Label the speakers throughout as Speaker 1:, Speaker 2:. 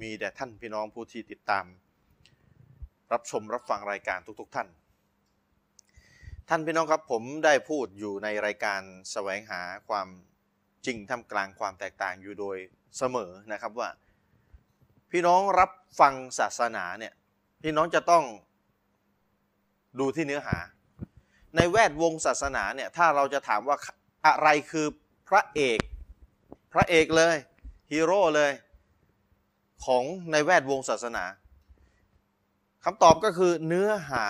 Speaker 1: มีแด่ท่านพี่น้องผู้ที่ติดตาม รับชมรับฟังรายการทุกๆท่าน ท่านพี่น้องครับผมได้พูดอยู่ในรายการแสวงหาความจริงท่ามกลางความแตกต่างอยู่โดยเสมอนะครับว่า พี่น้องรับฟังศาสนาเนี่ยพี่น้องจะต้องดูที่เนื้อหา ในแวดวงศาสนาเนี่ยถ้าเราจะถามว่าอะไรคือพระเอก พระเอกเลยฮีโร่เลย ของในแวดวงศาสนาคำตอบก็คือเนื้อหา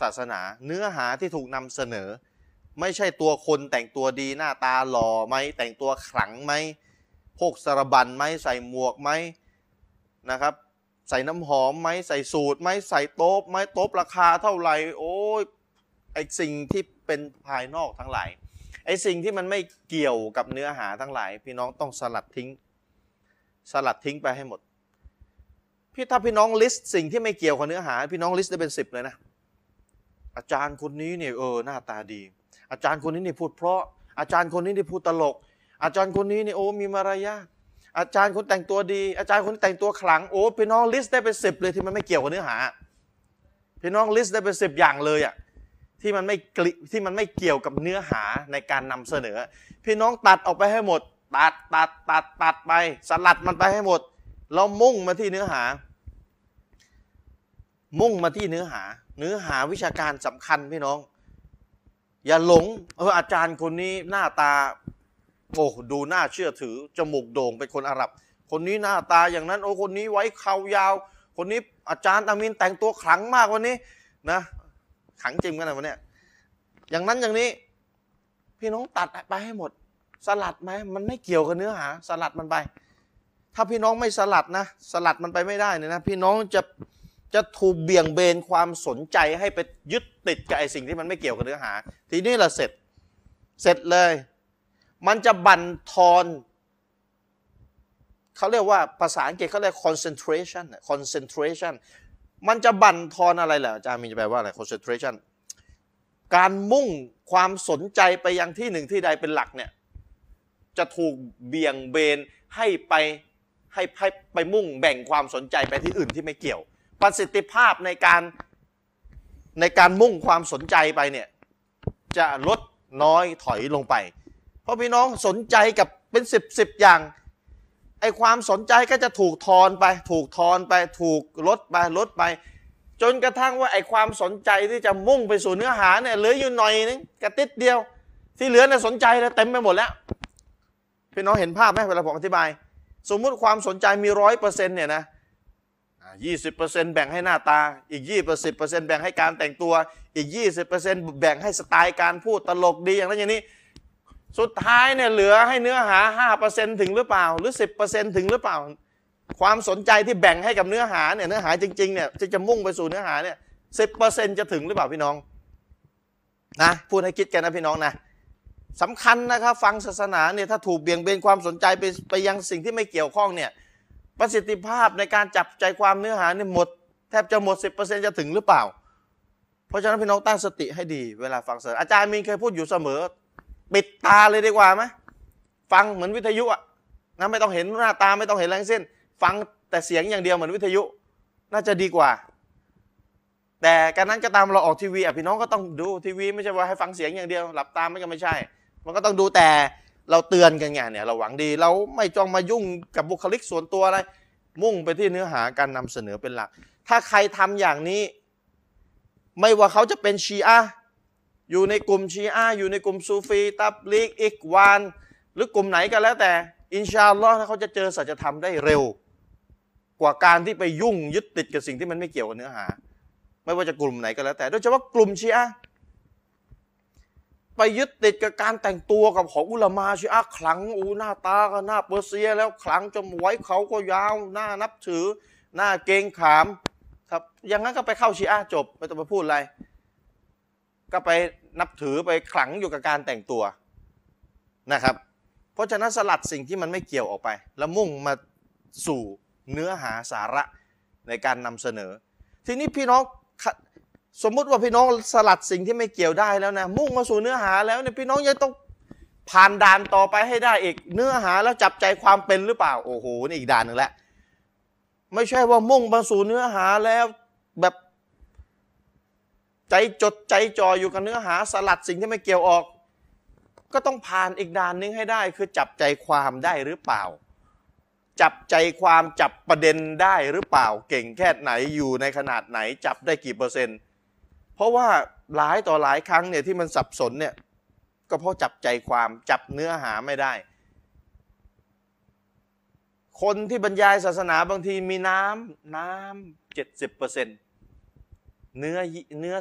Speaker 1: ศาสนา เนื้อหาที่ถูกนำเสนอ ไม่ใช่ตัวคนแต่งตัวดีหน้าตาหล่อไหมแต่งตัวขลังไหมพกสารบันไหมใส่หมวกไหมนะครับ ใส่น้ำหอมไหมใส่สูตรไหมใส่โต๊ะไหมโต๊ะราคาเท่าไหร่โอ้ยไอสิ่งที่เป็นภายนอกทั้งหลาย ไอสิ่งที่มันไม่เกี่ยวกับเนื้อหาทั้งหลาย พี่น้องต้องสลัดทิ้ง สลัดทิ้งไปให้หมด พี่ถ้าพี่น้องลิสต์สิ่งที่ไม่เกี่ยวกับเนื้อหา พี่น้องลิสต์ได้เป็นสิบเลยนะ อาจารย์คนนี้เนี่ยเออหน้าตาดี อาจารย์คนนี้เนี่ยพูดเพราะ อาจารย์คนนี้เนี่ยพูดตลก อาจารย์คนนี้เนี่ยโอ้มีมารยาทอาจารย์คนแต่งตัวดี อาจารย์คนแต่งตัวขลังโอ้พี่น้องลิสต์ได้เป็นสิบเลยที่มันไม่เกี่ยวกับเนื้อหา พี่น้องลิสต์ได้เป็นสิบอย่างเลยอะ ที่มันไม่กลิที่มันไม่เกี่ยวกับเนื้อหาในการนำเสนอ พี่น้องตัดออกไปให้หมด ตัดตัดตัดตัดไป สลัดมันไปให้หมด เรามุ่งมาที่เนื้อหา มุ่งมาที่เนื้อหา เนื้อหาวิชาการสำคัญพี่น้อง อย่าหลงเอออาจารย์คนนี้หน้าตาโอ้ดูน่าเชื่อถือจมูกโด่งเป็นคนอาหรับ คนนี้หน้าตาอย่างนั้น โอ้คนนี้ไว้เขายาว คนนี้อาจารย์อามินแต่งตัวขลังมากวันนี้นะ ขังจริงกันนะวันเนี้ยอย่างนั้นอย่างนี้ พี่น้องตัดไปให้หมด สลัดไหมมันไม่เกี่ยวกับเนื้อหา สลัดมันไป ถ้าพี่น้องไม่สลัดนะ สลัดมันไปไม่ได้เนี่ยนะ พี่น้องจะจะถูกเบี่ยงเบนความสนใจให้ไปยึดติดกับไอ้สิ่งที่มันไม่เกี่ยวกับเนื้อหา ทีนี้ละเสร็จ เสร็จเลย มันจะบั่นทอนเขาเรียกว่าภาษาอังกฤษเขาเรียก concentration น่ะ concentration มันจะบั่นทอนอะไรแหละอาจารย์มีนจะแปลว่าอะไร concentration การมุ่งความสนใจไปยังที่หนึ่งที่ใดเป็นหลักเนี่ย จะถูกเบี่ยงเบนให้ไปให้ให้ไปมุ่งแบ่งความสนใจไปที่อื่นที่ไม่เกี่ยว ประสิทธิภาพในการในการมุ่งความสนใจไปเนี่ย จะลดน้อยถอยลงไป เพราะพี่น้องสนใจกับเป็นสิบสิบอย่าง ไอความสนใจก็จะถูกทอนไป ถูกทอนไป ถูกลดไปลดไป จนกระทั่งว่าไอความสนใจที่จะมุ่งไปสู่เนื้อหาเนี่ยเหลืออยู่หน่อยนึงกระติดเดียว ที่เหลือเนี่ยสนใจแล้วเต็มไปหมดแล้วพี่น้องเห็นภาพไหมเวลาผมอธิบาย สมมุติความสนใจมีร้อยเปอร์เซ็นต์เนี่ยนะยี่สิบเปอร์เซ็นต์แบ่งให้หน้าตา อีกยี่สิบเปอร์เซ็นต์แบ่งให้การแต่งตัว อีกยี่สิบเปอร์เซ็นต์แบ่งให้สไตล์การพูดตลกดีอย่างนั้นอย่างนี้ สุดท้ายเนี่ยเหลือให้เนื้อหา 5%ถึงหรือเปล่า หรือ 10%ถึงหรือเปล่า ความสนใจที่แบ่งให้กับเนื้อหาเนี่ยเนื้อหาจริงๆเนี่ยที่จะมุ่งไปสู่เนื้อหาเนี่ย10%จะถึงหรือเปล่าพี่น้องนะพูดให้คิดกันนะพี่น้องนะสำคัญนะครับฟังศาสนาเนี่ยถ้าถูกเบี่ยงเบนความสนใจไปไปยังสิ่งที่ไม่เกี่ยวข้องเนี่ยประสิทธิภาพในการจับใจความเนื้อหาเนี่ยหมดแทบจะหมด 10%จะถึงหรือเปล่า เพราะฉะนั้นพี่น้องตั้งสติให้ดีเวลาฟังศาสนาอาจารย์มีนเคยพูดอยู่เสมอ ปิดตาเลยดีกว่าไหมฟังเหมือนวิทยุอะนะไม่ต้องเห็นหน้าตาไม่ต้องเห็นแรงเส้น ฟังแต่เสียงอย่างเดียวเหมือนวิทยุ น่าจะดีกว่า แต่การนั้นก็ตามเราออกทีวีอะพี่น้องก็ต้องดูทีวีไม่ใช่ว่าให้ฟังเสียงอย่างเดียว หลับตามันก็ไม่ใช่ มันก็ต้องดูแต่เราเตือนกันไงเนี่ยเราหวังดีเราไม่จ้องมายุ่งกับบุคลิกส่วนตัวอะไร มุ่งไปที่เนื้อหาการนำเสนอเป็นหลัก ถ้าใครทำอย่างนี้ ไม่ว่าเขาจะเป็นชีอะห์ อยู่ในกลุ่มชีอาอยู่ในกลุ่มซูฟี ตับลีกอิกวาน หรือกลุ่มไหนก็แล้วแต่ อินชาอัลลอฮ์เขาจะเจอสัจธรรมได้เร็ว กว่าการที่ไปยุ่งยึดติดกับสิ่งที่มันไม่เกี่ยวกับเนื้อหา ไม่ว่าจะกลุ่มไหนก็แล้วแต่โดยเฉพาะกลุ่มชีอะห์ไปยึดติดกับการแต่งตัวกับของอุลามาชีอะห์ขลังอูหน้าตาก็หน้าเปอร์เซีย แล้วขลังจมไว้เขาก็ยาวหน้านับถือ หน้าเกรงขามครับ อย่างนั้นก็ไปเข้าชีอะห์จบไม่ต้องมาพูดอะไร ก็ไปนับถือไปขลังอยู่กับการแต่งตัวนะครับ เพราะฉะนั้นสลัดสิ่งที่มันไม่เกี่ยวออกไป แล้วมุ่งมาสู่เนื้อหาสาระในการนำเสนอ ทีนี้พี่น้องค่ะสมมุติว่าพี่น้องสลัดสิ่งที่ไม่เกี่ยวได้แล้วนะมุ่งมาสู่เนื้อหาแล้วเนี่ยพี่น้องยังต้องผ่านด่านต่อไปให้ได้อีกเนื้อหาแล้วจับใจความเป็นหรือเปล่าโอ้โหนี่อีกด่านหนึ่งแล้วไม่ใช่ว่ามุ่งมาสู่เนื้อหาแล้วแบบ ใจจดใจจ่ออยู่กับเนื้อหาสลัดสิ่งที่ไม่เกี่ยวออก ก็ต้องผ่านอีกด่านหนึงให้ได้ คือจับใจความได้หรือเปล่า จับใจความจับประเด็นได้หรือเปล่า เก่งแค่ไหนอยู่ในขนาดไหนจับได้กี่เปอร์เซ็นต์ เพราะว่าหลายต่อหลายครั้งเนี่ยที่มันสับสนเนี่ยก็เพราะจับใจความจับเนื้อหาไม่ได้ คนที่บรรยายศาสนาบางทีมีน้ำน้ำเจ็ดสิบเปอร์เซ็นต์ เนื้อยี่เนื้อ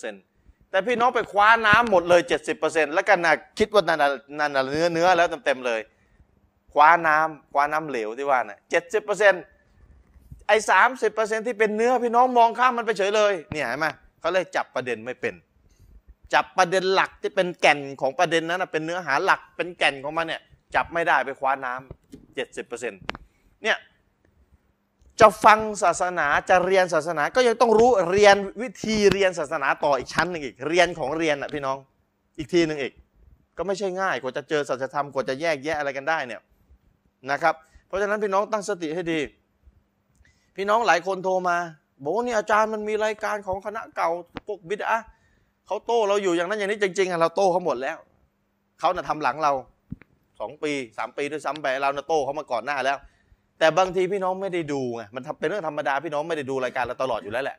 Speaker 1: 30%แต่พี่น้องไปคว้าน้ำหมดเลย 70%แล้วกันนะคิดว่านั่นน่ะนั่นน่ะเนื้อเนื้อแล้วเต็มๆเลย คว้าน้ำคว้าน้ำเหลวที่ว่าน่ะ70%ไอ้30%ที่เป็นเนื้อพี่น้องมองข้ามมันไปเฉยเลยเนี่ยเห็นไหมเขาเลยจับประเด็นไม่เป็น จับประเด็นหลักที่เป็นแก่นของประเด็นนั้นนะเป็นเนื้อหาหลักเป็นแก่นของมันเนี่ยจับไม่ได้ไปคว้าน้ำ70%เนี่ย จะฟังศาสนาจะเรียนศาสนาก็ยังต้องรู้เรียนวิธีเรียนศาสนาต่ออีกชั้นหนึ่งอีกเรียนของเรียนอ่ะพี่น้องอีกทีหนึ่งอีก ก็ไม่ใช่ง่ายกว่าจะเจอสัจธรรมกว่าจะแยกแยะอะไรกันได้เนี่ยนะครับเพราะฉะนั้นพี่น้องตั้งสติให้ดี พี่น้องหลายคนโทรมาบอกว่าเนี่ยอาจารย์มันมีรายการของคณะเก่าพวกบิดอะห์เขาโต้เราอยู่อย่างนั้นอย่างนี้จริงๆอะเราโต้เขาหมดแล้วเขาน่ะทำหลังเราสองปีสามปีด้วยซ้ำไปเราน่ะโต้เขามาก่อนหน้าแล้ว แต่บางทีพี่น้องไม่ได้ดูไงมันทำเป็นเรื่องธรรมดาพี่น้องไม่ได้ดูรายการเราตลอดอยู่แล้วแหละ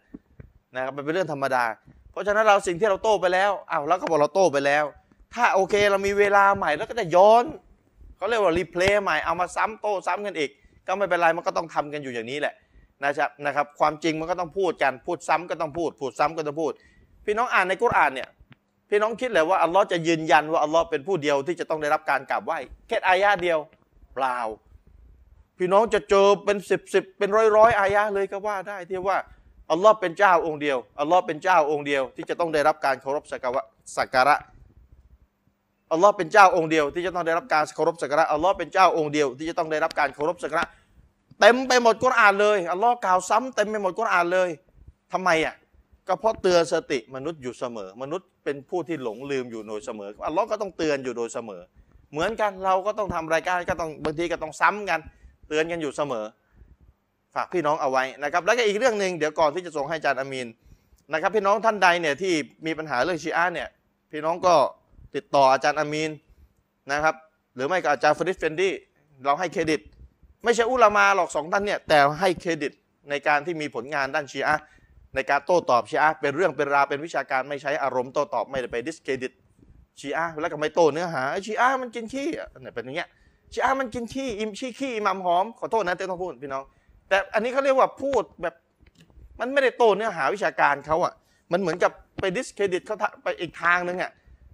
Speaker 1: นะครับมันเป็นเรื่องธรรมดา เพราะฉะนั้นเราสิ่งที่เราโต้ไปแล้วอ้าวเราก็บอกเราโต้ไปแล้ว ถ้าโอเคเรามีเวลาใหม่แล้วก็จะย้อนเขาเรียกว่ารีเพลย์ใหม่เอามาซ้ำโต้ซ้ำกันอีก ก็ไม่เป็นไรมันก็ต้องทำกันอยู่อย่างนี้แหละนะครับนะครับ ความจริงมันก็ต้องพูดกันพูดซ้ำก็ต้องพูด พูดซ้ำก็ต้องพูด พี่น้องอ่านในกุรอานเนี่ยพี่น้องคิดเลยว่าอัลลอฮ์จะยืนยันว่าอัลลอฮ์เป็นผู้เดียวที่จะต้องได้รับการกราบไหว้แค่อายะห์เดียวเปล่า พี่น้องจะเจอเป็นสิบสิบเป็นร้อยร้อยอายะห์เลยก็ว่าได้ที่ว่าอัลลอฮ์เป็นเจ้าองค์เดียวอัลลอฮ์เป็นเจ้าองค์เดียว ที่จะต้องได้รับการเคารพสักการะสักการะอัลลอฮ์เป็นเจ้าองค์เดียว ที่จะต้องได้รับการเคารพสักการะอัลลอฮ์เป็นเจ้าองค์เดียว ที่จะต้องได้รับการเคารพสักการะเต็มไปหมดกุรอานเลยอัลลอฮ์กล่าวซ้ำเต็มไปหมดกุรอานเลยทำไมอ่ะก็เพราะเตือนสติมนุษย์อยู่เสมอ มนุษย์เป็นผู้ที่หลงลืมอยู่โดยเสมออัลลอฮ์ก็ต้องเตือนอยู่โดยเสมอ เหมือนกันเราก็ต้องทำรายการก็ต้องบางทีก็ต้องซ้ำกัน เตือนกันอยู่เสมอ ฝากพี่น้องเอาไว้นะครับ แล้วก็อีกเรื่องหนึ่งเดี๋ยวก่อนที่จะส่งให้อาจารย์อามีนนะครับ พี่น้องท่านใดเนี่ยที่มีปัญหาเรื่องชีอะห์เนี่ย พี่น้องก็ติดต่ออาจารย์อามีนนะครับ หรือไม่ก็อาจารย์ฟริสเฟนดี้เราให้เครดิต ไม่ใช่อุลามาหรอกสองท่านเนี่ย แต่ให้เครดิตในการที่มีผลงานด้านชีอะห์ในการโต้ตอบชีอะห์เป็นเรื่องเป็นราวเป็นวิชาการไม่ใช้อารมณ์โต้ตอบไม่ได้ไปดิสเครดิตชีอะห์แล้วก็ไม่โต้เนื้อหาไอ้ชีอะห์มันกินขี้อะเนี่ยเป็นอย่างเงี้ย ชีอามันกินขี้อิมชี้ขี้อิหมัมหอมขอโทษนะเต้ต้องพูดพี่น้อง แต่อันนี้เขาเรียกว่าพูดแบบ มันไม่ได้โตเนื้อหาวิชาการเขาอะมันเหมือนกับไปดิสเครดิตเขาทะไปอีกทางนึงอะ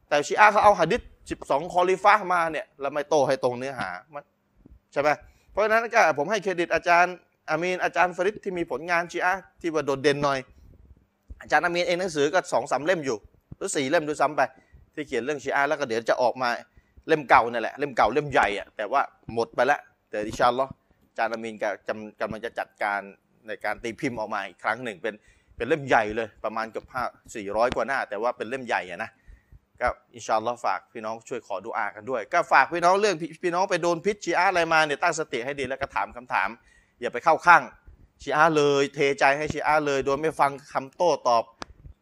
Speaker 1: แต่ชีอาเขาเอาหะดิษ12คอลิฟะห์มาเนี่ยแล้วไม่โตให้ตรงเนื้อหามันใช่ไหมเพราะฉะนั้นก็ผมให้เครดิตอาจารย์อามีนอาจารย์ฟริดที่มีผลงานชีอาที่ว่าโดดเด่นหน่อย อาจารย์อามีนเองหนังสือก็สองสามเล่มอยู่หรือสี่เล่มด้วยซ้ำไป ที่เขียนเรื่องชีอาแล้วก็เดี๋ยวจะออกมา เล่มเก่าเนี่ยแหละเล่มเก่าเล่มใหญ่อะแต่ว่าหมดไปแล้วแต่ดิฉันเหรออาจารย์อามินกกำกำลังจะจัดการในการตีพิมพ์ออกมาอีกครั้งหนึ่งเป็นเป็นเล่มใหญ่เลยประมาณเกือบห้าสี่ร้อยกว่าหน้า แต่ว่าเป็นเล่มใหญ่อะนะก็อินชาอัลลอฮ์ฝากพี่น้องช่วยขอดุอากันด้วย ก็ฝากพี่น้องเรื่องพี่พี่น้องไปโดนพิษชีอะห์อะไรมาเนี่ยตั้งสติให้ดีแล้วก็ถามคำถาม อย่าไปเข้าข้างชีอะห์เลยเทใจให้ชีอะห์เลย โดยไม่ฟังคำโต้ตอบ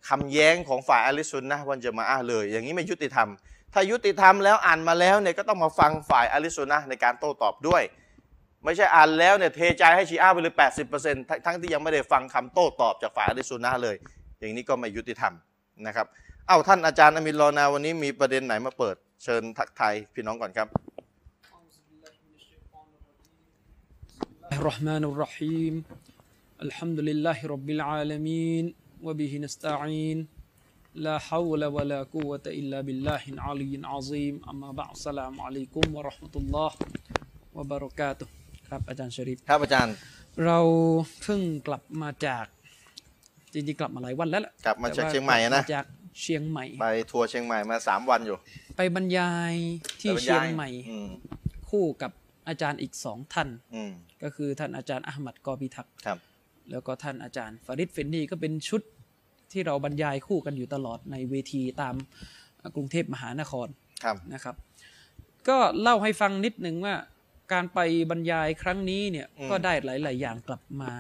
Speaker 1: คำแย้งของฝ่ายอะลิซุนนะฮ์วันจะมาอะห์เลย อย่างนี้ไม่ยุติธรรม ถ้ายุติธรรมแล้วอ่านมาแล้วเนี่ยก็ต้องมาฟังฝ่ายอะลิสุนนะห์ในการโต้ตอบด้วย ไม่ใช่อ่านแล้วเนี่ยเทใจให้ชีอาไปเลย 80%ทั้งทั้งที่ยังไม่ได้ฟังคำโต้ตอบจากฝ่ายอะลิสุนนะห์เลย อย่างนี้ก็ไม่ยุติธรรมนะครับเอ้าท่านอาจารย์อามินรอนาวันนี้มีประเด็นไหนมาเปิดเชิญทักทายพี่น้องก่อนครับ
Speaker 2: أعوذ بالله من الشيطان الرجيم. بسم الله الرحمن الرحيم الحمد لله رب العالمين وبه نستعين لا حول ولا قوة إلا بالله العلي العظيم أما بعد السلام عليكم ورحمة الله وبركاته ครับอาจารย์ชริฟ
Speaker 1: ครับอาจารย์
Speaker 2: เราเพิ่งกลับมาจากจริงๆกลับมาหลายวันแล้วแหละ
Speaker 1: กลับมาจาก
Speaker 2: แต่ว่
Speaker 1: เชียงใหม่นะ
Speaker 2: กลับาจากเชียงใหม่
Speaker 1: ไปทัวร์เชียงใหม่มาสามวันอยู่
Speaker 2: ไปบรรยายที่
Speaker 1: แต่บร
Speaker 2: เชียง
Speaker 1: รา
Speaker 2: ใหม่
Speaker 1: อืม
Speaker 2: คู่กับอาจารย์อีกสองท่าน
Speaker 1: อืม
Speaker 2: ก็คือท่านอาจารย์อาหมัดกอพิทักษ์
Speaker 1: ครับ
Speaker 2: แล้วก็ท่านอาจารย์ฟาริดเฟนดีก็เป็นชุดที่เราบรรยายคู่กันอยู่ตลอดในเวทีตามกรุงเทพมหานคร
Speaker 1: ครับ
Speaker 2: นะครับ ก็เล่าให้ฟังนิดหนึ่งว่า การไปบรรยายครั้งนี้เนี่ยก็ได้หลาย ๆ อย่างกลับมา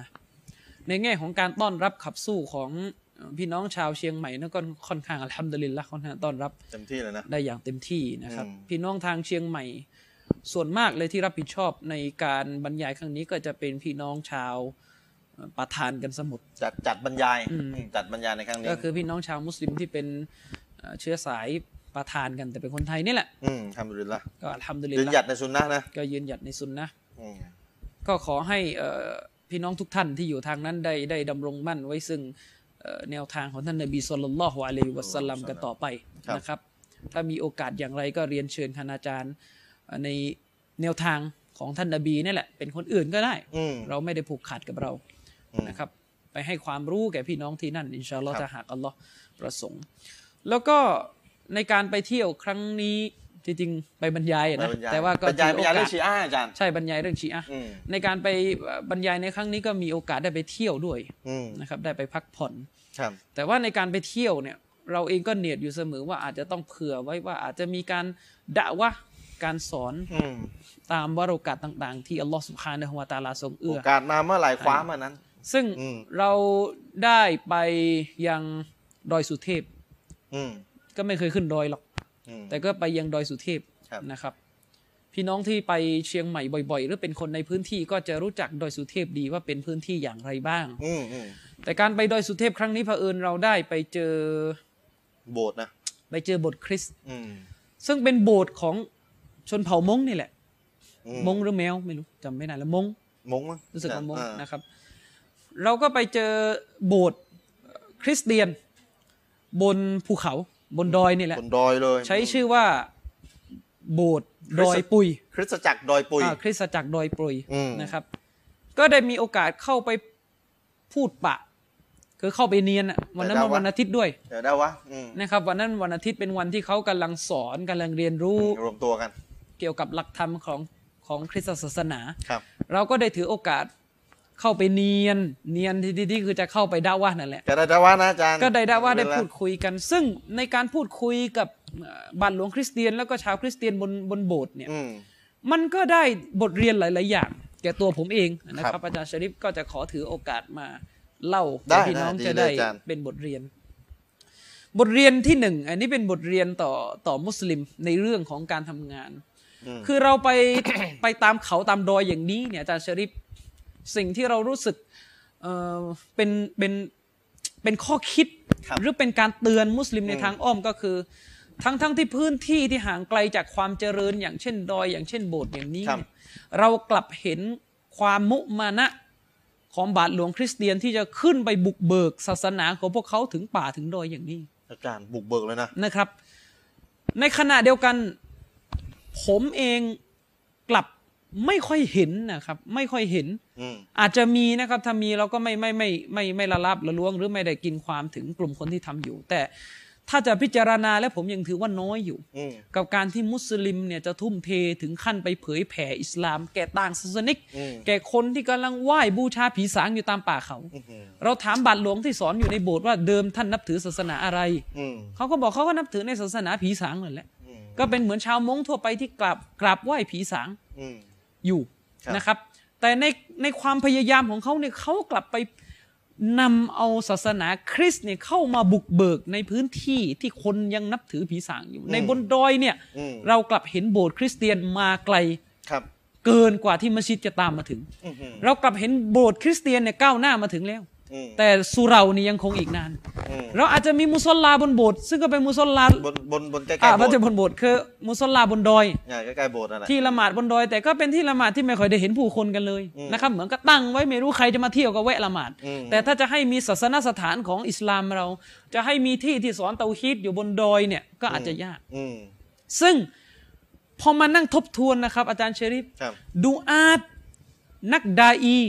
Speaker 2: ในแง่ของการต้อนรับขับสู้ของเอ่อพี่น้องชาวเชียงใหม่นั่นก็ค่อนข้างอัลฮัมดุลิลละค่อนข้างต้อนรับ
Speaker 1: เต็มที่เลยนะ
Speaker 2: ได้อย่างเต็มที่นะครับ
Speaker 1: อืม
Speaker 2: พี่น้องทางเชียงใหม่ ส่วนมากเลยที่รับผิดชอบในการบรรยายครั้งนี้ก็จะเป็นพี่น้องชาวเอ่อปะทานกันสมุทร
Speaker 1: จัดจัดบรรยาย
Speaker 2: อืม
Speaker 1: อืมจัดบรรยายในครั้งนี้
Speaker 2: ก็คือพี่น้องชาวมุสลิมที่เป็นเอ่อเชื้อสายปะทานกันแต่เป็นคนไทยนี่แหละ
Speaker 1: มทำดุลิลละ
Speaker 2: ก็อัลฮัมดุลิล
Speaker 1: ยืน
Speaker 2: ละ
Speaker 1: หยัดในซุนนะนะ
Speaker 2: ก็ยืนหยัดในซุนนะห์
Speaker 1: อืม
Speaker 2: ก็ขอให้เอ่อพี่น้องทุกท่านที่อยู่ทางนั้นได้ได้ดำรงมั่นไว้ซึ่งเอ่อแนวทางของท่านนบีสุลต่านละฮ์อะลัยฮิวะสัลลัมกันต่อไป
Speaker 1: ครับ
Speaker 2: นะครับ ถ้ามีโอกาสอย่างไรก็เรียนเชิญคณาจารย์เอ่อในแนวทางของท่านนบีนี่แหละ เป็นคนอื่นก็ได้
Speaker 1: อืม
Speaker 2: เราไม่ได้ผูกขาดกับเรา
Speaker 1: อืม
Speaker 2: นะครับ ไปให้ความรู้แก่พี่น้องที่นั่น อินชาอัลลอฮ์
Speaker 1: ครับ
Speaker 2: ถ้าหากอัลลอฮ์ประสงค์ แล้วก็ในการไปเที่ยวครั้งนี้จริงๆไปบรรยายอะนะ
Speaker 1: บรรยาย
Speaker 2: แต่ว่าก็
Speaker 1: บรรยายบรรยาย
Speaker 2: ถื
Speaker 1: เรื่
Speaker 2: อ
Speaker 1: อง
Speaker 2: โกาส
Speaker 1: ชีอะห์อาจารย์
Speaker 2: ใช่บรรยายเรื่องชีอะห์
Speaker 1: อืม
Speaker 2: ในการไปเอ่อบรรยายในครั้งนี้ก็มีโอกาสได้ไปเที่ยวด้วย
Speaker 1: อืม
Speaker 2: นะครับได้ไปพักผ่อน
Speaker 1: ครับ
Speaker 2: แต่ว่าในการไปเที่ยวเนี่ยเราเองก็เนียดอยู่เสมอว่าอาจจะต้องเผื่อไว้ว่าอาจจะมีการด่าวะห์การสอน
Speaker 1: อืม
Speaker 2: ตามวาโอกาสต่าง ๆ ที่อัลลอฮฺสุบฮานะฮุวาตะอาลาทรง
Speaker 1: โอ
Speaker 2: เอื้อ
Speaker 1: กาสมาเมื่อไหร่คว้าเมื่อนั้น
Speaker 2: ซึ่ง
Speaker 1: อืม
Speaker 2: เราได้ไปยังดอยสุเทพ
Speaker 1: อืม
Speaker 2: ก็ไม่เคยขึ้นดอยหรอก
Speaker 1: อืม
Speaker 2: แต่ก็ไปยังดอยสุเทพ
Speaker 1: ครับ
Speaker 2: นะครับ พี่น้องที่ไปเชียงใหม่บ่อย ๆ หรือเป็นคนในพื้นที่ก็จะรู้จักดอยสุเทพดีว่าเป็นพื้นที่อย่างไรบ้าง
Speaker 1: อืมอืม
Speaker 2: แต่การไปดอยสุเทพครั้งนี้เผอิญเราได้ไปเจอ
Speaker 1: โบสถ์นะ
Speaker 2: ไปเจอโบทคริสต์
Speaker 1: อืม
Speaker 2: ซึ่งเป็นโบสถ์ของชนเผ่ามงนี่แหละ
Speaker 1: อื
Speaker 2: มงหรือแมวไม่รู้จำไม่ได้แล้วมง
Speaker 1: มงมั้ง
Speaker 2: รู้สึกว่ามง
Speaker 1: อ่
Speaker 2: นะครับ เราก็ไปเจอโบสถ์คริสเตียน บนภูเขาบนดอยนี่แหละ
Speaker 1: บนดอยเลย
Speaker 2: ใช้ชื่อว่าโบสถ์ดอยปุย
Speaker 1: คริสตจักรดอยปุย
Speaker 2: อ่าคริสตจักรดอยปรุย
Speaker 1: อืม
Speaker 2: นะครับ ก็ได้มีโอกาสเข้าไปพูดปะ คือเข้าไปเนียนอะวันนั้นมันวันอาทิตย์ด้วย
Speaker 1: เดี๋ยวได้วะอืม
Speaker 2: นะครับ วันนั้นวันอาทิตย์เป็นวันที่เขากำลังสอนกำลังเรียนรู้
Speaker 1: รวมตัวกัน
Speaker 2: เกี่ยวกับหลักธรรมของของคริสตศาสนา
Speaker 1: ครับ
Speaker 2: เราก็ได้ถือโอกาสเข้าไปเนียน เนียนที่ที่ที่คือจะเข้าไปด่าว่านั่นแหละ
Speaker 1: จะได้ได้วะนะอาจารย์
Speaker 2: ก็ได้ด่าว่าได้
Speaker 1: เยว
Speaker 2: พูดคุยกัน ซึ่งในการพูดคุยกับเอ่อบัตรหลวงคริสเตียน แล้วก็ชาวคริสเตียนบนบนโบสถ์เนี่ย
Speaker 1: อืม
Speaker 2: มันก็ได้บทเรียนหลาย ๆ อย่าง แก่ตัวผมเองนะค
Speaker 1: ครั
Speaker 2: รับบ อาจารย์ชริฟก็จะขอถือโอกาสมาเล่า
Speaker 1: ได้
Speaker 2: ให้พี่น้อง
Speaker 1: ได้ดี
Speaker 2: จะ
Speaker 1: เลย
Speaker 2: ได้
Speaker 1: อาจารย์
Speaker 2: เป็นบทเรียน บทเรียนที่หนึ่งอันนี้เป็นบทเรียนต่อต่อมุสลิมในเรื่องของการทำงาน คือเราไป ไปตามเขาตามดอยอย่างนี้เนี่ยอาจารย์ชริฟสิ่งที่เรารู้สึกเอ่อเป็นเป็นเป็นข้อคิด
Speaker 1: ครับ
Speaker 2: หรือเป็นการเตือนมุสลิมในทางอ้อมก็คือ ทั้งทั้งที่พื้นที่ที่ห่างไกลจากความเจริญอย่างเช่นดอย อย่างเช่นโบสถ์อย่างนี้
Speaker 1: ครับ
Speaker 2: เนี่ยเรากลับเห็นความมุมานะของบาทหลวงคริสเตียนที่จะขึ้นไปบุกเบิกศาสนาของพวกเขาถึงป่าถึงดอยอย่างนี้
Speaker 1: อาจารย์บุกเบิกเลยนะ
Speaker 2: นะครับ ในขณะเดียวกัน ผมเองกลับไม่ค่อยเห็นนะครับ ไม่ค่อยเห็น
Speaker 1: อืม
Speaker 2: อาจจะมีนะครับถ้ามีเราก็ไม่ไม่ไม่ไม่ไม่ละลาบละล้วง หรือไม่ได้กินความถึงกลุ่มคนที่ทำอยู่ แต่ถ้าจะพิจารณาและผมยังถือว่าน้อยอยู่
Speaker 1: อืม
Speaker 2: กับการที่มุสลิมเนี่ยจะทุ่มเทถึงขั้นไปเผยแผ่อิสลาม แก่ต่างศาสนิก
Speaker 1: อืม
Speaker 2: แก่คนที่กำลังไหว้บูชาผีสางอยู่ตามป่าเขา เราถามบาทหลวงที่สอนอยู่ในโบสถ์ว่าเดิมท่านนับถือศาสนาอะไร
Speaker 1: อืม
Speaker 2: เขาก็บอกเขาก็นับถือในศาสนาผีสางนั่นแหละ
Speaker 1: อืม
Speaker 2: ก็เป็นเหมือนชาวมงทั่วไปที่กราบกราบไหว้ผีสาง
Speaker 1: อืม
Speaker 2: อยู่
Speaker 1: ครับ
Speaker 2: นะครับ แต่ในในความพยายามของเขาเนี่ยเขากลับไปนำเอาศาสนาคริสต์เนี่ยเข้ามาบุกเบิกในพื้นที่ที่คนยังนับถือผีสางอยู่ ในบนดอยเนี่ย
Speaker 1: อืม
Speaker 2: เรากลับเห็นโบสถ์คริสเตียนมาไกล
Speaker 1: ครับ
Speaker 2: เกินกว่าที่มัสยิดจะตามมาถึง
Speaker 1: อืมอืม
Speaker 2: เรากลับเห็นโบสถ์คริสเตียนเนี่ยก้าวหน้ามาถึงแล้ว
Speaker 1: อืม
Speaker 2: แต่สุเหรานี่ยังคงอีกนาน
Speaker 1: อืม
Speaker 2: เราอาจจะมีมุสลาบนโบสถ์ซึ่งก็เป็นมุสลา
Speaker 1: บนบนบนใกล้
Speaker 2: อ่า
Speaker 1: ๆโบ
Speaker 2: มั
Speaker 1: ส
Speaker 2: ส
Speaker 1: ถ์
Speaker 2: ยิดบนโบสถ์คือมุสลาบนดอย
Speaker 1: เนี่ยใกล้ๆโบสถ์นั่นแหละ
Speaker 2: ที่ละหมาดบนดอย แต่ก็เป็นที่ละหมาดที่ไม่ค่อยได้เห็นผู้คนกันเลยนะครับเหมือนก็ตั้งไว้ไม่รู้ใครจะมาเที่ยวก็แวะละหมาด แต่ถ้าจะให้มีศาสนสถานของอิสลามเรา จะให้มีที่ที่สอนเตาฮีดอยู่บนดอยเนี่ยก็อาจจะยาก
Speaker 1: อืม
Speaker 2: ซึ่งพอมานั่งทบทวนนะครับ อาจารย์เชริฟ
Speaker 1: ครับ
Speaker 2: ดูอาตนักดาอี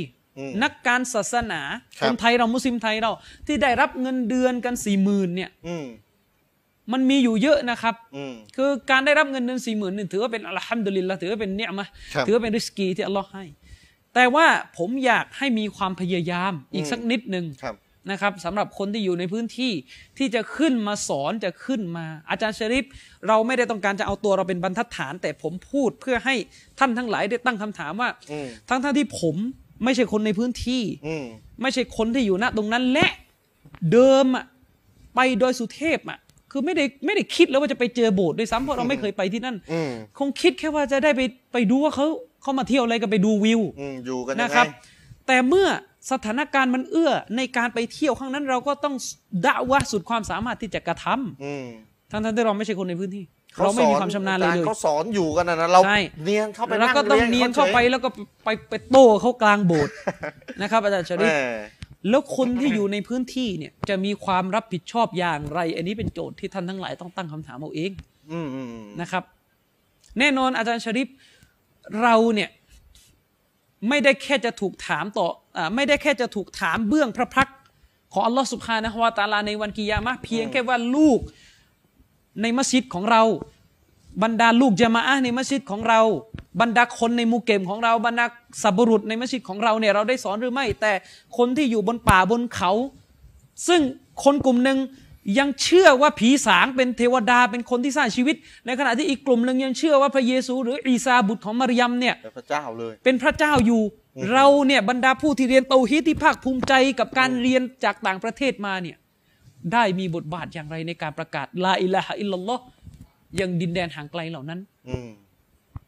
Speaker 1: อืม
Speaker 2: นักการศาสนา
Speaker 1: ครับ
Speaker 2: นไทยเรามุสลิมไทยเราที่ได้รับเงินเดือนกันสี่หมื่นเนี่ย
Speaker 1: อืม
Speaker 2: มันมีอยู่เยอะนะครับ
Speaker 1: อืม
Speaker 2: คือการได้รับเงินเดือนสี่หมื่นนี่ถือว่าเป็นอัลฮัมดุลิลละถือว่าเป็นเนียมะห์
Speaker 1: ครับ
Speaker 2: ถือว่าเป็นริสกีที่อัลลอฮ์ให้ แต่ว่าผมอยากให้มีความพยายามอีกสักนิดหนึ่ง
Speaker 1: ครับ
Speaker 2: นะครับสำหรับคนที่อยู่ในพื้นที่ที่จะขึ้นมาสอนจะขึ้นมา อาจารย์ชริฟเราไม่ได้ต้องการจะเอาตัวเราเป็นบรรทัดฐาน แต่ผมพูดเพื่อให้ท่านทั้งหลายได้ตั้งคำถามว่า
Speaker 1: อืม
Speaker 2: ทั้งท่านที่ผมไม่ใช่คนในพื้นที่
Speaker 1: อืม
Speaker 2: ไม่ใช่คนที่อยู่ณตรงนั้นและเดิมอะไปโดอยสุเทพอะคือไม่ได้ไม่ได้คิดแล้วว่าจะไปเจอโบสถ์ด้วยซ้ำเพราะเราไม่เคยไปที่นั่น
Speaker 1: อืม
Speaker 2: คงคิดแค่ว่าจะได้ไปไปดูว่าเขาเขามาเที่ยวอะไรกันไปดูวิว
Speaker 1: อืมอยู่กันยัง
Speaker 2: นะค
Speaker 1: ไง
Speaker 2: รับ แต่เมื่อสถานการณ์มันเอื้อในการไปเที่ยวครั้งนั้น เราก็ต้องดะวะสุดความสามารถที่จะกระทำ
Speaker 1: อืม
Speaker 2: ทั้งทั้งที่เราไม่ใช่คนในพื้นที่ เราไม่มีความชำนาญอะไร
Speaker 1: อจ
Speaker 2: เล
Speaker 1: ย์
Speaker 2: ย
Speaker 1: เขาสอนอยู่กันนะนะเรา
Speaker 2: ใช่
Speaker 1: เนียนเข้าไป
Speaker 2: แล้วก็ต้องเนียนเข้าไป
Speaker 1: รี
Speaker 2: แล้วก็ไปไปโต้เขากลางโบสถ์ นะครับอาจารย์ช
Speaker 1: ยนเขาเฉยแห
Speaker 2: ริ
Speaker 1: ม่
Speaker 2: ฟแล้วคนที่อยู่ในพื้นที่เนี่ยจะมีความรับผิดชอบอย่างไร อันนี้เป็นโจทย์ที่ท่านทั้งหลายต้องตั้งคำถามเอาเอง
Speaker 1: อืมอืมอืม
Speaker 2: นะครับแน่นอนอาจารย์ชริปเราเนี่ยไม่ได้แค่จะถูกถามต่ออาไม่ได้แค่จะถูกถามเบื้องพระพักตร์ของอัลลอฮ์สุบฮานะฮวาตะอาลาในวันกิยามะห์เพียงแค่ว่าลูกในมัสยิดของเรา บรรดาลูกจะมาอะห์ในมัสยิดของเรา บรรดาคนในหมูเกมของเราบรรดาสับบุรุษในมัสยิดของเราเนี่ยเราได้สอนหรือไม่ แต่คนที่อยู่บนป่าบนเขา ซึ่งคนกลุ่มหนึ่งยังเชื่อว่าผีสางเป็นเทวดาเป็นคนที่สร้างชีวิต ในขณะที่อีกกลุ่มหนึ่งยังเชื่อว่าพระเยซู หรืออีซาบุตรของมารยมเนี่ย
Speaker 1: แต่พระเจ้าเลย
Speaker 2: เป็นพระเจ้าอยู่ เราเนี่ยบรรดาผู้ที่เรียนเตาฮีดที่ภาคภูมิใจกับการเรียนจากต่างประเทศมาเนี่ยได้มีบทบาทอย่างไรในการประกาศลาอิลาฮะอิลลัลลอฮ์ยังดินแดนห่างไกลเหล่านั้น
Speaker 1: อืม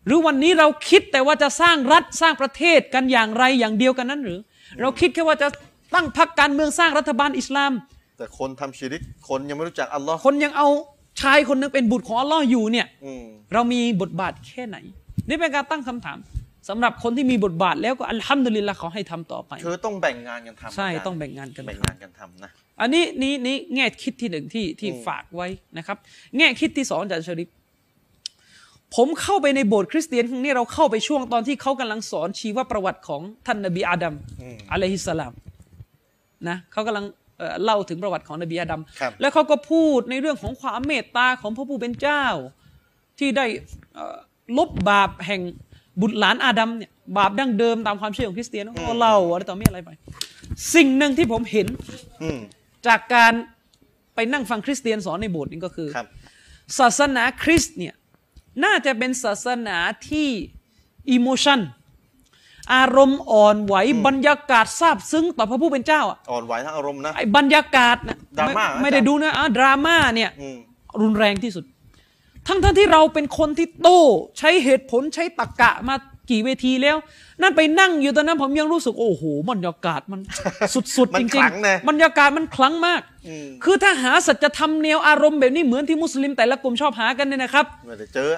Speaker 2: หรือวันนี้เราคิดแต่ว่าจะสร้างรัฐสร้างประเทศกันอย่างไรอย่างเดียวกันนั้นหรือ เราคิดแค่ว่าจะตั้งพรรคการเมืองสร้างรัฐบาลอิสลาม
Speaker 1: แต่คนทำชีริก คนยังไม่รู้จักอัลลอฮ์
Speaker 2: คนยังเอาชายคนหนึงเป็นบุตรของอัลลอฮ์อยู่เนี่ย
Speaker 1: อืม
Speaker 2: เรามีบทบาทแค่ไหน นี่เป็นการตั้งคำถามสำหรับคนที่มีบทบาทแล้วก็อัลฮัมดุลิลละขอให้ทำต่อไป
Speaker 1: คือต้องแบ่งงานกันทำ
Speaker 2: ใช่
Speaker 1: นะ
Speaker 2: ต้องแบ่งงานกัน
Speaker 1: แบ่ง
Speaker 2: ทำ
Speaker 1: งานกันทำนะ
Speaker 2: อันนี้นี่นี่แง่คิดที่หนึ่งที่ที่ฝากไว้นะครับ แง่คิดที่สองอาจากชริปผมเข้าไปในโบสถ์คริสเตียนครั้งนี้เราเข้าไปช่วงตอนที่เขากำลังสอนชีวประวัติของท่านนบีอาดัม
Speaker 1: อืม
Speaker 2: อะลัยฮิสสลามนะเขากำลังเอ่อเล่าถึงประวัติของนบีอาดัม
Speaker 1: ครับ
Speaker 2: แล้วเขาก็พูดในเรื่องของความเมตตาของพระผู้เป็นเจ้า ที่ได้เอ่อลบบาปแห่งบุตรหลานอาดัมเนี่ยบาปดั้งเดิมตามความเชื่อของคริสเตียนเขาก็เล่าอะไรต่อมีอะไรไป สิ่งหนึ่งที่ผมเห็น
Speaker 1: อืม
Speaker 2: จากการไปนั่งฟังคริสเตียนสอนในโบสถ์นี่ก็คือ
Speaker 1: ครับ
Speaker 2: ศาสนาคริสต์เนี่ยน่าจะเป็นศาสนาที่อิโมชันอารมณ์อ่อนไหวบรรยากาศซาบซึ้งต่อพระผู้เป็นเจ้าอะ
Speaker 1: อ่อนไหวทางอารมณ์นะ
Speaker 2: ไอ้บรรยากาศนะ
Speaker 1: ดราม่าอาจารย์
Speaker 2: ไไม่ได้ดูนะอ่ะดราม่าเนี่ย
Speaker 1: อืม
Speaker 2: รุนแรงที่สุด ทั้งทั้งที่เราเป็นคนที่โต้ใช้เหตุผลใช้ตรกกะมากี่เวทีแล้ว นั่นไปนั่งอยู่ตอนนั้นผมยังรู้สึก โอ้โหบรรยากาศมัน สุด
Speaker 1: มั
Speaker 2: ๆจ
Speaker 1: น
Speaker 2: ริ
Speaker 1: ข
Speaker 2: ง
Speaker 1: ลังนะ
Speaker 2: ๆบรรยากาศมันคลังมาก
Speaker 1: อืม
Speaker 2: คือถ้าหาสัจธรรมแนวอารมณ์แบบนี้เหมือนที่มุสลิมแต่ละกลุ่มชอบหากันเนี่ยนะครับ
Speaker 1: ไม่ได้เจอ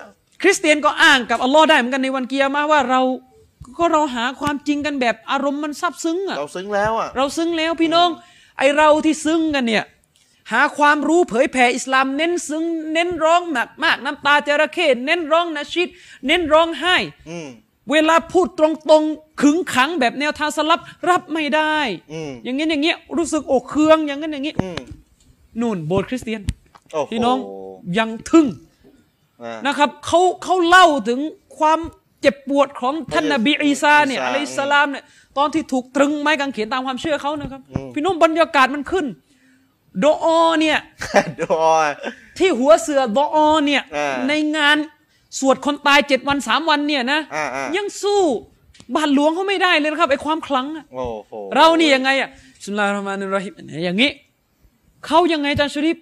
Speaker 2: คริสเตียนก็อ้างกับอัลลอฮ์ได้เหมือนกันในวันกิยามะห์ว่าเราก็เราหาความจริงกันแบบอารมณ์มันซาบซึ้งอะ
Speaker 1: เราซึ้งแล้วอ่ะ
Speaker 2: เราซึ้งแล้วพี่น้อง ไอเราที่ซึ้งกันเนี่ยหาความรู้เผยแผ่อิสลามเน้นซึ้งเน้นร้องหนักมากน้ำตาจระเข้เน้นร้องนาชิด เน้นร้องไห้
Speaker 1: อืม
Speaker 2: เวลาพูดตรงๆขึงขังแบบแนวทางสลับรับไม่ได้
Speaker 1: อืม
Speaker 2: อย่างนี้นอย่างเงี้ยรู้สึกอกเคืองอย่างนั้นอย่างนี้
Speaker 1: อืม
Speaker 2: นู่นโบสถ์คริสเตียน
Speaker 1: โอ้โห
Speaker 2: พี่น้องยังทึ่ง
Speaker 1: อ่า
Speaker 2: นะครับเขาเขาเล่าถึงความเจ็บปวดของท่านนบีอีซาเนี่ย
Speaker 1: อีซา
Speaker 2: อะลัยฮิสสลามเนี่ยตอนที่ถูกตรึงไม้กางเขนตามความเชื่อเขานะครับ
Speaker 1: อืม
Speaker 2: พี่น้องบรรยากาศมันขึ้นดออเนี่ย
Speaker 1: ดอย
Speaker 2: ที่หัวเสือดออเนี่ย
Speaker 1: อ่า
Speaker 2: ในงานสวดคนตายเจ็ดวันสามวันเนี่ยนะ
Speaker 1: อ่าอ่ายั
Speaker 2: ยังสู้บาทหลวงเขาไม่ได้เลยนะครับไอ้ความคลังอะ
Speaker 1: โอ้โห
Speaker 2: เรานี่ยังไงอ่ะบิสุลลาห์ราะห์มานุรเราะฮิมอย่างนี้เขายังไงอาจารย์ชริป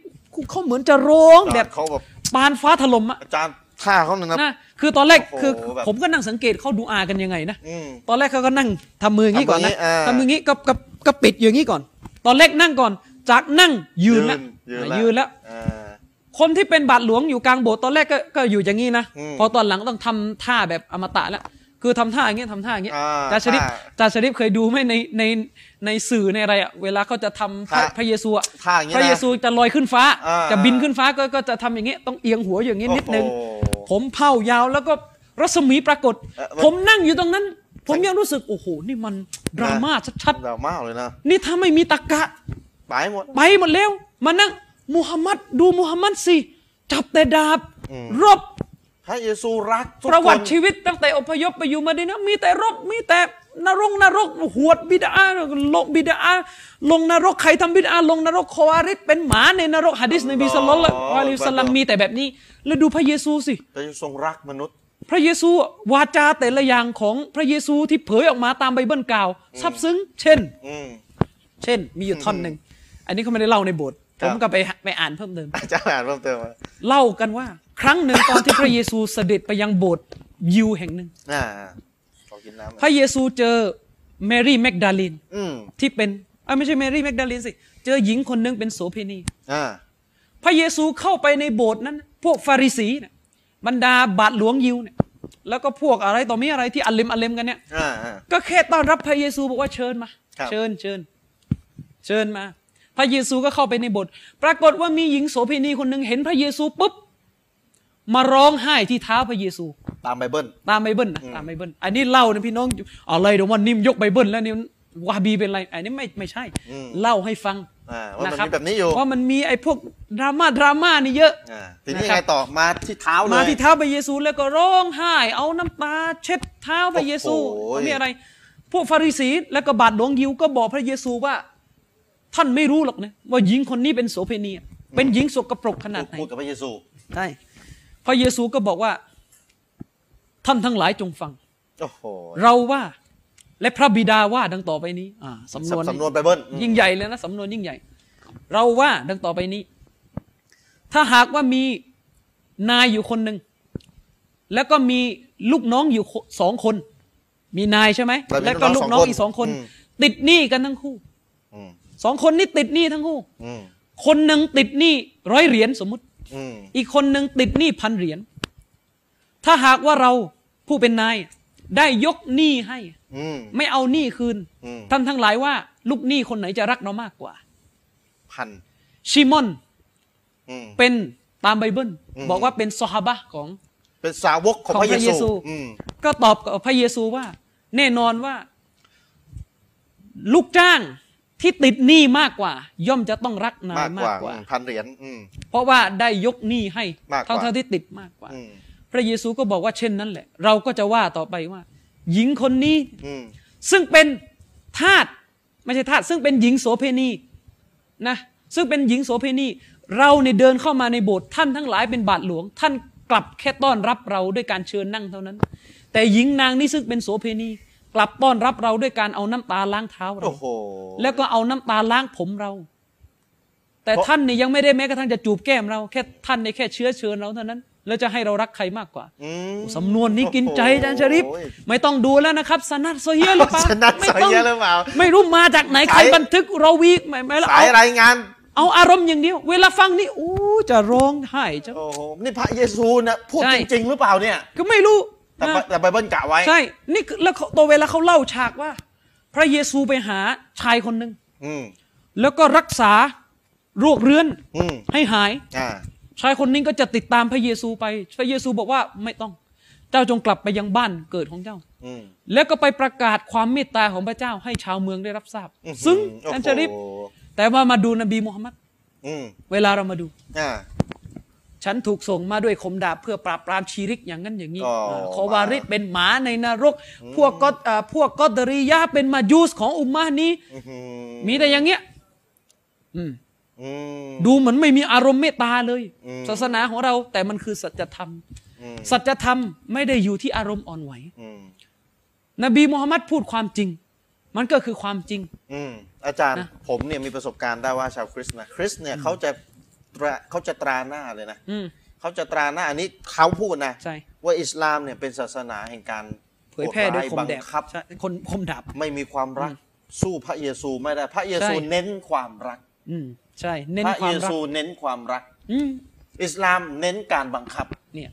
Speaker 2: เขาเหมือนจะร้อง
Speaker 1: แบ
Speaker 2: แบบ
Speaker 1: บเขาแบบ
Speaker 2: ปานฟ้าถล่มอะ
Speaker 1: อาจารย์ท่าเขาเนี่ยนะ
Speaker 2: นะคือตอนแรก
Speaker 1: โอ้โห
Speaker 2: คือ
Speaker 1: แบบ
Speaker 2: ผมก็นั่งสังเกตเขาดูอากันยังไงนะ
Speaker 1: อืม
Speaker 2: ตอนแรกเขาก็นั่งทำมืออย่างนี้ก่อนนะ
Speaker 1: ทำมืออย่างนี้อ่า
Speaker 2: ทำมืออย่างนี้ก็ก็ก็ปิดอยู่อย่างนี้ก่อน ตอนแรกนั่งก่อน จากนั่งยืนละ
Speaker 1: ยืนยืนละ
Speaker 2: อ่ะยืนแล้ว
Speaker 1: อ่า
Speaker 2: คนที่เป็นบาทหลวงอยู่กลางโบสถ์ตอนแรกก็ก็อยู่อย่างนี้นะ
Speaker 1: อืม
Speaker 2: พอตอนหลังต้องทำท่าแบบอมตะแล้วคือทำท่าอย่างเงี้ยทำท่าอย่างเงี้ย
Speaker 1: อ่า
Speaker 2: จาชริป
Speaker 1: ท่า
Speaker 2: จาชริปเคยดูไหมในในในสื่อในอะไรอ่ะเวลาเขาจะทำพระ
Speaker 1: ท่า
Speaker 2: พระเยซูอ่ะ
Speaker 1: ท่าอย่างเงี้ย
Speaker 2: พ
Speaker 1: นะ
Speaker 2: ระเยซูจะลอยขึ้นฟ้า
Speaker 1: อ่า
Speaker 2: จะบินขึ้นฟ้าก็ก็จะทำอย่างเงี้ยต้องเอียงหัวอย่างเงี้ยนิดนึง
Speaker 1: โอ้โห
Speaker 2: ผมเผ่ายาวแล้วก็รัศมีปรากฏ
Speaker 1: เอ่อมัน
Speaker 2: ผมนั่งอยู่ตรงนั้น ผมยังรู้สึกโอ้โหนี่มัน ดราม่าชัด
Speaker 1: ดราม่าเลยนะ
Speaker 2: ๆนี่ถ้าไม่มีตะกะ
Speaker 1: ตายหมด
Speaker 2: ไปหมดแล้วมานั่งมุฮัมมัดดูมุฮัมมัดสิจับแต่ดาบ
Speaker 1: อืม
Speaker 2: รบ
Speaker 1: พระเยซูรักทุกคน
Speaker 2: ประวัติชีวิตตั้งแต่อพยพไปอยู่มาดีนะมีแต่รบมีแต่นรกนรกหวดบิดาลงบิดาลงนรกใครทำบิดาลงนรกคอวาริดเป็นหมาในนรกหะดิษนบีสลลัลลอฮุอะลัยฮิวะสัลลัมมีแต่แบบนี้ แล้วดูพระเยซูสิ
Speaker 1: พระเยซูทรงรักมนุษย์
Speaker 2: พระเยซูวาจาแต่ละอย่างของพระเยซูที่เผยออกมาตามไบเบิลกล่าวซับซึ้งเช่น
Speaker 1: อืม
Speaker 2: เช่น มีอยู่ท่อนหนึ่งอันนี้เขาไม่ได้เล่าในโบท
Speaker 1: ค
Speaker 2: ผ
Speaker 1: รับ
Speaker 2: มก็ไปหาไปอ่านเพิ่มเติม
Speaker 1: อาจารย์อ่านเพิ่มเติมมา
Speaker 2: เล่ากันว่า ครั้งหนึ่งตอนที่พระเยซูเสด็จไปยังโบสถ์ยิวแห่งหนึ่ง
Speaker 1: อ่าขอกินน้ำหน่อย
Speaker 2: พระเยซูเจอแมรี่แมกดาลิน
Speaker 1: อืม
Speaker 2: ที่เป็นเอ้ยไม่ใช่แมรี่แมกดาลินสิเจอหญิงคนหนึ่งเป็นโสเภณี
Speaker 1: อ่า
Speaker 2: พระเยซูเข้าไปในโบสถ์นั้น พวกฟาริสีเนี่ยบรรดาบาทหลวงยิวเนี่ยแล้วก็พวกอะไรต่อมีอะไรที่อัลเลมอัลเลมกันเนี่ย
Speaker 1: อ่าอ่า
Speaker 2: ก็แค่ต้อนรับพระเยซูบอกว่าเชิญมา
Speaker 1: ครับ
Speaker 2: เชิญเชิญเชิญมา พระเยซูก็เข้าไปในโบสถ์ปรากฏว่ามีหญิงโสเภณีคนหนึ่งเห็นพระเยซูปุ๊บมาร้องไห้ที่เท้าพระเยซู
Speaker 1: ตามไบเบิล
Speaker 2: ตามไบเบิลนะตามไบเบิลอันนี้เล่านะพี่น้องอะไรเดี๋ยววันนี้มนยกไบเบิลแล้วนี่วาฮาบีเป็นไรอันนี้ไม่ไม่ใช่
Speaker 1: อืม
Speaker 2: เล่าให้ฟัง
Speaker 1: อ่าว่ามัน
Speaker 2: ครั
Speaker 1: มีแบบนี้อยู่
Speaker 2: ว่ามันมีไอ้พวกดราม่าดราม่านี่เยอะ
Speaker 1: อ่าทีนี้ยั
Speaker 2: นะค
Speaker 1: ง
Speaker 2: รับ
Speaker 1: ไงต่อมาที่เท้าเลย
Speaker 2: มาที่เท้าพระเยซูแล้วก็ร้องไห้ เอาน้ำตาเช็ดเท้าพระเยซู
Speaker 1: โอ้โห
Speaker 2: มีอะไร พวกฟาริสีแล้วก็บาดหลวงยิวก็บอกพระเยซูว่า ท่านไม่รู้หรอกนะว่าหญิงคนนี้เป็นโสเภณีเป็นหญิงสกปรกขนาดไหน
Speaker 1: พูดกับพระเยซู
Speaker 2: ใช่พระเยซูก็บอกว่า ท่านทั้งหลายจงฟัง
Speaker 1: โอ้โห
Speaker 2: เราว่าและพระบิดาว่าดังต่อไปนี้ อ่าสำนวน
Speaker 1: สำนวนไบเบิลอืม
Speaker 2: ยิ่งใหญ่เลยนะสำนวนยิ่งใหญ่ เราว่าดังต่อไปนี้ ถ้าหากว่ามีนายอยู่คนหนึ่งแล้วก็มีลูกน้องอยู่คนสองคน มีนายใช่ไหม
Speaker 1: เรามี
Speaker 2: แล้วก็ลูกน้องอีกสองคน
Speaker 1: อืม
Speaker 2: ติดหนี้กันทั้งคู่
Speaker 1: อืม
Speaker 2: สองคนนี่ติดหนี้ทั้งคู่
Speaker 1: อืม
Speaker 2: คนหนึ่งติดหนี้ร้อยเหรียญสมมติ
Speaker 1: อืม
Speaker 2: อีกคนหนึ่งติดหนี้พันเหรียญถ้าหากว่าเราผู้เป็นนาย ได้ยกหนี้ให้
Speaker 1: อืม
Speaker 2: ไม่เอาหนี้คืน
Speaker 1: อืม
Speaker 2: ท่านทั้งหลายว่า ลูกหนี้คนไหนจะรักเรามากกว่า
Speaker 1: พัน
Speaker 2: ชิมอน
Speaker 1: อืม
Speaker 2: เป็นตามไบเบิล
Speaker 1: อืม
Speaker 2: บอกว่าเป็นซอฮาบะห์ของ
Speaker 1: เป็นสาวกของ
Speaker 2: ของ
Speaker 1: พระเย
Speaker 2: พระเยซู
Speaker 1: ซูอืม
Speaker 2: ก็ตอบกับพระเยซูว่า แน่นอนว่า ลูกจ้างที่ติดหนี้มากกว่า ย่อมจะต้องรักนาย
Speaker 1: มากก
Speaker 2: มาก
Speaker 1: ว่าก
Speaker 2: ว่า
Speaker 1: อืมพันเหรียญอืม
Speaker 2: เพราะว่าได้ยกหนี้ให้
Speaker 1: มากกว่า
Speaker 2: ทั้งๆที่ติดมากกว่า
Speaker 1: อืม
Speaker 2: พระเยซูก็บอกว่าเช่นนั้นแหละ เราก็จะว่าต่อไปว่า หญิงคนนี้
Speaker 1: อืม
Speaker 2: ซึ่งเป็นทาสไม่ใช่ทาสซึ่งเป็นหญิงโสเภณีนะซึ่งเป็นหญิงโสเภณี เราเนี่ยเดินเข้ามาในโบสถ์ท่านทั้งหลายเป็นบาทหลวง ท่านกลับแค่ต้อนรับเราด้วยการเชิญนั่งเท่านั้น แต่หญิงนางนี้ซึ่งเป็นโสเภณี กลับต้อนรับเราด้วยการเอาน้ำตาล้างเท้าเรา
Speaker 1: โอ้โห
Speaker 2: แล้วก็เอาน้ำตาล้างผมเรา แต่
Speaker 1: เพราะ
Speaker 2: ท่านเนี่ยยังไม่ได้แม้กระทั่งจะจูบแก้มเราแค่ท่านเนี่ยแค่เชื้อเชิญเราเท่านั้น แล้วจะให้เรารักใครมากกว่า
Speaker 1: อืม
Speaker 2: สำนวนนี้กินใจอาจารย์ชริฟ
Speaker 1: โอ้ย
Speaker 2: ไม่ต้องดูแล้วนะครับ สนัดโซเฮียหรือเปล่า
Speaker 1: สนัด
Speaker 2: ไม่ต้ง
Speaker 1: โซเฮียหรือเปล่า
Speaker 2: ไม่รู้มาจากไหน ใคร
Speaker 1: สาย
Speaker 2: บันทึกเราวีกไม่ไม่แล้ว
Speaker 1: สายรายงาน
Speaker 2: เอาอารมณ์อย่างเดียว เวลาฟังนี่อู้จะร้องไห้จะ
Speaker 1: โอ้โห นี่พระเยซูนะพูด
Speaker 2: ใช่
Speaker 1: จริง ๆ หรือเปล่าเนี่ย
Speaker 2: ก็ไม่รู้
Speaker 1: แต่
Speaker 2: นะ
Speaker 1: ไบแต่ไบเบิลกะไว้
Speaker 2: ใช่นี่คือแล้วเขาตัวเวลาเขาเล่าฉากว่า พระเยซูไปหาชายคนหนึ่ง
Speaker 1: อืม
Speaker 2: แล้วก็รักษาโรคเรื้อน
Speaker 1: อืม
Speaker 2: ให้หาย
Speaker 1: อ่า
Speaker 2: ชายคนนี้ก็จะติดตามพระเยซูไป พระเยซูบอกว่าไม่ต้อง เจ้าจงกลับไปยังบ้านเกิดของเจ้า
Speaker 1: อืม
Speaker 2: แล้วก็ไปประกาศความเมตตาของพระเจ้าให้ชาวเมืองได้รับทราบ
Speaker 1: อื้อหื
Speaker 2: ซึ่ง
Speaker 1: โอ้
Speaker 2: อัน
Speaker 1: โห
Speaker 2: ชริฟแต่ว่ามาดูนบีมูฮัมมัด
Speaker 1: อืม
Speaker 2: เวลาเรามาดู
Speaker 1: อ่า
Speaker 2: ฉันถูกส่งมาด้วยคมดาบเพื่อปราบปรามชีริกอย่างนั้นอย่างนี้
Speaker 1: อ๋ออ่
Speaker 2: าขอวาริดเป็นหมาในนรก พวกก็อ่าพวกกอดริยาเป็นมายูสของอุมมานี้
Speaker 1: อื้อหือ
Speaker 2: มีแต่อย่างเงี้ยอืม
Speaker 1: อืม
Speaker 2: ดูเหมือนไม่มีอารมณ์เมตตาเลย
Speaker 1: อืม
Speaker 2: ศาสนาของเราแต่มันคือสัจธรรม
Speaker 1: อืม
Speaker 2: สัจธรรมไม่ได้อยู่ที่อารมณ์อ่อนไหว
Speaker 1: อืม
Speaker 2: นบีมูฮัมมัดพูดความจริง มันก็คือความจริง
Speaker 1: อืมอาจารย์
Speaker 2: นะ
Speaker 1: ผมเนี่ยมีประสบการณ์ได้ว่าชาวคริสต์นะคริสต์เนี่ยเขาจะตระเขาจะตราหน้าเลยนะ
Speaker 2: อืม
Speaker 1: เขาจะตราหน้าอันนี้เขาพูดนะ
Speaker 2: ใช่
Speaker 1: ว่าอิสลามเนี่ยเป็นศาสนาแห่งการ
Speaker 2: เผยแพร่ด้วย
Speaker 1: โห
Speaker 2: คม
Speaker 1: ร้า
Speaker 2: แดด
Speaker 1: บังคับ
Speaker 2: ใช่คนคมดาบ
Speaker 1: ไม่มีความรักสู้พระเยซูไม่ได้ พระเยซู
Speaker 2: ใช่
Speaker 1: เน้นความรัก
Speaker 2: อืมใช่ เน้น
Speaker 1: พระ
Speaker 2: ควา
Speaker 1: เย
Speaker 2: มรัก
Speaker 1: ซูเน้นความรัก
Speaker 2: อืม
Speaker 1: อิสลามเน้นการบังคับ
Speaker 2: เนี่ย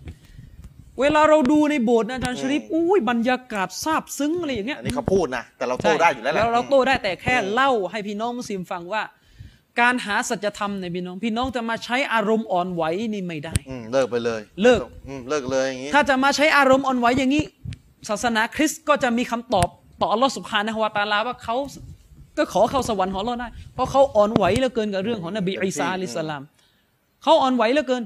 Speaker 2: เวลาเราดูในโบสถ์นะอาจารย์ชริปอุ้ยบรรยากาศซาบซึ้งอะไรอย่างเงี้ย
Speaker 1: อันนี้เขาพูดนะ แต่เรา
Speaker 2: ใช่
Speaker 1: โต้ได้อยู่แล้วแหละ
Speaker 2: แล้วเราโต้ได้แต่แค่เล่าให้พี่น้องมุสลิมฟังว่า การหาสัจธรรมในยพี่น้อง พี่น้องจะมาใช้อารมณ์อ่อนไหวนี่ไม่ได้
Speaker 1: อืมเลิกไปเลย
Speaker 2: เลิก
Speaker 1: อืมเลิกเลยอย่างนี้
Speaker 2: ถ้าจะมาใช้อารมณ์อ่อนไหวอย่างนี้ ศาสนาคริสต์ก็จะมีคำตอบ ต่ออัลลอฮ์สุบฮานะฮวาตะอาลาว่าเขาก็ขอเข้าสวรรค์ของอัลลอฮ์ได้ เพราะเขาอ่อนไหวเหลือเกินกับเรื่องของนบีอีสาอะลัยฮิสสลามเขาอ่อนไหวเหลือเกิน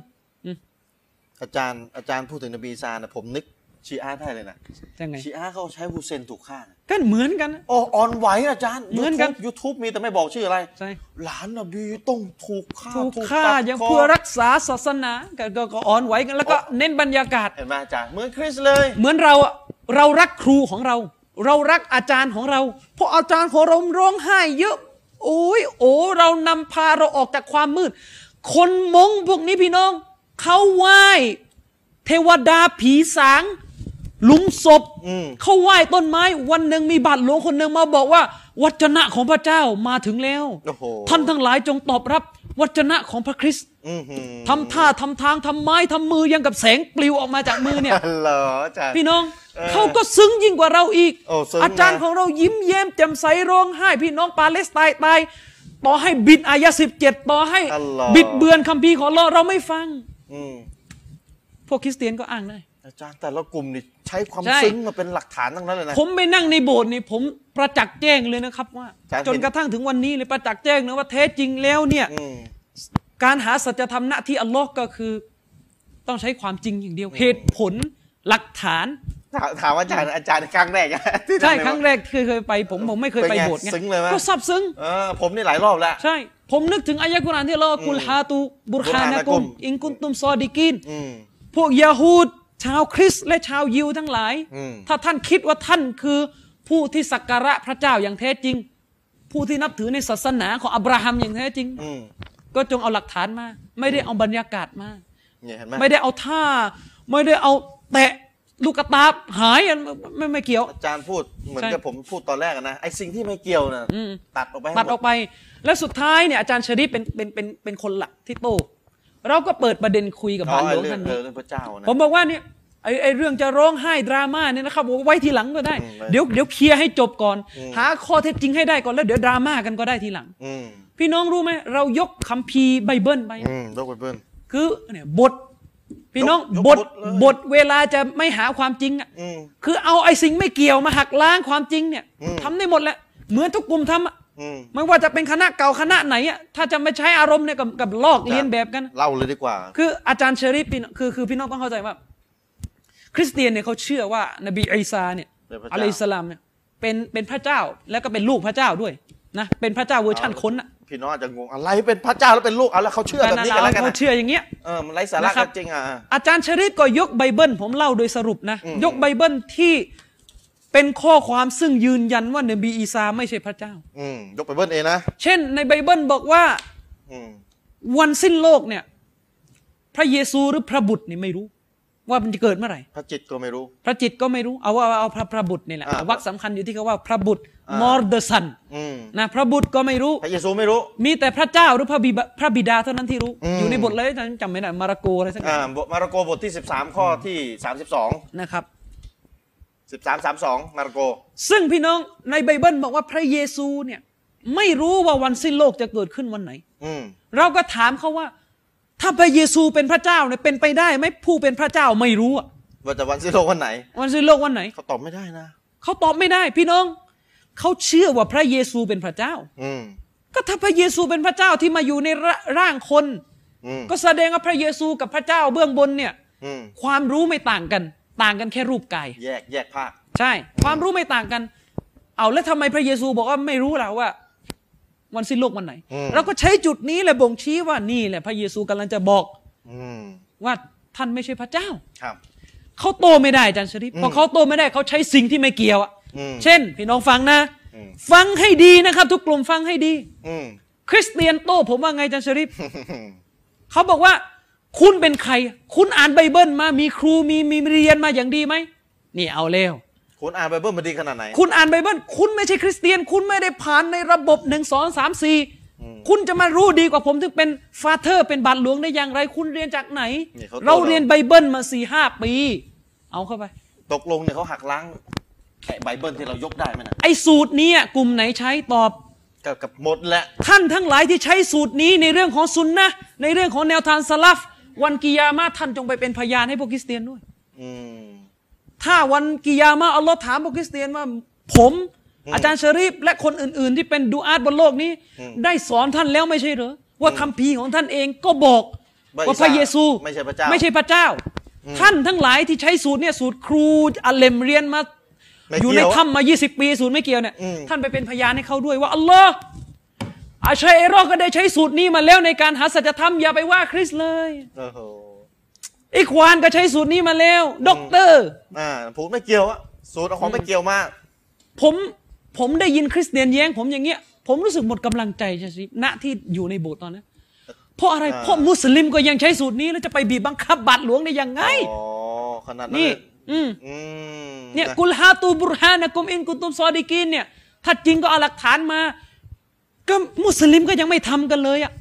Speaker 1: อาจารย์อาจารย์พูดถึงนบีอีสานะผมนึกชีอาได้เลยนะ
Speaker 2: ยังไง
Speaker 1: ชีอาเขาใช้ฮุเซนถูกฆ่านะ
Speaker 2: ก็เหมือนกันนะ
Speaker 1: อ๋ออ่อนไหวอาจารย์
Speaker 2: เหมือนกัน
Speaker 1: ยูทูบมีแต่ไม่บอกชื่ออะไร
Speaker 2: ใช่
Speaker 1: หลานนบีต้องถูกฆ่า
Speaker 2: ถูกฆ่า
Speaker 1: ตัด
Speaker 2: ยัง
Speaker 1: ค
Speaker 2: เพื่อรักษาศาสนาก็ก็ก็อ่อนไหวกันแล้วก็
Speaker 1: โอ้
Speaker 2: เน้นบรรยากาศ
Speaker 1: เห็นไหมอาจารย์เหมือนคริสเลย
Speaker 2: เหมือนเราอะเรารักครูของเรา เรารักอาจารย์ของเรา เพราะอาจารย์ของเราร้องไห้เยอะ โอ้ยโอ้เรานำพาเราออกจากความมืด คนมงพวกนี้พี่น้อง เขาไหว้เทวดาผีสาง หลุมศพ
Speaker 1: อืม
Speaker 2: เขาไหว้ต้นไม้ วันหนึ่งมีบาทหลวงคนหนึ่งมาบอกว่า วจนะของพระเจ้ามาถึงแล้ว
Speaker 1: โอ้โห
Speaker 2: ท่านทั้งหลายจงตอบรับ วจนะของพระคริสต์
Speaker 1: อื้อหือ
Speaker 2: ทำท่าทำทางทำไม้ทำมือยังกับแสงปลิวออกมาจากมือเนี่ย
Speaker 1: อ๋อเหรออาจารย์
Speaker 2: พี่น้อง
Speaker 1: เออ
Speaker 2: เขาก็ซึ้งยิ่งกว่าเราอีก
Speaker 1: โอ้ซึ้งนะ
Speaker 2: อาจารย์ของเรายิ้มแย้มแจ่มใสร้องไห้ พี่น้องปาเลสไตน์ตายต่อให้บิดอายะสิบเจ็ดต่อให้
Speaker 1: อัลลอฮ์
Speaker 2: บิดเบือนคัมภีร์ของเราเราไม่ฟัง
Speaker 1: อืม
Speaker 2: พวกคริสเตียนก็อ้างได้
Speaker 1: อาจารย์แต่ละกลุ่มนี่ใช้ความ
Speaker 2: ใช่
Speaker 1: ซึ้งมาเป็นหลักฐานทั้งนั้นเลยนะ
Speaker 2: ผมไปนั่งในโบสถ์นี่ผมประจักษ์แจ้งเลยนะครับว่า
Speaker 1: อาจารย์
Speaker 2: จน
Speaker 1: เห็น
Speaker 2: กระทั่งถึงวันนี้เลยประจักษ์แจ้งนะว่าแท้จริงแล้วเนี่ย
Speaker 1: อืม
Speaker 2: การหาสัจธรรมหน้าที่อัลลอฮ์ก็คือ ต้องใช้ความจริงอย่างเดียว เหตุผลหลักฐาน
Speaker 1: ถามถามอาจารย์อาจารย์ครั้งแรกอะที่ทำ
Speaker 2: ใช่
Speaker 1: เลย
Speaker 2: ครั้ง
Speaker 1: วะ
Speaker 2: แรกเคยเคยไป ผมผมไม่เคย
Speaker 1: เป็น
Speaker 2: ไป
Speaker 1: ไง
Speaker 2: โบสถ์ไง
Speaker 1: ซึ้งเลยไหม
Speaker 2: ก็ซาบซึ้ง
Speaker 1: เออผมนี่หลายรอบแล้ว
Speaker 2: ใช่ ผมนึกถึงอายะกุรอานที่เราว่ากุลฮาตูบุรฮานะกุม
Speaker 1: บุรฮานะกุม
Speaker 2: อิงกุนตุมซอดิกิน
Speaker 1: อืม
Speaker 2: พวกยาฮูดชาวคริสต์และชาวยิวทั้งหลาย
Speaker 1: อืม
Speaker 2: ถ้าท่านคิดว่าท่านคือผู้ที่สักการะพระเจ้าอย่างแท้จริง ผู้ที่นับถือในศาสนาของอับราฮัมอย่างแท้จริง
Speaker 1: อืม
Speaker 2: ก็จงเอาหลักฐานมา ไม่ได้เอาบรรยากาศมา
Speaker 1: เนี่ยเห็นไหม
Speaker 2: ไม่ได้เอาท่า ไม่ได้เอาแตะลูกกระตาหายอันไม่ไม่เกี่ยว
Speaker 1: อาจารย์พูดเหมือน
Speaker 2: ใช่
Speaker 1: กับผมพูดตอนแรกอะนะไอ้สิ่งที่ไม่เกี่ยวนะ
Speaker 2: อืม
Speaker 1: ตัดออกไปให้
Speaker 2: ตัด
Speaker 1: หม
Speaker 2: ออกไปแล้วสุดท้ายเนี่ยอาจารย์ชริปเป็นเป็นเป็นเป็นคนหลักที่โต เราก็เปิดประเด็นคุยกั
Speaker 1: อ๋อบ
Speaker 2: บานหล
Speaker 1: ไอ้
Speaker 2: วง
Speaker 1: เรื่อ
Speaker 2: ท่าง น
Speaker 1: เอ
Speaker 2: นี้
Speaker 1: อเรื่องพระเจ้านะ
Speaker 2: ผมบอกว่าเนี่ยไอ้ไอ้เรื่องจะร้องไห้ดราม่าเนี่ยนะครับผมไว้ทีหลังก็ได้
Speaker 1: อืมไว้
Speaker 2: เดี๋ยวเดี๋ยวเคลียร์ให้จบก่อน หาข้อเท็จจริงให้ได้ก่อนแล้วเดี๋ยวดราม่ากันก็ได้ทีหลัง
Speaker 1: อืม
Speaker 2: พี่น้องรู้ไหมเรายกคัมภีร์ไบเบิลไป
Speaker 1: อืมโรคไปเบิ้ล
Speaker 2: คือเนี่ยบท พี่น้อง
Speaker 1: ยก
Speaker 2: บท
Speaker 1: บทเลย
Speaker 2: บทเวลาจะไม่หาความจริงอ่ะ
Speaker 1: อืม
Speaker 2: คือเอาไอ้สิ่งไม่เกี่ยวมาหักล้างความจริงเนี่ย
Speaker 1: อืม
Speaker 2: ทำได้หมดแหละเหมือนทุกกลุ่มทำอะ
Speaker 1: อืม
Speaker 2: ไม่ว่าจะเป็นคณะเก่าคณะไหนอ่ะถ้าจะไม่ใช้อารมณ์เนี่ยกับกับลอกเลียนแบบกัน
Speaker 1: เล่าเลยดีกว่า
Speaker 2: คืออาจารย์เชอรี่พี่นคือคือพี่น้องต้องเข้าใจว่า คริสเตียนเนี่ยเขาเชื่อว่านบีอีซาเนี่ย
Speaker 1: เป็นพระเจ้า
Speaker 2: อะลัยฮิสสลามเนี่ยเป็นเป็นพระเจ้าแล้วก็เป็นลูกพระเจ้าด้วยนะเป็นพระเจ้าเวอร์ชันคนน่ะ
Speaker 1: พี่น้องอาจจะงงอะไรเป็นพระเจ้าแล้วเป็นลูกเอาแล้วเขาเชื่อแบบนี้กันแล้วกัน
Speaker 2: เขา
Speaker 1: นะ
Speaker 2: เชื่ออย่างเงี้ย
Speaker 1: เออมันไร้สาระ
Speaker 2: นะครั
Speaker 1: กับ นจริงอ่ะ
Speaker 2: อาจารย์ชริปก็ยกไบเบิลผมเล่าโดยสรุปนะ
Speaker 1: อืม
Speaker 2: ยกไบเบิลที่เป็นข้อความซึ่งยืนยันว่านบีอีซาไม่ใช่พระเจ้า
Speaker 1: อืมยกไปเบิ้ลเองนะ
Speaker 2: เช่น ในไบเบิลบอกว่า
Speaker 1: อืม
Speaker 2: วันสิ้นโลกเนี่ย พระเยซูหรือพระบุตรนี่ไม่รู้ ว่ามันจะเกิดเมื่อไหร่
Speaker 1: พระจิตก็ไม่รู้
Speaker 2: พระจิตก็ไม่รู้เอาว่าเอาพระพระบุตรนี่แหละ
Speaker 1: อ่า
Speaker 2: วักสำคัญอยู่ที่เขาว่าพระบุตร
Speaker 1: อ่าม ม
Speaker 2: อร์เดสัน
Speaker 1: อืม
Speaker 2: นะพระบุตรก็ไม่รู้
Speaker 1: พระเยซูไม่รู้
Speaker 2: มีแต่พระเจ้าหรือพระบิดาพระบิดาเท่านั้นที่รู้
Speaker 1: อืม
Speaker 2: อยู่ในบทเลยจำจำไม่ได้มาระโกอะไรสักอย่า
Speaker 1: อ่าง บทมาระโกบทที่ 13 ข้อที่ 32
Speaker 2: นะครับ
Speaker 1: 13 32 มาระโก
Speaker 2: ซึ่งพี่น้องในไบเบิลบอกว่าพระเยซูเนี่ยไม่รู้ว่าวันสิ้นโลกจะเกิดขึ้นวันไหน
Speaker 1: อืม
Speaker 2: เราก็ถามเขาว่า ถ้าพระเยซูเป็นพระเจ้าเนี่ยเป็นไปได้ไหมผู้เป็นพระเจ้าไม่รู้อะ
Speaker 1: ว่าจะวันสิ้นโลกวันไหน
Speaker 2: วันสิ้นโลกวันไหน
Speaker 1: เขาตอบไม่ได้นะ
Speaker 2: เขาตอบไม่ได้พี่น้อง เขาเชื่อว่าพระเยซูเป็นพระเจ้า
Speaker 1: อืม
Speaker 2: ก็ถ้าพระเยซูเป็นพระเจ้าที่มาอยู่ในรร่างคน
Speaker 1: อืม
Speaker 2: ก็แสดงว่าพระเยซูกับพระเจ้าเบื้องบนเนี่ย
Speaker 1: อืม
Speaker 2: ความรู้ไม่ต่างกัน ต่างกันแค่รูปกาย
Speaker 1: แยกแยกภาค
Speaker 2: ใช่ ความรู้ไม่ต่างกัน เอาแล้วทำไมพระเยซูบอกว่าไม่รู้ล่ะว่า วันสิ้นโลกวันไหน
Speaker 1: อืม
Speaker 2: เราก็ใช้จุดนี้แหละบ่งชี้ว่านี่แหละพระเยซูกำลังจะบอก
Speaker 1: อืม
Speaker 2: ว่าท่านไม่ใช่พระเจ้า
Speaker 1: ครับ
Speaker 2: เขาโตไม่ได้อาจารย์ชริปพอเขาโตไม่ได้เขาใช้สิ่งที่ไม่เกี่ยวอะ
Speaker 1: อืม
Speaker 2: เช่น พี่น้องฟังนะ
Speaker 1: อืม
Speaker 2: ฟังให้ดีนะครับ ทุกกลุ่มฟังให้ดี
Speaker 1: อืม
Speaker 2: คริสเตียนโตผมว่าไงอาจารย์ชริป เขาบอกว่า คุณเป็นใคร คุณอ่านไบเบิลมามีครูมีมีเรียนมาอย่างดีไหมนี่เอาแล้ว
Speaker 1: คุณอ่านไบเบิลมาดีขนาดไหน
Speaker 2: คุณอ่านไบเบิลคุณไม่ใช่คริสเตียน คุณไม่ได้ผ่านในระบบหนึ่งสองสามสี่คุณจะมารู้ดีกว่าผมถึงเป็นฟาเธอร์ เป็นบาทหลวงได้อย่างไร คุณเรียนจากไหน
Speaker 1: นี่เขาโต
Speaker 2: เราเรียนไบเบิลมาสี่ห้าปี เอาเข้าไป
Speaker 1: ตกลงเนี่ยเขาหักล้างไอ้ไบเบิลที่เรายกได้ไหมนะ
Speaker 2: ไอ้สูตรเนี้ยกลุ่มไหนใช้ตอบ
Speaker 1: กับกับหมดแหละ
Speaker 2: ท่านทั้งหลายที่ใช้สูตรนี้ในเรื่องของซุนนะห์ในเรื่องของแนวทางสลัฟวันกิยามาท่านจงไปเป็นพยานให้พวกคริสเตียนด้วย
Speaker 1: อืม
Speaker 2: ถ้าวันกิยามะอัลลอฮ์ถามพวกคริสเตียนว่า ผม อาจารย์ชะรีฟและคนอื่น ๆ ที่เป็นดูอาตบนโลกนี้ ได้สอนท่านแล้วไม่ใช่เหรอว่าคำพีร์ของท่านเองก็บอก
Speaker 1: ว่า
Speaker 2: ว่าพระเยซู
Speaker 1: ไม่ใช่พระเจ้า
Speaker 2: ไม่ใช่พระเจ้า ท่านทั้งหลายที่ใช้สูตรเนี่ยสูตรครูอัลเลมเรียนมา
Speaker 1: ไม่
Speaker 2: อยู่
Speaker 1: เกี่ว
Speaker 2: ในถ้ำมา 20 ปี สูตรไม่เกี่ยวเนี่ย
Speaker 1: อืม
Speaker 2: ท่านไปเป็นพยานให้เขาด้วยว่า อัลลอฮ์อาชัยเอรอก็ได้ใช้สูตรนี้มาแล้วในการหาสัจธรรม อย่าไปว่าคริสต์เลย
Speaker 1: โอ้โห
Speaker 2: อีควานก็ใช้สูตรนี้มาแล้ว ด็อกเตอร์
Speaker 1: อ่าผมไม่เกี่ยวอะสูตรเอาของไม่เกี่ยวมาก
Speaker 2: ผมผมได้ยินคริสเตียนแย้ง ผมอย่างเงี้ย ผมรู้สึกหมดกำลังใจใช่สิณที่อยู่ในโบสถ์ตอนนั้นเพราะอะไร
Speaker 1: อ่า
Speaker 2: เพราะมุสลิมก็ยังใช้สูตรนี้แล้วจะไปบีบบังคับบาทหลวงได้ยังไง
Speaker 1: อ๋อขนาดนั้น
Speaker 2: นี่
Speaker 1: เลย
Speaker 2: อืม
Speaker 1: อืม
Speaker 2: เนี่ย
Speaker 1: ะ
Speaker 2: กุลฮาตูบุรฮานะกุมอินกุตุมซอดิกินเนี่ยถ้าจริงก็เอาหลักฐานมา ก็มุสลิมก็ยังไม่ทำกันเลยอ่ะ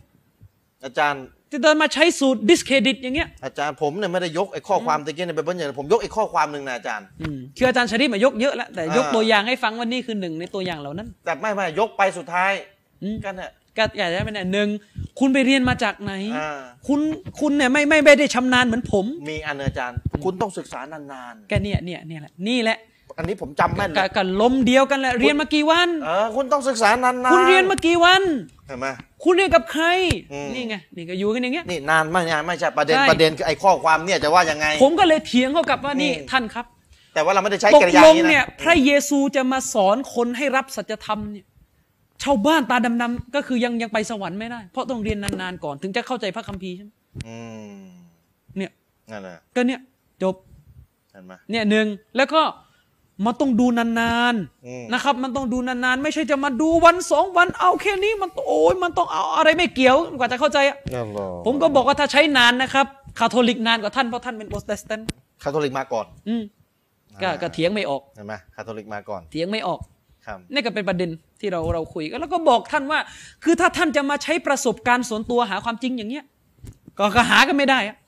Speaker 1: อาจารย์
Speaker 2: จะเดินมาใช้สูตรดิสเครดิตอย่างเงี้ย
Speaker 1: อาจารย์ผมเนี่ยไม่ได้ยกไอ้ข้อความตะกี้เนี่ยไปเป็นอย่างผมยกไอ้ข้อความหนึ่งนะอาจารย์
Speaker 2: อืมคืออาจารย์ชริปอะยกเยอะแล้วแต่ยก
Speaker 1: อ่า
Speaker 2: ตัวอย่างให้ฟังว่านี่คือหนึ่งในตัวอย่างเหล่านั้น
Speaker 1: แต่ไม่ไม่ยกไปสุดท้าย
Speaker 2: อืม
Speaker 1: กันเนี่ย
Speaker 2: ก็อยากจะให้เป็นอันหนึ่งคุณไปเรียนมาจากไหน
Speaker 1: อ่า
Speaker 2: คุณคุณเนี่ยไม่ไม่ไม่ได้ชำนาญเหมือนผม
Speaker 1: มีอันเนงอาจารย์ คุณต้องศึกษานาน
Speaker 2: ก็เนี่ยเนี่ยเนี่ยแหละนี่แหละ
Speaker 1: ๆ อันนี้ผมจำแม่นเล
Speaker 2: ก็
Speaker 1: ย
Speaker 2: ก็ล้มเดียวกันแหละเรียนมากี่วัน
Speaker 1: เออคุณต้องศึกษานานๆ
Speaker 2: คุณเรียนมากี่วัน
Speaker 1: เห็นไหม
Speaker 2: คุณเรียนกับใคร
Speaker 1: อืม
Speaker 2: นี่ไงนี่ก็อยู่กันอย่างเงี้ย
Speaker 1: นี่นานมากนานไม่ใช่ประเด็น
Speaker 2: ใช่
Speaker 1: ประเด็นคือไอ้ข้อความเนี่ยจะว่ายังไง
Speaker 2: ผมก็เลยเถียงเขากลับว่านี่
Speaker 1: อืม
Speaker 2: ท่านครับ
Speaker 1: แต่ว่าเราไม่ได้ใช้
Speaker 2: ต
Speaker 1: ก
Speaker 2: ก
Speaker 1: ริยาอง
Speaker 2: ล
Speaker 1: ย่างนี้
Speaker 2: เนี่ย
Speaker 1: นะ
Speaker 2: พระเยซูจะมาสอนคนให้รับสัจธรรมเนี่ยชาวบ้านตาดำๆก็คือยังยังไปสวรรค์ไม่ได้ เพราะต้องเรียนนานๆก่อนถึงจะเข้าใจพระคัมภีร์ใช่ไหม
Speaker 1: อืม
Speaker 2: เนี่ย
Speaker 1: นั่นแหละ
Speaker 2: ก็เนี่ยจบ
Speaker 1: เห็นไหม
Speaker 2: เนี่ยหนึ่งแล้วก็มันต้องดูนาน
Speaker 1: อืม
Speaker 2: ๆนะครับ มันต้องดูนานๆ ไม่ใช่จะมาดูวันสองวันเอาแค่นี้มันโอ้ยมันต้องเอาอะไรไม่เกี่ยวกว่าจะเข้าใจอะ
Speaker 1: นั่นหรอ
Speaker 2: ผมก็บอกว่าถ้าใช้นานนะครับคาทอลิกนานกว่าท่านเพราะท่านเป็นโปรเตสแตนต์
Speaker 1: คาทอลิกมาก่อน
Speaker 2: อืมก็ก็เถียงไม่ออก
Speaker 1: เห็นไหมคาทอลิกมาก่อน
Speaker 2: เถียงไม่ออก
Speaker 1: ครับ
Speaker 2: นี่ก็เป็นประเด็นที่เราเราคุยกันแล้วก็บอกท่านว่า คือถ้าท่านจะมาใช้ประสบการณ์ส่วนตัวหาความจริงอย่างเงี้ย ก็ก็หากันไม่ได้อะ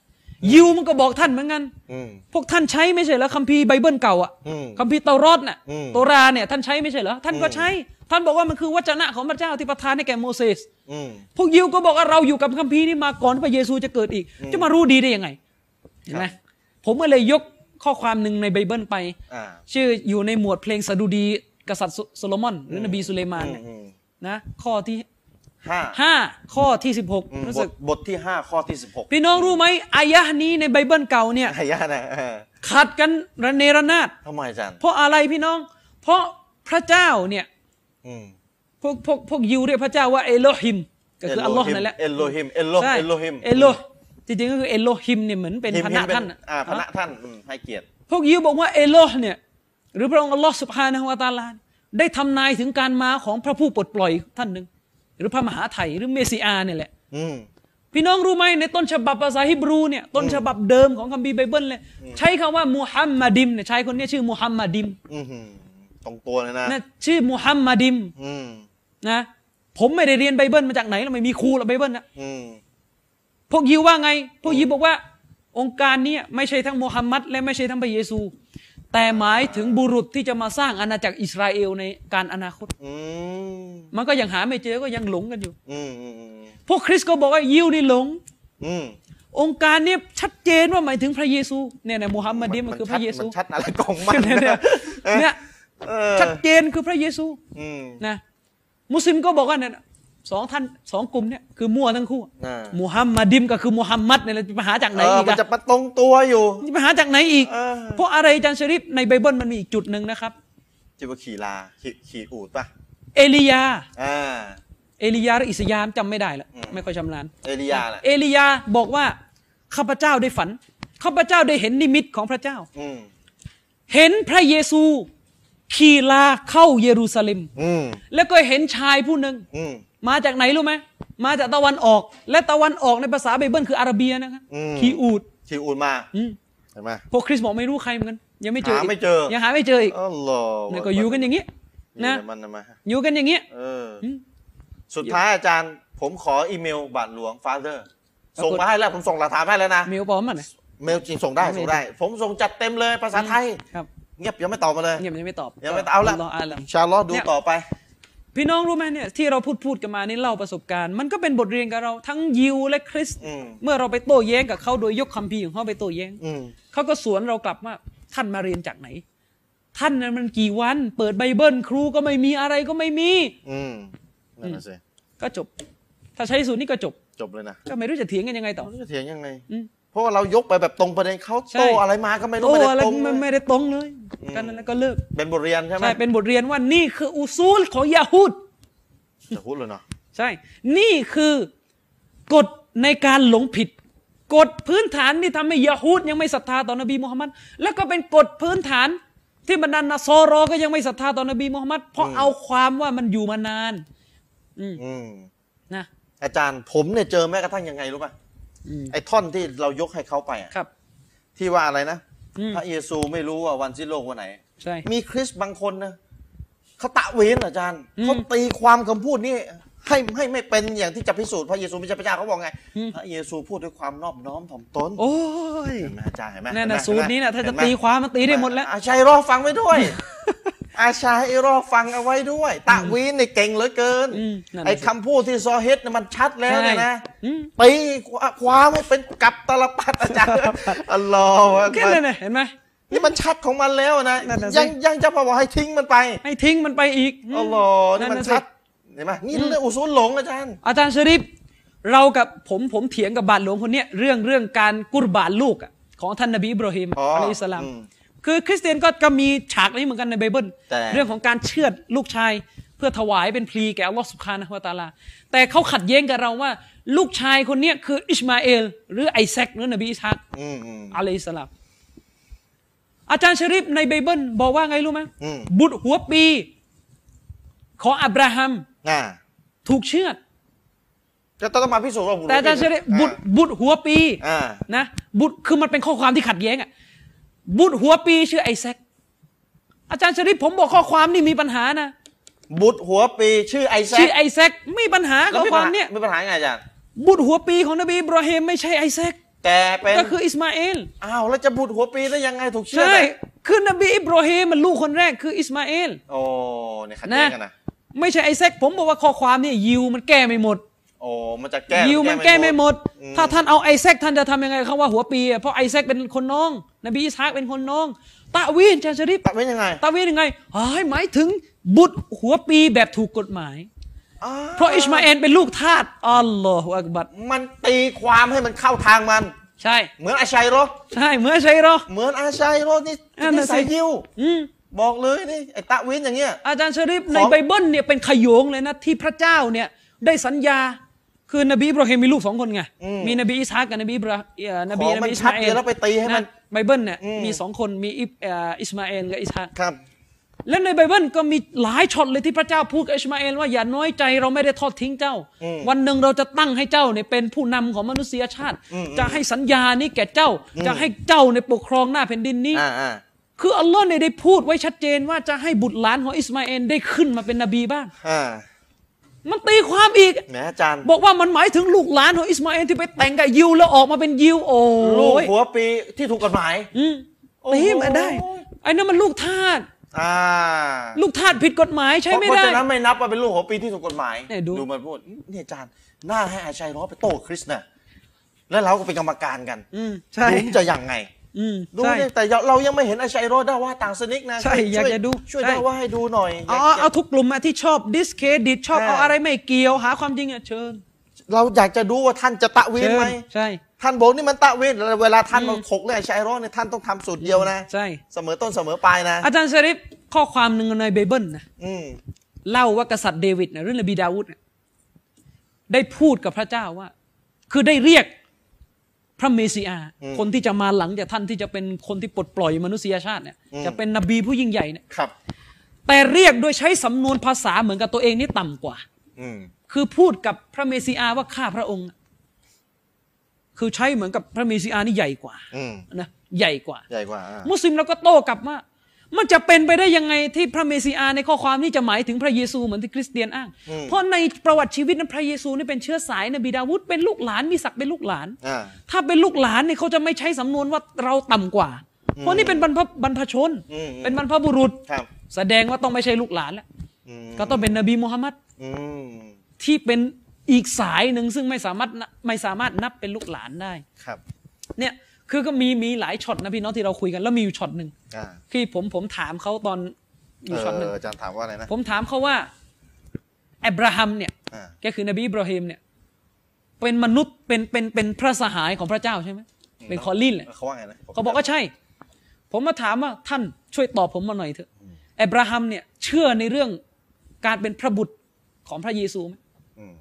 Speaker 2: ยิวมันก็บอกท่านเหมือนกัน
Speaker 1: อืม
Speaker 2: พวกท่านใช้ไม่ใช่เหรอคัมภีร์ไบเบิลเก่าอ่ะ
Speaker 1: อืม
Speaker 2: คัมภีร์เตารอดน่ะ
Speaker 1: อืม
Speaker 2: โตราเนี่ยท่านใช้ไม่ใช่เหรอท่านก็ใช้ ท่านบอกว่ามันคือวจนะของพระเจ้าที่ประทานให้แก่โมเสส
Speaker 1: อืม
Speaker 2: พวกยิวก็บอกว่าเราอยู่กับคัมภีร์นี้มาก่อนที่พระเยซูจะเกิดอีก จะมารู้ดีได้ยังไงเห็นไหม
Speaker 1: ครับ
Speaker 2: ผมก็เลยยกข้อความหนึ่งในไบเบิลไป
Speaker 1: อ่า
Speaker 2: ชื่ออยู่ในหมวดเพลงสดุดีกษัตริย์โซโลมอน หรือนบีสุเลมาน
Speaker 1: อืม
Speaker 2: เนี่ย
Speaker 1: อืม
Speaker 2: นะข้อที่
Speaker 1: ห้า
Speaker 2: 5 ข้อที่
Speaker 1: อืม
Speaker 2: 16 รู้
Speaker 1: บ
Speaker 2: สึ
Speaker 1: ท
Speaker 2: ก
Speaker 1: บทที่ห้าข้อที่สิบหก
Speaker 2: พี่น้องรู้ไหมอายะห์นี้ในไบเบิลเก่าเนี่ย
Speaker 1: อายะนะเออ
Speaker 2: ขัดกันระเนระนาด
Speaker 1: ทำไมอาจารย์
Speaker 2: เพราะอะไรพี่น้อง เพราะพระเจ้าเนี่ย
Speaker 1: อืม
Speaker 2: พวกพวกพวกยิวเรียกพระเจ้าว่าเอโลฮิมก็คืออัลลอฮ์นั่นแหละ
Speaker 1: เอโลฮิมเอโล
Speaker 2: ใช่
Speaker 1: เอโลฮิม
Speaker 2: เอโลจริงๆก็คือเอโลฮิมเนี่ยเหมือนเป็น
Speaker 1: ฮิม
Speaker 2: พ
Speaker 1: ฮิม
Speaker 2: นะ
Speaker 1: เป็
Speaker 2: ท่าน
Speaker 1: อ่าพระ
Speaker 2: อ่ะ
Speaker 1: ท่านอืมให้เกียรติ
Speaker 2: พวกยิวบอกว่าเอโลเนี่ยหรือพระองค์อัลลอฮ์สุบฮานะฮวตาลาได้ทำนายถึงการมาของพระผู้ปลดปล่อยท่านหนึ่งหรือพระมหาไถ่หรือเมสสิอาเนี่ยแหละ
Speaker 1: อืม
Speaker 2: พี่น้องรู้ไหมในต้นฉบับภาษาฮิบรูเนี่ยต้นฉบับเดิมของคัมภีร์ไบเบิลเลย ใช้คำว่ามูฮัมมัดิมเนี่ยชายคนเนี้ชื่อมูฮัมมัดิม
Speaker 1: อือหือตรงตัวเลยนะ
Speaker 2: นะชื่อมูฮัมมัดิม
Speaker 1: อืม
Speaker 2: นะผมไม่ได้เรียนไบเบิลมาจากไหนเราไม่มีครูหรอกไบเบิลนะ
Speaker 1: อืม
Speaker 2: พวกยิวว่าไง พวกยิวบอกว่าองค์การเนี้ไม่ใช่ทั้งมูฮัมมัดและไม่ใช่ทั้งพระเยซู แต่หมายถึงบุรุษที่จะมาสร้างอาณาจักรอิสราเอลในการอนาคต
Speaker 1: อืม
Speaker 2: มันก็ยังหาไม่เจอก็ยังหลงกันอยู่
Speaker 1: อืม อืม อืม
Speaker 2: พวกคริสต์ก็บอกว่ายิวนี่หลง
Speaker 1: อืม
Speaker 2: องค์การเนี่ยชัดเจนว่าหมายถึงพระเยซูเนี่ยนะมูฮัมมัดิมมันคือพระเยซู
Speaker 1: มันชัดอะไรกองมัน
Speaker 2: เนี่ยเนี่ย
Speaker 1: นะออ
Speaker 2: เนี่ย
Speaker 1: เออ
Speaker 2: ชัดเจนคือพระเยซู
Speaker 1: อืม
Speaker 2: นะมุสลิมก็บอกว่าเนี่ยสองท่านสองกลุ่มเนี่ยคือมั่วทั้งคู่
Speaker 1: อ่า
Speaker 2: มูฮัมมัดิมก็คือมูฮัมมัดเนี่ยเราจะไปหาจากไหน
Speaker 1: เออ
Speaker 2: อีก
Speaker 1: มัน
Speaker 2: อะ
Speaker 1: จะมาตรงตัวอยู่
Speaker 2: จะไปหาจากไหนอีก
Speaker 1: เออ
Speaker 2: เพราะอะไรอาจารย์ชะริฟในไบเบิลมันมีอีกจุดหนึ่งนะครับ
Speaker 1: จิบขี่ลาขี่ขี่อูดป่ะ
Speaker 2: เอลียา
Speaker 1: อ่า
Speaker 2: เอลียาหรืออิสยามจำไม่ได้ละ
Speaker 1: อืม
Speaker 2: ไม่ค่อยชำนาญ
Speaker 1: เอลียาแหละ
Speaker 2: เอลียาบอกว่าข้าพเจ้าได้ฝันข้าพเจ้าได้เห็นนิมิตของพระเจ้า
Speaker 1: อืม
Speaker 2: เห็นพระเยซูขี่ลาเข้าเยรูซาเล็ม
Speaker 1: อืม
Speaker 2: แล้วก็เห็นชายผู้หนึ่ง
Speaker 1: อืม
Speaker 2: มาจากไหนรู้ไหม มาจากตะวันออก และตะวันออกในภาษาไบเบิลคืออาระเบียนะครับ
Speaker 1: อืม
Speaker 2: คีอูด
Speaker 1: ขี่อูดมา
Speaker 2: อืม
Speaker 1: เห็นไหม
Speaker 2: พวกคริสบอกไม่รู้ใครเหมือนกัน ยังไม่เจออีก
Speaker 1: หาไม่เจอ
Speaker 2: ยังหาไม่เจออีก
Speaker 1: อ๋อเหรอ
Speaker 2: เนี่ยก็อยู่กันอย่างนี้
Speaker 1: นะ
Speaker 2: นะ
Speaker 1: มันนะมา
Speaker 2: อยู่กันอย่างนี้
Speaker 1: เอออ
Speaker 2: ม
Speaker 1: สุดท้ายอาจารย์ ผมขออีเมลบาทหลวงฟาเธอร์ ส่งมาให้แล้ว ผมส่งหลักฐานให้แล้วนะ
Speaker 2: มีอุปกรณ์มั้ย
Speaker 1: เมลจริงส่งได้ส่งได้ ผมส่งจัดเต็มเลยภาษาไทย
Speaker 2: ครับ
Speaker 1: เงียบยังไม่ตอบมาเลย
Speaker 2: เงียบยังไม่ตอบ
Speaker 1: ยังไม่ตอบเอาละ
Speaker 2: ลองอ่านละ
Speaker 1: อินชาอัลลอฮ์ดู
Speaker 2: เนี่ย
Speaker 1: ต่อไป
Speaker 2: พี่น้องรู้ไหมเนี่ยที่เราพูดพูดกันมานี่เล่าประสบการณ์ มันก็เป็นบทเรียนกับเราทั้งยิวและคริสต์
Speaker 1: อืม
Speaker 2: เมื่อเราไปโต้แย้งกับเขาโดยยกคัมภีร์ของเขาไปโต้แย้ง
Speaker 1: อืม
Speaker 2: เขาก็สวนเรากลับว่าท่านมาเรียนจากไหน ท่านนั้นมันกี่วัน เปิดไบเบิลครูก็ไม่มีอะไรก็ไม่มี
Speaker 1: อืมนั่นนะสิ
Speaker 2: ก็จบ ถ้าใช้สูตรนี้ก็จบ
Speaker 1: จบเลยนะ
Speaker 2: ก็ไม่รู้จะเถียงกันยังไงต่อ
Speaker 1: เราจะเถียงยังไง
Speaker 2: อืม
Speaker 1: เพราะว่าเรายกไปแบบตรงประเด็นเขา
Speaker 2: ใช่
Speaker 1: โตอะไรมาก็ไม่รู้
Speaker 2: โอ้
Speaker 1: ไม่
Speaker 2: อะไร
Speaker 1: ได้ตรง
Speaker 2: มั
Speaker 1: เล
Speaker 2: น
Speaker 1: ย
Speaker 2: ไม่ได้ตรงเลยกันนั้นแล้วก็เลิก
Speaker 1: เป็นบทเรียนใช่ไหม
Speaker 2: ใช่เป็นบทเรียนว่านี่คืออุซูลของยาฮูด
Speaker 1: จะพูดเลยเนาะ
Speaker 2: ใช่ นี่คือกฎในการหลงผิด กฎพื้นฐานที่ทำให้ยะฮูดยังไม่ศรัทธาต่อนบีมุฮัมมัด แล้วก็เป็นกฎพื้นฐานที่บรรดานาซอรอก็ยังไม่ศรัทธาต่อนบีมุฮัมมัด เพราะเอาความว่ามันอยู่มานาน
Speaker 1: อืม
Speaker 2: นะ
Speaker 1: อาจารย์ผมเนี่ยเจอแม้กระทั่งยังไงรู้ป่ะ
Speaker 2: อืม
Speaker 1: ไอ้ท่อนที่เรายกให้เขาไปอะ
Speaker 2: ครับ
Speaker 1: ที่ว่าอะไรนะ
Speaker 2: อืม
Speaker 1: พระเยซูไม่รู้ว่าวันสิ้นโลกวันไหน
Speaker 2: ใช่
Speaker 1: มีคริสต์บางคนนะเขาตะเวนเหรออาจารย์
Speaker 2: อืม
Speaker 1: เขาตีความคำพูดนี้ให้ให้ไม่เป็นอย่างที่จะพิสูจน์พระเยซูไม่ใช่พระเจ้าเขาบอกไง
Speaker 2: อืม
Speaker 1: พระเยซูพูดด้วยความนอบน้อมถ่อมตน
Speaker 2: โอ้ย
Speaker 1: เห็นไหมอาจารย์เห็นไหม
Speaker 2: นั่น
Speaker 1: เห็
Speaker 2: นะ
Speaker 1: ไหม
Speaker 2: สูตรนี้นะถ้า
Speaker 1: เห็
Speaker 2: จะ
Speaker 1: ไห
Speaker 2: ตีความมันตีได้หมดแล้ว
Speaker 1: อาชัยรอฟังไว้ด้วย อาชัยรอฟังเอาไว้ด้วย ตะวีนเนี่ยเก่งเหลือเกิน
Speaker 2: อืมนั่นน่ะสิ
Speaker 1: ไอ้คำพูดที่ซอเฮดเนี่ยมันชัดแล้วเนี่ยนะ
Speaker 2: ใช่อืม
Speaker 1: ตีความให้เป็นกลับตลปัดอาจารย์อัลลอฮฺ
Speaker 2: แค่นั้นนะเห็นไหม
Speaker 1: นี่มันชัดของมันแล้วนะ
Speaker 2: นั่นน่ะสิ
Speaker 1: ยังยังจะมาบอกให้ทิ้งมันไป
Speaker 2: ให้ทิ้งมันไปอีกม
Speaker 1: อ๋อเหรอนี่มันชัด
Speaker 2: นั่นน่ะสิ
Speaker 1: เห็นไหมนี่เรื่องอุซูลหลงอาจารย์
Speaker 2: อาจารย์ชริปเรากับผมผมเถียงกับบาทหลวงคนเนี้ยเรื่องเรื่องการกุรบานลูกอะของท่านนบีอิบราฮิม
Speaker 1: อ๋ออะ
Speaker 2: ลัยฮิสสลาม
Speaker 1: อืม
Speaker 2: คือคริสเตียนก็ก็มีฉากนี้เหมือนกันในไบเบิล
Speaker 1: แต่
Speaker 2: เรื่องของการเชือดลูกชาย เพื่อถวายเป็นพลีแก่อัลลอฮ์สุคานะฮูวะตะอาลา แต่เขาขัดแย้งกับเราว่า ลูกชายคนเนี้ยคืออิสมาเอล หรือไอแซคหรือนบีอิสฮัก
Speaker 1: อืมอืม
Speaker 2: อะลัยฮิสสลามอาจารย์ชริปในไบเบิลบอกว่าไงรู้ไหม
Speaker 1: อืม
Speaker 2: บุตรหัวปี ของอับราฮัม
Speaker 1: น่ะ
Speaker 2: ถูกเชือด
Speaker 1: จะต้องมาพิสูจน์ว่าบุตร
Speaker 2: แต่อาจารย์เชื่อได้บุตร
Speaker 1: อ่ะ
Speaker 2: บุตรหัวปี
Speaker 1: อ่า
Speaker 2: นะบุตรคือมันเป็นข้อความที่ขัดแย้งอ่ะบุตรหัวปีชื่อไอแซคอาจารย์ชริปผมบอกข้อความนี่มีปัญหานะ
Speaker 1: บุตรหัวปีชื่อไอแซ
Speaker 2: ชื่อ
Speaker 1: ค
Speaker 2: ไอแซคไม่ปัญหา
Speaker 1: แล้
Speaker 2: ข้อ
Speaker 1: มี
Speaker 2: ค
Speaker 1: ปัญ
Speaker 2: วาม
Speaker 1: ห
Speaker 2: เนี่ย
Speaker 1: มีปัญหายังไงอาจารย์
Speaker 2: บุตรหัวปีของนบีอิบราฮิมไม่ใช่ไอแซค
Speaker 1: แต่เป็น
Speaker 2: ก็คืออิสมาเอล
Speaker 1: อ้าวแล้วจะบุตรหัวปีได้ยังไงถูกเชื่อ
Speaker 2: ใช่
Speaker 1: ได้
Speaker 2: คือนบีอิบราฮิมมันลูกคนแรกคืออิสมาเอล
Speaker 1: โอ้เนี่ยขัดแย้งกันนะ
Speaker 2: ไม่ใช่ไอแซคผมบอกว่าข้อความเนี่ยยิวมันแก้ไม่หมด
Speaker 1: โอ้มันจะแก้
Speaker 2: ยิวมันแก้ไม่หมด
Speaker 1: อื
Speaker 2: ถ้าท่านเอาไอแซคท่านจะทำยังไงคำว่าหัวปีอะเพราะไอแซคเป็นคนน้อง นบีอิสฮากเป็นคนน้องตะวีนอาจารย์ชริป
Speaker 1: ตัดไว้ยังไง
Speaker 2: ตาวีนยังไงเฮ้ยหมายถึงบุตรหัวปีแบบถูกกฎหมาย
Speaker 1: อ้าว
Speaker 2: เพราะอิสมาเอลเป็นลูกทาสอัลลอฮฺอักบัร
Speaker 1: มันตีความให้มันเข้าทางมัน
Speaker 2: ใช่
Speaker 1: เหมือนอาชัยเหรอ
Speaker 2: ใช่เหมื่อนใช่หรอ
Speaker 1: เหมือนอาชัยโรดนี่
Speaker 2: นั่น
Speaker 1: นิ
Speaker 2: น่ะสิ
Speaker 1: สัยยิว
Speaker 2: อืม
Speaker 1: บอกเลยนี่ไอ้ตะเว้นอย่างเงี้ย
Speaker 2: อาจารย์ชริปใน
Speaker 1: ของ
Speaker 2: ไบเบิลเนี่ยเป็นขโยงเลยนะ ที่พระเจ้าเนี่ยได้สัญญา คือนบีอิบราฮิมมีลูกสองคนไง มีนบีอิสฮากกับนบีอิบราเอ่อน
Speaker 1: ข
Speaker 2: บี
Speaker 1: อง
Speaker 2: น
Speaker 1: มัน
Speaker 2: บีอิส
Speaker 1: ชัด
Speaker 2: มาเอ
Speaker 1: เจน
Speaker 2: ล
Speaker 1: แล้วไปตีให้มัน
Speaker 2: นะไบเบิลเนี่ย
Speaker 1: อืม
Speaker 2: มีสองคนมีอิบเอ่ออิสมาเอลกับอิสฮาก
Speaker 1: ครับ
Speaker 2: และในไบเบิลก็มีหลายช็อตเลยที่พระเจ้าพูดกับอิสมาเอลว่าอย่าน้อยใจเราไม่ได้ทอดทิ้งเจ้า วันหนึ่งเราจะตั้งให้เจ้าเนี่ยเป็นผู้นำของมนุษยชาติ จะให้สัญญานี้แก่เจ้า จะให้เจ้าในยปกครองหน้าแผ่นดินนี้
Speaker 1: อ่าอ่า
Speaker 2: คืออัลลอฮ์เนี่ยได้พูดไว้ชัดเจนว่าจะให้บุตรหลานของอิสมาเอลได้ขึ้นมาเป็นนบีบ้าง
Speaker 1: อ่า
Speaker 2: มันตีความอีก
Speaker 1: แหมอาจารย์
Speaker 2: บอกว่ามันหมายถึงลูกหลานของอิสมาเอลที่ไปแต่งกับยิวแล้วออกมาเป็นยิวโอ้
Speaker 1: ลูก
Speaker 2: ย
Speaker 1: หัวปีที่ถูกกฎหมาย
Speaker 2: อืม
Speaker 1: โอ้โห
Speaker 2: ตีมาได้ไอ้นั่นมันลูกทาส
Speaker 1: อ่า
Speaker 2: ลูกทาสผิดกฎหมายใช้ไม่
Speaker 1: เพราะ
Speaker 2: ได้
Speaker 1: ฉะนั้นไม่นับว่าเป็นลูกหัวปีที่ถูกกฎหมาย
Speaker 2: เนี่ยดู
Speaker 1: มันพูดเนี่ยอาจารย์น่าให้อาชัยโรดไปโต้คริสต์นะแล้วเราก็เป็นกรรมการกัน
Speaker 2: อืมใช่
Speaker 1: ดูจะยังไง
Speaker 2: อืม
Speaker 1: ดู
Speaker 2: ใช่
Speaker 1: ดิแต่เรายังไม่เห็นอาชัยโรดได้ว่าต่างสนิกนะ
Speaker 2: ใช่อยากจะดู
Speaker 1: ช่วย
Speaker 2: ใช่
Speaker 1: ได้ว่าให้ดูหน่อย
Speaker 2: เอา
Speaker 1: ยากจะ
Speaker 2: เอาทุกกลุ่มมาที่ชอบดิสเครดิตชอบ
Speaker 1: ใช่
Speaker 2: เอาอะไรไม่เกี่ยวหาความจริงอ่ะเชิญ
Speaker 1: เราอยากจะดูว่าท่านจะตะเวน
Speaker 2: เชิ
Speaker 1: ไหม
Speaker 2: ญใช่
Speaker 1: ท่านบอกนี่มันตะเวนเวลาท่านมาถกเรื่องไอ้ชัยร้อนเนี่ยท่านต้องทำสูตรเดียวนะ
Speaker 2: ใช่
Speaker 1: เสมอต้นเสมอปลายนะ
Speaker 2: อาจารย์ชริปข้อความหนึ่งในไบเบิลนะ
Speaker 1: อืม
Speaker 2: เล่าว่ากษัตริย์เดวิดนะหรือนบีดาวุดน่ะได้พูดกับพระเจ้าว่า คือได้เรียกพระเมสสิอาห์คนที่จะมาหลังจากท่านที่จะเป็นคนที่ปลดปล่อยมนุษยชาติเนี่ยจะเป็นนบีผู้ยิ่งใหญ่เนี่ย
Speaker 1: ครับ
Speaker 2: แต่เรียกโดยใช้สำนวนภาษาเหมือนกับตัวเองนี่ต่ำกว่า
Speaker 1: อืม
Speaker 2: คือพูดกับพระเมสสิอาห์ว่าข้าพระองค์ คือใช้เหมือนกับพระเมสสิอาห์นี่ใหญ่กว่า
Speaker 1: อืม
Speaker 2: นะใหญ่กว่า
Speaker 1: ใหญ่กว่าอ่ะ
Speaker 2: มุสลิมเราก็โต้กลับว่ามันจะเป็นไปได้ยังไงที่พระเมสสิอาห์ในข้อความนี้จะหมายถึงพระเยซูเหมือนที่คริสเตียนอ้าง เพราะในประวัติชีวิตนั้นพระเยซูนี่เป็นเชื้อสายนบีดาวุธเป็นลูกหลานมีศักดิ์เป็นลูกหลาน
Speaker 1: อ่า
Speaker 2: ถ้าเป็นลูกหลานเนี่ยเขาจะไม่ใช้สำนวนว่าเราต่ำกว่า เพราะนี่เป็นบรรพบรรพชน เป็นบรรพบุรุษ
Speaker 1: ครับ
Speaker 2: แสดงว่าต้องไม่ใช่ลูกหลานแล้ว
Speaker 1: อืม
Speaker 2: ก็ต้องเป็นนบีมูฮัมมัด
Speaker 1: อืม
Speaker 2: ที่เป็นอีกสายหนึ่งซึ่งไม่สามารถไม่สามารถนับเป็นลูกหลานได้
Speaker 1: ครับ
Speaker 2: เนี่ย คือก็มีมีหลายช็อตนะพี่เน้องที่เราคุยกันแล้วมีอยู่ช็อตหนึ่ง
Speaker 1: อ่า
Speaker 2: ที่ผมผมถามเขาตอนอยู่ช็อตหนึ่ง
Speaker 1: เอออาจารย์ถามว่าอะไรนะ
Speaker 2: ผมถามเขาว่าอับราฮัมเนี่ย
Speaker 1: อ่า
Speaker 2: ก็คือนบีอิบราฮิมเนี่ย เป็นมนุษย์เป็นเป็นเป็นพระสหายของพระเจ้าใช่ไหมเป็นคอลลินแหละ
Speaker 1: เขาว่าไงนะ
Speaker 2: เขาบอกว่าใช่ ผมมาถามว่าท่านช่วยตอบผมมาหน่อยเถอะอับราฮัมเนี่ย เชื่อในเรื่องการเป็นพระบุตรของพระเยซูไหม
Speaker 1: อืม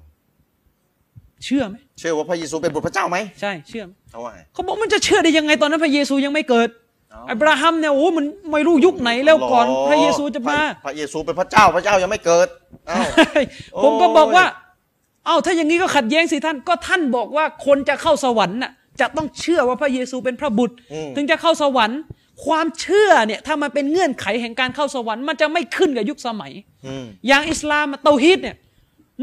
Speaker 2: เชื่อไหม
Speaker 1: เชื่อว่าพระเยซูเป็นบุตรพระเจ้าไหม
Speaker 2: ใช่ เชื่อไหม
Speaker 1: เขาว่าไง
Speaker 2: เขาบอกมันจะเชื่อได้ยังไงตอนนั้นพระเยซูยังไม่เกิด
Speaker 1: เอ้า
Speaker 2: อับราฮัมเนี่ยโอ้มันไม่รู้ยุคไหนแล้วก่อนพระเยซูจะมา
Speaker 1: พระเยซูเป็นพระเจ้าพระเจ้ายังไม่เกิดเอ้า
Speaker 2: ผมก็บอกว่า
Speaker 1: โอ้
Speaker 2: เอ้าถ้าอย่างนี้ก็ขัดแย้งสิท่าน ก็ท่านบอกว่าคนจะเข้าสวรรค์น่ะ จะต้องเชื่อว่าพระเยซูเป็นพระบุตร
Speaker 1: อืม
Speaker 2: ถึงจะเข้าสวรรค์ ความเชื่อเนี่ย ถ้ามันเป็นเงื่อนไขแห่งการเข้าสวรรค์ มันจะไม่ขึ้นกับยุคสมัย
Speaker 1: อืม
Speaker 2: อย่างอิสลามอะเตาฮีดเนี่ย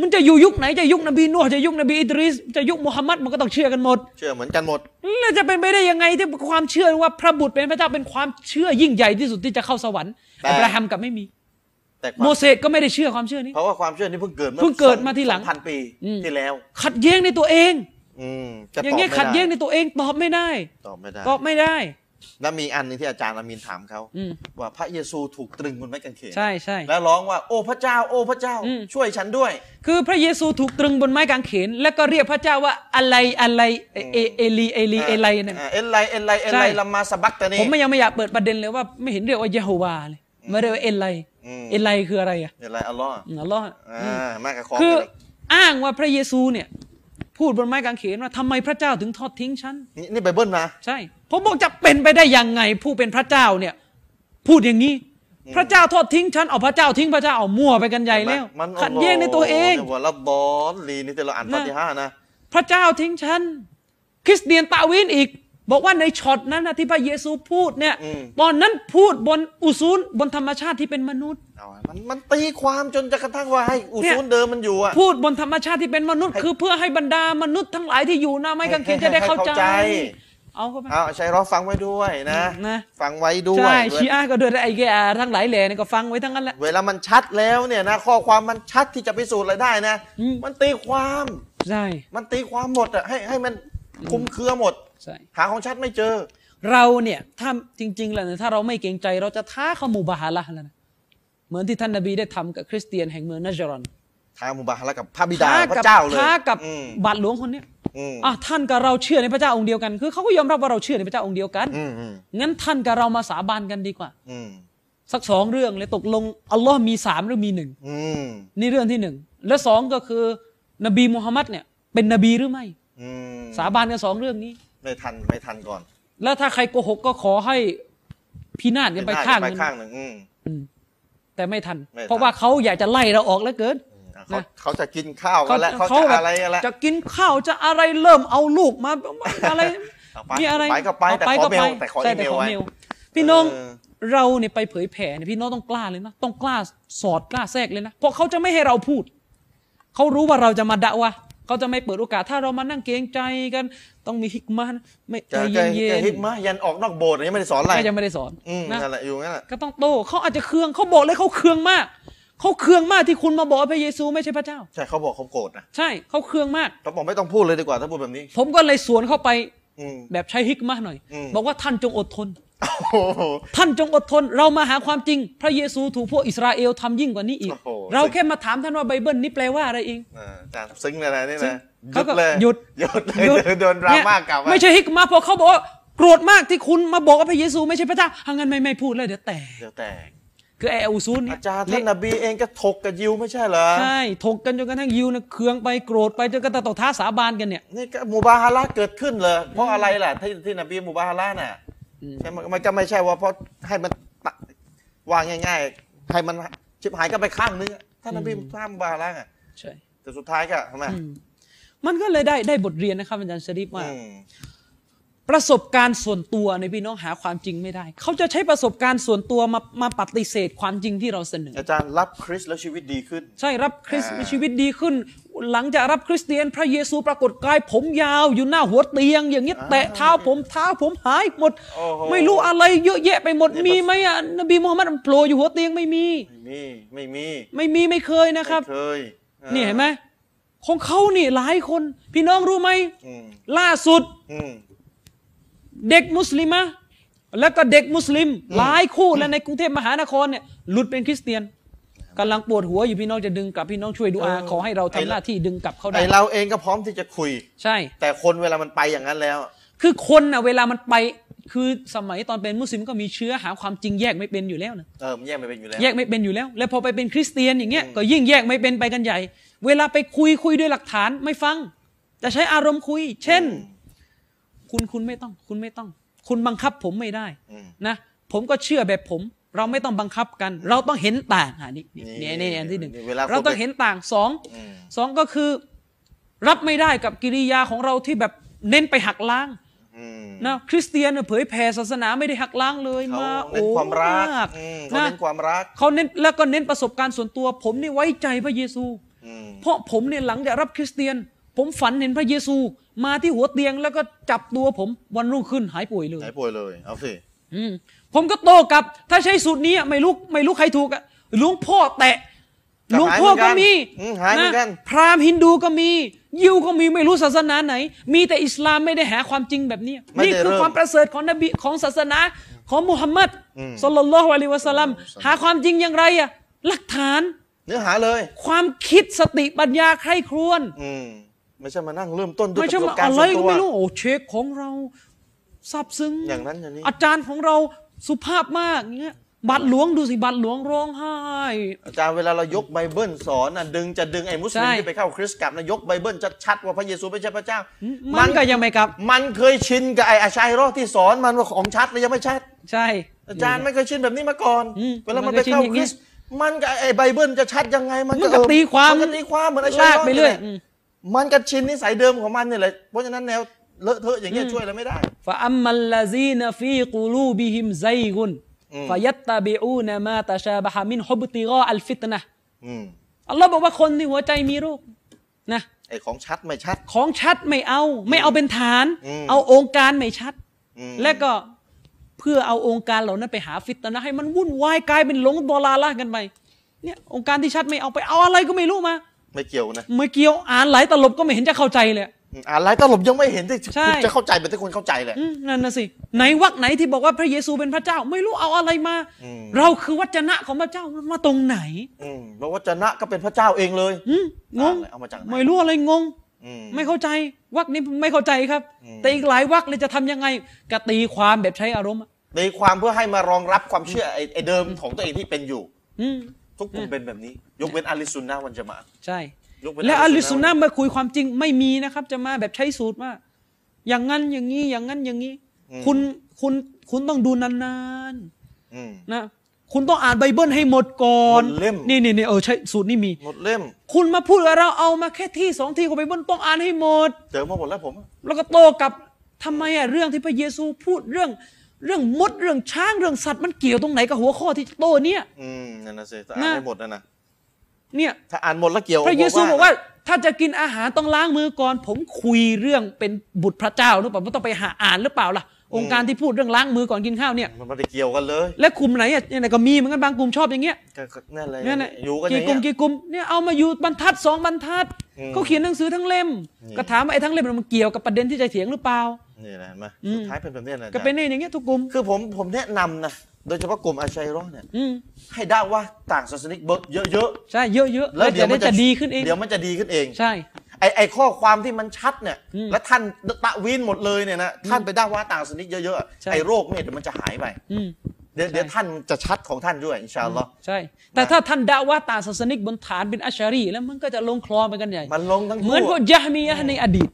Speaker 2: มันจะอยู่ยุคไหน จะยุคนบีนูฮ์จะยุคนบีอิดริส จะยุคมุฮัมมัด มันก็ต้องเชื่อกันหมด
Speaker 1: เชื่อเหมือนกันหมด
Speaker 2: แล้วจะเป็นไปได้ยังไงที่ความเชื่อว่าพระบุตรเป็นพระเจ้าเป็นความเชื่อยิ่งใหญ่ที่สุดที่จะเข้าสวรรค์
Speaker 1: แต่
Speaker 2: อับราฮัมกลับไม่มี
Speaker 1: แต่ควา
Speaker 2: โม
Speaker 1: ม
Speaker 2: เสสก็ไม่ได้เชื่อความเชื่อนี้
Speaker 1: เพราะว่าความเชื่อนี่เพิ่งเกิด
Speaker 2: เพิ่งเกิดมาทีหลัง
Speaker 1: พันปี
Speaker 2: อืม
Speaker 1: ที่แล้ว
Speaker 2: ขัดแย้งในตัวเอง
Speaker 1: อืมจะต
Speaker 2: อ
Speaker 1: อย่าง บ
Speaker 2: เงี้
Speaker 1: ไม่
Speaker 2: ยขัดแย้งใน
Speaker 1: ได้
Speaker 2: ตัวเองตอบไม่ได้
Speaker 1: ตอบไม่ได้
Speaker 2: ตอบไม่ได้
Speaker 1: แล้วมีอันหนึงที่อาจารย์อามินถามเขา
Speaker 2: อืม
Speaker 1: ว่าพระเยซูถูกตรึงบนไม้กางเขน
Speaker 2: ใช่ใช่
Speaker 1: แล้วร้องว่า โอ้พระเจ้า โอ้พระเจ้า
Speaker 2: อืม
Speaker 1: ช่วยฉันด้วย
Speaker 2: คือพระเยซูถูกตรึงบนไม้กางเขน แล้วก็เรียกพระเจ้าว่าอะไรอะไรเอเอเอลีเอลีเอไลเนี่ย
Speaker 1: เอลไลเอลไลเอล
Speaker 2: ใช่
Speaker 1: ไลลามาสบักตะนี
Speaker 2: ผมไม่ยังไม่อยากเปิดประเด็นเลยว่าไม่เห็นเรียกว่าเยโฮวาเลยไม่เรียกว่าเอไล
Speaker 1: อืม
Speaker 2: เอไลคืออะไรอ่ะ
Speaker 1: เอลไลอัลลอฮ์
Speaker 2: อืมอัลลอฮ์
Speaker 1: อ่าแม่กระคอง
Speaker 2: คือ
Speaker 1: เลย
Speaker 2: อ้างว่าพระเยซูเนี่ย พูดบนไม้กางเขนว่าทำไมพระเจ้าถึงทอดทิ้งฉัน
Speaker 1: นี่นี่ไบเบิลนะ
Speaker 2: ใช่ ผมบอกจะเป็นไปได้ยังไงผู้เป็นพระเจ้าเนี่ย พูดอย่างนี้ พระเจ้าทอดทิ้งฉันเอาพระเจ้าทิ้งพระเจ้าเอามั่วไปกันใหญ่แล้ว
Speaker 1: มัน
Speaker 2: ขัดแย้งในตัวเอง
Speaker 1: หัวละบอลลีนี่แต่เราอ่าน
Speaker 2: นะ
Speaker 1: ฟาติฮานะ
Speaker 2: พระเจ้าทิ้งฉัน คริสเตียนตาวินอีก บอกว่าในช็อตนั้นนะที่พระเยซูพูดเนี่ย
Speaker 1: อืม
Speaker 2: ตอนนั้นพูดบนอุซูลบนธรรมชาติที่เป็นมนุษย์
Speaker 1: เอาอะมันมันตีความจนจะกระทั่งว่าให้อุ
Speaker 2: เนี่ย
Speaker 1: ซูนเดิมมันอยู่อ่ะ
Speaker 2: พูดบนธรรมชาติที่เป็นมนุษย์
Speaker 1: ให้
Speaker 2: คือเพื่อให้บรรดามนุษย์ทั้งหลายที่อยู่หน้าไม้กางเขน
Speaker 1: ให้
Speaker 2: จะได้เข้า
Speaker 1: ให้เข้า
Speaker 2: ใจ
Speaker 1: ใจ
Speaker 2: เอาเข้าไป
Speaker 1: เอาชัยรอฟังไว้ด้วยนะ
Speaker 2: นะ
Speaker 1: ฟังไว้ด้วย
Speaker 2: ใช่ชีอาก็ด้วยไอ้แกอาทั้งหลายแหล่เนี่ยก็ฟังไว้ทั้งนั้นแหละ
Speaker 1: เวลามันชัดแล้วเนี่ยนะข้อความมันชัดที่จะพิสูจน์อะไรได้นะ
Speaker 2: อืม
Speaker 1: มันตีความ
Speaker 2: ใช่
Speaker 1: มันตีความหมดอ่ะให้ให้มันคลุมเครือหมด
Speaker 2: ใช่
Speaker 1: หาของชัดไม่เจอ
Speaker 2: เราเนี่ยถ้าจริงๆแล้วเนี่ยถ้าเราไม่เกรงใจเราจะท้าเขามูบาฮาละห์แล้วนะเหมือนที่ท่านนบีได้ทำกับคริสเตียนแห่งเมืองนัจรอน
Speaker 1: ทางมุบาฮะละกับพระบิดาพระเจ้าเลย
Speaker 2: ท้ากับ
Speaker 1: อืม
Speaker 2: บาทหลวงคนเนี้ย
Speaker 1: อืม
Speaker 2: อ่ะท่านกับเราเชื่อในพระเจ้าองค์เดียวกันคือเขาก็ยอมรับว่าเราเชื่อในพระเจ้าองค์เดียวกัน
Speaker 1: อืมอืม
Speaker 2: งั้นท่านกับเรามาสาบานกันดีกว่า
Speaker 1: อืม
Speaker 2: สักสองเรื่องเลยตกลงอัลลอฮ์มีสามหรือมีหนึ่ง
Speaker 1: อืม
Speaker 2: นี่เรื่องที่หนึ่งและสองก็คือนบีมูฮัมมัดเนี่ยเป็นนบีหรือไม่
Speaker 1: อืม
Speaker 2: สาบานกันสองเรื่องนี้
Speaker 1: ไม่ทันไม่ทันก่อน
Speaker 2: แล้วถ้าใครโกหกก็ขอให้พินาศกันไปข้างห
Speaker 1: ไป
Speaker 2: นึง
Speaker 1: ข้างหนึ่งอืม
Speaker 2: แต่ไม่ทัน
Speaker 1: ไม่ทัน
Speaker 2: เพราะว่าเขาอยากจะไล่เราออกเหลือเกิน
Speaker 1: อ่ะเขา
Speaker 2: นะ
Speaker 1: เขาจะกินข้าวกันแล้วเขาจะอะไรกันแล้ว
Speaker 2: จะกินข้าวจะอะไรเริ่มเอาลูกมา อะไร
Speaker 1: เอาไป
Speaker 2: มีอะไร
Speaker 1: ไปก็ไป
Speaker 2: เา
Speaker 1: แต่ขอเมลแต่ขอ
Speaker 2: ใช่
Speaker 1: อีเมลไว้
Speaker 2: พี่น้อง
Speaker 1: เออ
Speaker 2: เราเนี่ยไปเผยแผ่เนี่ยพี่น้องต้องกล้าเลยนะต้องกล้าสอดกล้าแทรกเลยนะเพราะเขาจะไม่ให้เราพูดเขารู้ว่าเราจะมาดะวะเขาจะไม่เปิดโอกาสถ้าเรามานั่งเกรงใจกัน ต้องมีฮิกมานะไม่ใจ
Speaker 1: จะจะ
Speaker 2: เย็
Speaker 1: จะ
Speaker 2: น
Speaker 1: ฮิตมายันออกนอกโบสถ์อะไรยังไม่ได้สอนอะไร
Speaker 2: ๆก็ยังไม่ได้สอน
Speaker 1: อืม
Speaker 2: นะ
Speaker 1: นั่นแหละอยู่งั้นแหละ
Speaker 2: ก็ต้องโตเขาอาจจะเคืองเขาบอกเลยเขาเคืองมากเขาเคืองมากที่คุณมาบอกว่าพระเยซูไม่ใช่พระเจ้า
Speaker 1: ใช่เขาบอกเขาโกรธนะ
Speaker 2: ใช่เขาเคืองมาก
Speaker 1: เขาบอกไม่ต้องพูดเลยดีกว่าถ้าพูดแบบนี้
Speaker 2: ผมก็เลยสวนเข้าไป
Speaker 1: อืม
Speaker 2: แบบใช้ฮิกมาหน่อย
Speaker 1: อืม
Speaker 2: บอกว่าท่านจงอดทน
Speaker 1: โอ้โห
Speaker 2: ท่านจงอดทน เรามาหาความจริง พระเยซูถูกพวกอิสราเอลทำยิ่งกว่านี้อีก
Speaker 1: โอ้โห
Speaker 2: เราแค่มาถามท่านว่าไบเบิลนี่แปลว่าอะไรเอง
Speaker 1: อ่าอาจารย์ซึ้งเลยนะนี่
Speaker 2: ซึ้
Speaker 1: นะห
Speaker 2: งเขา
Speaker 1: ยุด
Speaker 2: ก็
Speaker 1: เลย
Speaker 2: หยุด
Speaker 1: หยุดเลยเดี๋ยวโดนดราม่ากลับ
Speaker 2: เนี่ยไม่ใช่ฮิกมาเพราะเขาบอกว่าโกรธมากที่คุณมาบอกว่าพระเยซูไม่ใช่พระเจ้าเอางั้นไม่ไม่พูดเลยเดี๋ยวแตก
Speaker 1: เดี๋ยวแต่
Speaker 2: คือไออูซูนเนี่
Speaker 1: อาย จารย์ท่านนบีเองก็ถกกับยิวไม่ใช่เหรอ
Speaker 2: ใช่ถกกันจนกระทั่งยิวนะเคืองไปโกรธไปจนกระทั่งต่อท้าสาบานกันเนี่ย
Speaker 1: นี่ก็มูบาฮาระเกิดขึ้นเลยเพราะอะไรล่ะที่ที่นบีมูบาฮาระน่ะใช่ไหมมันก็ไม่ใช่ว่าเพราะให้มันตะวางง่าย ๆ ให้มันชิบหายก็ไปข้างนึงอะท่านนบีท่ามมูบาฮาระอ่ะ
Speaker 2: ใช่
Speaker 1: แต่สุดท้ายก็ทำไม
Speaker 2: มันก็เลยได้ได้บทเรียนนะครับอาจารย์ชริปว่า
Speaker 1: อืม
Speaker 2: ประสบการณ์ส่วนตัวในยพี่น้องหาความจริงไม่ได้ เขาจะใช้ประสบการณ์ส่วนตัวมามาปฏิเสธความจริงที่เราเสนอ
Speaker 1: อาจารย์รับคริสต์แล้วชีวิตดีขึ้น
Speaker 2: ใช่รับคริสต์
Speaker 1: อ่า
Speaker 2: ชีวิตดีขึ้น หลังจากรับคริสเตียน พระเยซูปรากฏกายผมยาวอยู่หน้าหัวเตียง อย่างนี้ยแตะเท้าผมเท้าผมหายหมด
Speaker 1: โอ้โห
Speaker 2: ไม่รู้อะไรเยอะแยะไปหมด
Speaker 1: นี่
Speaker 2: มีไหมอ่ะนบีมูฮัมมัดโผล่อยู่หัวเตียงไม่มี
Speaker 1: ไม่มีไม่มี
Speaker 2: ไม่มีไม่เคยนะครับ
Speaker 1: ไม่เคยออ
Speaker 2: นี่เห็นไหมของเขานี่หลายคน พี่น้องรู้ไหม
Speaker 1: อืม
Speaker 2: ล่าสุด
Speaker 1: อืม
Speaker 2: เด็กมุสลิมะแล้วก็เด็กมุสลิม หลายคู่แล้วในกรุงเทพมหานครเนี่ยหลุดเป็นคริสเตียนกำลังปวดหัวอยู่พี่น้องจะดึงกลับพี่น้องช่วยดูอา
Speaker 1: เออ
Speaker 2: ขอให้เราทำ
Speaker 1: ไอ้
Speaker 2: ห
Speaker 1: เรา
Speaker 2: น้าที่ดึงกลับเขาได้
Speaker 1: ไอเราเองก็พร้อมที่จะคุย
Speaker 2: ใช่
Speaker 1: แต่คนเวลามันไปอย่างนั้นแล้ว
Speaker 2: คือคนน่ะเวลามันไปคือสมัยตอนเป็นมุสลิมก็มีเชื้อหาความจริงแยกไม่เป็นอยู่แล้วนะ
Speaker 1: เออมันแยกไม่เป็นอยู่แล้ว
Speaker 2: แยกไม่เป็นอยู่แล้ว แล้วพอไปเป็นคริสเตียนอย่างเงี้ยก็ยิ่งแยกไม่เป็นไปกันใหญ่ เวลาไปคุยคุยด้วยหลักฐานไม่ฟัง จะใช้อารมณ์คุย เช่น คุณคุณไม่ต้อง คุณไม่ต้อง คุณบังคับผมไม่ได้
Speaker 1: อืม
Speaker 2: นะ ผมก็เชื่อแบบผม เราไม่ต้องบังคับกัน เราต้องเห็นต่างอ่ะนี่นี่
Speaker 1: นี่
Speaker 2: นี่นี่อันที่หนึ่ง
Speaker 1: เวลาคน
Speaker 2: เราต้องเห็นต่างสอง
Speaker 1: อืม
Speaker 2: สองก็คือ รับไม่ได้กับกิริยาของเราที่แบบเน้นไปหักล้าง
Speaker 1: อืม
Speaker 2: นะคริสเตียนน่ะเผยแผ่ศาสนาไม่ได้หักล้างเลย
Speaker 1: เขา
Speaker 2: มา
Speaker 1: เน้นความรัก
Speaker 2: มาก
Speaker 1: อืมเขาเน้นความรัก
Speaker 2: เขาเน้นแล้วก็เน้นประสบการณ์ส่วนตัว ผมนี่ไว้ใจพระเยซู
Speaker 1: อืม
Speaker 2: เพราะผมเนี่ยหลังจากรับคริสเตียน ผมฝันเห็นพระเยซู มาที่หัวเตียงแล้วก็จับตัวผมวันรุ่งขึ้นหายป่วยเลย
Speaker 1: หายป่วยเลยเอาสิ
Speaker 2: อืมผมก็โตกลับ ถ้าใช้สูตรนี้อ่ะไม่รู้ไม่รู้ใครถูกอ่ะหลวงพ่อแตะหลวงพ่อก็มี
Speaker 1: อืหายเหมือนกัน
Speaker 2: ะพราหมณ์ฮินดูก็มี ยิวก็มีไม่รู้ศาสนาไหน มีแต่อิสลามไม่ได้หาความจริงแบบเนี้ย
Speaker 1: ไม่ได้
Speaker 2: นี่คือ
Speaker 1: เริ่ม
Speaker 2: ความประเสริฐของนบีของศาสนาของมุฮัมมัด
Speaker 1: อืม
Speaker 2: สลลัลลอฮุอะลัยฮิวะสัลลัม
Speaker 1: อืม
Speaker 2: หาความจริงอย่างไรอะหลักฐาน
Speaker 1: เนื้อหาเลย
Speaker 2: ความคิดสติปัญญาใคร่ครวญ
Speaker 1: อืมไม่ใช่มานั่งเริ่มต้นด้วย
Speaker 2: ไม่ใช่
Speaker 1: ประส
Speaker 2: ว่า
Speaker 1: บการ
Speaker 2: อะ
Speaker 1: ณ์
Speaker 2: ไร
Speaker 1: ส่วนตั
Speaker 2: ก็
Speaker 1: ว
Speaker 2: ไม่รู้โอ้เชคของเราซาบซึ้ง
Speaker 1: อย่างนั้นอย่างนี้
Speaker 2: อาจารย์ของเราสุภาพมากเงี้ยบัตรหลวงดูสิบัตรหลวงร้องไห้
Speaker 1: อาจารย์เวลาเรายกไบเบิลสอนน่ะดึงจะดึงไอ้มุสลิม
Speaker 2: ใช่
Speaker 1: ที่ไปเข้าคริสต์กลับนะยกไบเบิลชัดๆว่าพระเยซูไม่ใช่พระเจ้า
Speaker 2: มั
Speaker 1: มัน
Speaker 2: ก็ยังไม่กลับ
Speaker 1: มันเคยชินกับไอ้อาชัยรอที่สอนมันว่าของชัดแล้วยังไม่ชัด
Speaker 2: ใช่
Speaker 1: อาจารย์ไม่เคยชินแบบนี้มาก่อน
Speaker 2: อืม
Speaker 1: เวลามันไปเข้า
Speaker 2: มันก็ชินอ
Speaker 1: ค
Speaker 2: ย่างเงี้
Speaker 1: ริ
Speaker 2: ย
Speaker 1: สต์มันกับไอ้ไบเบิลจะชัดยังไงมัน
Speaker 2: มันก็ตีความ
Speaker 1: มันก็ตีความเหมือนไอ้ชั
Speaker 2: ลากไปเรื่อยอืม
Speaker 1: มันกับชินนิสัยเดิมของมันเนี่ยแหละเพราะฉะนั้นแนวเลอะเทอะอย่างเงี้ยช่วยอะไรไม่ได้
Speaker 2: ฟะอัมมัลลาซีนฟีกูลูบิฮิมไซกุน
Speaker 1: อืม
Speaker 2: ฟะยัตตะบิอูนมาตะชาบะฮะมินฮุบติกออัลฟิตนะห์
Speaker 1: อืม
Speaker 2: อัลลอฮ์บอกว่าคนที่หัวใจมีโรคนะ
Speaker 1: ไอ้ของชัดไม่ชัด
Speaker 2: ของชัดไม่เอา ไม่เอาเป็นฐาน
Speaker 1: อืม
Speaker 2: เอาองค์การไม่ชัด
Speaker 1: อืม
Speaker 2: และก็เพื่อเอาองค์การเหล่านั้นไปหาฟิตนะห์ให้มันวุ่นวายกลายเป็นหลงดอลาละกันไปเนี่ยองค์การที่ชัดไม่เอาไปเอาอะไรก็ไม่รู้มา
Speaker 1: ไม่เกี่ยวนะ
Speaker 2: เมื่อเกี่ยวอ่านหลายตลบก็ไม่เห็นจะเข้าใจเลย
Speaker 1: อืมอะไรตลบยังไม่เห็นที่
Speaker 2: ใช่
Speaker 1: จะเข้าใจเป็นที่คนเข้าใจเลย
Speaker 2: อืมนั่นนะสิไหนวักไหนที่บอกว่าพระเยซูเป็นพระเจ้า ไม่รู้เอาอะไรมา
Speaker 1: อืม
Speaker 2: เราคือวัจนะของพระเจ้ามาตรงไหน
Speaker 1: อืมเพราะว่าจนะก็เป็นพระเจ้าเองเลย
Speaker 2: อืมงง
Speaker 1: อะไรเอามาจากไหน
Speaker 2: ไม่รู้อะไรงง
Speaker 1: อืม
Speaker 2: ไม่เข้าใจวักนี้ไม่เข้าใจครับ แต่อีกหลายวักเลยจะทำยังไงกตีความแบบใช้อารมณ์อะ
Speaker 1: ในความเพื่อให้มารองรับความเชื่อไอ้ไอ้เดิมของตัวเองที่เป็นอยู่
Speaker 2: อืม
Speaker 1: ทุกกลุ่มเป็นแบบนี้ ยกเว้นอาลิสุนนะวันจะมาอะห์
Speaker 2: ใช่
Speaker 1: ยกเว้น
Speaker 2: และอัลลิสุนนะ
Speaker 1: วั
Speaker 2: มาคุยความจริงไม่มีนะครับ จะมาแบบใช้สูตรว่าอย่างนั้นอย่างนี้อย่างนั้นอย่างนี้ คุณคุณคุณต้องดูนานๆ
Speaker 1: อืม
Speaker 2: นะคุณต้องอ่านไบเบิลให้หมดก่อน
Speaker 1: หมดเล่ม
Speaker 2: นี่นี่นี่เออใช่สูตรนี่มี
Speaker 1: หมดเล่ม
Speaker 2: คุณมาพูดกับเราเอามาแค่ที่สองที่ของไบเบิลต้องอ่านให้หมด
Speaker 1: เจอมาหมดแล้วผมอะ
Speaker 2: แล้วก็โตกลับทำไมอะเรื่องที่พระเยซูพูดเรื่อง เรื่องมดเรื่องช้างเรื่องสัตว์มันเกี่ยวตรงไหนกับหัวข้อที่โตเนี่ย
Speaker 1: อืมนั่นนะสิแต่อ่าน
Speaker 2: นะ
Speaker 1: ไม่หมดนะนะ
Speaker 2: เนี่ย
Speaker 1: ถ้าอ่านหมดแล้วเกี่ยว
Speaker 2: พระเยซู
Speaker 1: ผม
Speaker 2: บอกว่าถ้าจะกินอาหารต้องล้างมือก่อน ผมคุยเรื่องเป็นบุตรพระเจ้าหรือเปล่าไม่ต้องไปหาอ่านหรือเปล่าล่ะ องค์การที่พูดเรื่องล้างมือก่อนกินข้าวเนี่ย
Speaker 1: นะมันไม่ได้เกี่ยวกันเลย
Speaker 2: และกลุ่มไหนอะเนี่ยก็มีเหมือนกันบางกลุ่มชอบอย่างเงี้ย
Speaker 1: ก็ก็นั่นเลย
Speaker 2: นั่นแหละ
Speaker 1: อยู่กันอ
Speaker 2: กี่
Speaker 1: ย่าง
Speaker 2: กลุ่ม
Speaker 1: เงี้ย
Speaker 2: กี่กลุ่มเนี่ยเอามาอยู่บรรทัดสองบรรทัด
Speaker 1: อืม
Speaker 2: เขาเขียนหนังสือทั้งเล่ม
Speaker 1: นี่
Speaker 2: ก็ถามว่าไอ้ทั้งเล่มมันเกี่ยวกับประเด็นที่จะเถียงหรือเปล่า
Speaker 1: นี่นะเห็นไหม
Speaker 2: อืม
Speaker 1: สุดท้ายเป็นแบบเนี้ยนะอาจา
Speaker 2: ก็
Speaker 1: รย์
Speaker 2: เป็นในอย่างเงี้ยทุกกลุ่ม
Speaker 1: คือผมผมแนะนำนะโดยเฉพาะกลุ่มอาชัยเร้อเนี่ย
Speaker 2: อืม
Speaker 1: ให้ด่าว่าต่างศาสนิกเบิร์เยอะ
Speaker 2: ใช่เยอะ
Speaker 1: ๆ
Speaker 2: ๆแล้วเดี๋ยวมันจะดีขึ้นเอง
Speaker 1: เดี๋ยวมันจะดีขึ้นเอง
Speaker 2: ใช่
Speaker 1: ไอไอข้อความที่มันชัดเนี่ย
Speaker 2: อืม
Speaker 1: และท่านตะวินหมดเลยเนี่ยนะท่านไปด่าว่าต่างศาสนิกเยอะๆอะ
Speaker 2: ใช่
Speaker 1: ไอโรคเนี่ยเดี๋ยวมันจะหายไป
Speaker 2: อืม
Speaker 1: เดี๋ยว
Speaker 2: ใช่
Speaker 1: เดี๋ยวท่านจะชัดของท่านด้วยอินชาอัลลอฮ์
Speaker 2: ใช่ แต่
Speaker 1: นะ
Speaker 2: ถ้าท่านด่าว่าต่างศาสนิกบนฐานเป็นอัชชารี แล้วมันก็จะลงคลองไปกันใหญ่
Speaker 1: มันลงทั้ง
Speaker 2: เหมื
Speaker 1: คู่
Speaker 2: อนพวกยะฮ์มียะฮ์ในอดีต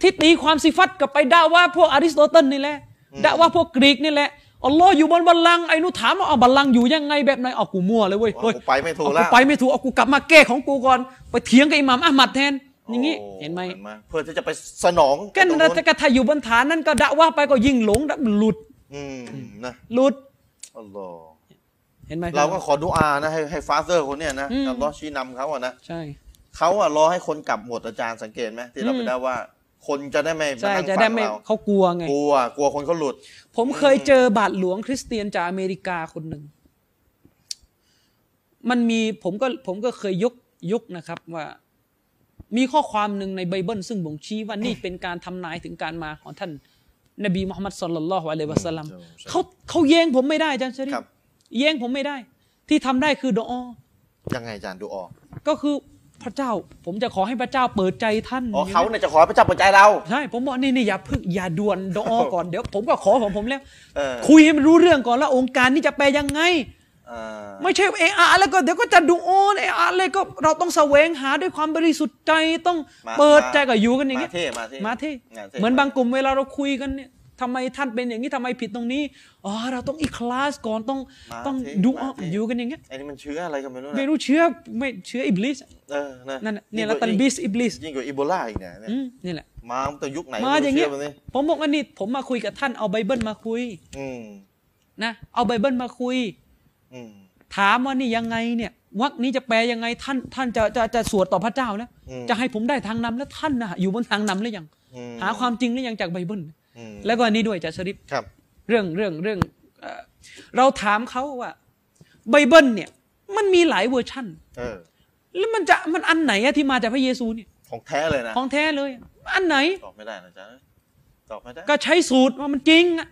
Speaker 2: ที่ตีความสิฟัตกลับไปด่าว่าพวกอริสโตเติลนี่แหละด่าว่าพวกกรีกนี่แหละอัลลอฮ์อยู่บนบัลลังก์ไอ้หนูถามว่าเอาบัลลังก์อยู่ยังไงแบบไหนเอากูมั่วเลยเว้ย
Speaker 1: ว่า
Speaker 2: เฮ้ย
Speaker 1: กูไปไม่ถูก
Speaker 2: เอา
Speaker 1: แล้
Speaker 2: กู
Speaker 1: ว
Speaker 2: ไปไม่ถูกเอากูกลับมาแก้ของกูก่อน ไปเถียงกับอิหม่ามอามัดแทน อย่างนี้
Speaker 1: โ
Speaker 2: เห็นไหม
Speaker 1: เพื่อที่จะไปสนอง
Speaker 2: กัน
Speaker 1: ไอ้ตรง
Speaker 2: นะ
Speaker 1: นู้น
Speaker 2: แต่กระทาอยู่บนฐานนั้นก็ด่าว่าไปก็ยิ่งหลงด่าหลุด
Speaker 1: อืมนะ
Speaker 2: หลุด
Speaker 1: อัลลอฮ์
Speaker 2: เห็นไหม
Speaker 1: เราก็ขอดุอานะให้ให้ฟาเซอร์คนเนี่ยนะอัลลอฮ์ชี้นำเขาอะนะ
Speaker 2: ใช่
Speaker 1: เขาอะรอให้คนกลับหมดอาจารย์สังเกตไหมที่เราไปได้ว่า คนจะได้ไม่มา
Speaker 2: ใช่
Speaker 1: นั่ง
Speaker 2: จะ
Speaker 1: ฟั
Speaker 2: ได้
Speaker 1: ง
Speaker 2: ไม่
Speaker 1: เรา
Speaker 2: เขากลัวไง
Speaker 1: กลัวกลัวคนเขาหลุด
Speaker 2: ผมเคยเจอบาทหลวงคริสเตียนจากอเมริกาคนหนึ่ง มันมีผมก็ผมก็เคยยกยกนะครับว่า มีข้อความหนึ่งในไบเบิลซึ่งบ่งชี้ว่านี่เป็นการทำนายถึงการมาของท่าน นบีมุฮัมมัดสุลลัลลอฮุอะลัยฮิวะสัลลัม
Speaker 1: อืมใช่
Speaker 2: เขาเขาแย้งผมไม่ได้อาจารย์ชะริฟ
Speaker 1: ครับ
Speaker 2: แย้งผมไม่ได้ ที่ทำได้คือดออ
Speaker 1: ยังไงอาจารย์ดูออก
Speaker 2: ก็คือพระเจ้า ผมจะขอให้พระเจ้าเปิดใจท่าน
Speaker 1: อ๋อเขาเนี่ยจะขอให้พระเจ้าเปิดใจเรา
Speaker 2: ใช่ผมบอกนี่นี่อย่าเพึ่งอย่าด่วนดออก่อนเดี๋ยวผมก็ขอของผมแล้ว
Speaker 1: เออ
Speaker 2: คุยให้มันรู้เรื่องก่อนแล้วองค์การนี่จะแปลยังไง
Speaker 1: เออ
Speaker 2: ไม่ใช่เออาแล้วก็เดี๋ยวก็จะดูโอนเออาเลยก็เราต้องแสวงหาด้วยความบริสุทธิ์ใจต้อง
Speaker 1: มา
Speaker 2: เปิดใจ
Speaker 1: มา
Speaker 2: กับอยู่กันอย่างเงี้ย
Speaker 1: มาเท่มาเท่
Speaker 2: มาเท่
Speaker 1: งท่
Speaker 2: เหมือนบางกลุ่มเวลาเราคุยกันเนี่ยทำไมท่านเป็นอย่างนี้ทำไมผิดตรงนี้อ๋อเราต้องอีคลาสก่อนต้อง
Speaker 1: มา
Speaker 2: ต้อง
Speaker 1: เท่
Speaker 2: ดู
Speaker 1: มาเท่
Speaker 2: อยู่กันอย่างเงี้ย
Speaker 1: ไอ้นี่มันเชื้ออะไรกันไม่รู้นะ
Speaker 2: ไม่รู้เชื้อไม่เชื้ออิบลิส
Speaker 1: เออนะ
Speaker 2: นั่นน่ะเนี่ย
Speaker 1: ง
Speaker 2: ละ
Speaker 1: กา
Speaker 2: ตันบิสอิบลิส
Speaker 1: ยิ่งกว่าอีโบลาอีกเนี่ยเนี่ย
Speaker 2: อืมนี่แหละ
Speaker 1: มาตั้งแต่ยุคไหน
Speaker 2: มาอย่างเงี้ย
Speaker 1: ไม่รู้ชื้แบบนี้
Speaker 2: ผมบอกว่านี่ผมมาคุยกับท่านเอาไบเบิลมาคุย
Speaker 1: อืม
Speaker 2: นะเอาไบเบิลมาคุย
Speaker 1: อืม
Speaker 2: ถามว่านี่ยังไงเนี่ยวักนี้จะแปลยังไงท่านท่านจะจะจะสวดต่อพระเจ้าแล้วจะให้ผมได้ทางนำแล้วท่านนะอยู่บนทางนำหรือยัง
Speaker 1: อืม
Speaker 2: หาความจริงหรือยังจากไบเบิล
Speaker 1: อืม
Speaker 2: แล้วก็อันนี้ด้วยจะสริป
Speaker 1: ครับ
Speaker 2: เรื่องเรื่องเรื่องเอ่อเราถามเขาว่าไบเบิลเนี่ยมันมีหลายเวอร์ชัน
Speaker 1: เออ
Speaker 2: แล้วมันจะมันอันไหนอะที่มาจากพระเยซูเนี่ย
Speaker 1: ของแท้เลยนะ
Speaker 2: ของแท้เลยอะอันไหน
Speaker 1: ตอบไม่ได้นะจ๊ะตอบไม่ได้
Speaker 2: ก็ใช้สูตรว่ามันจริงอะ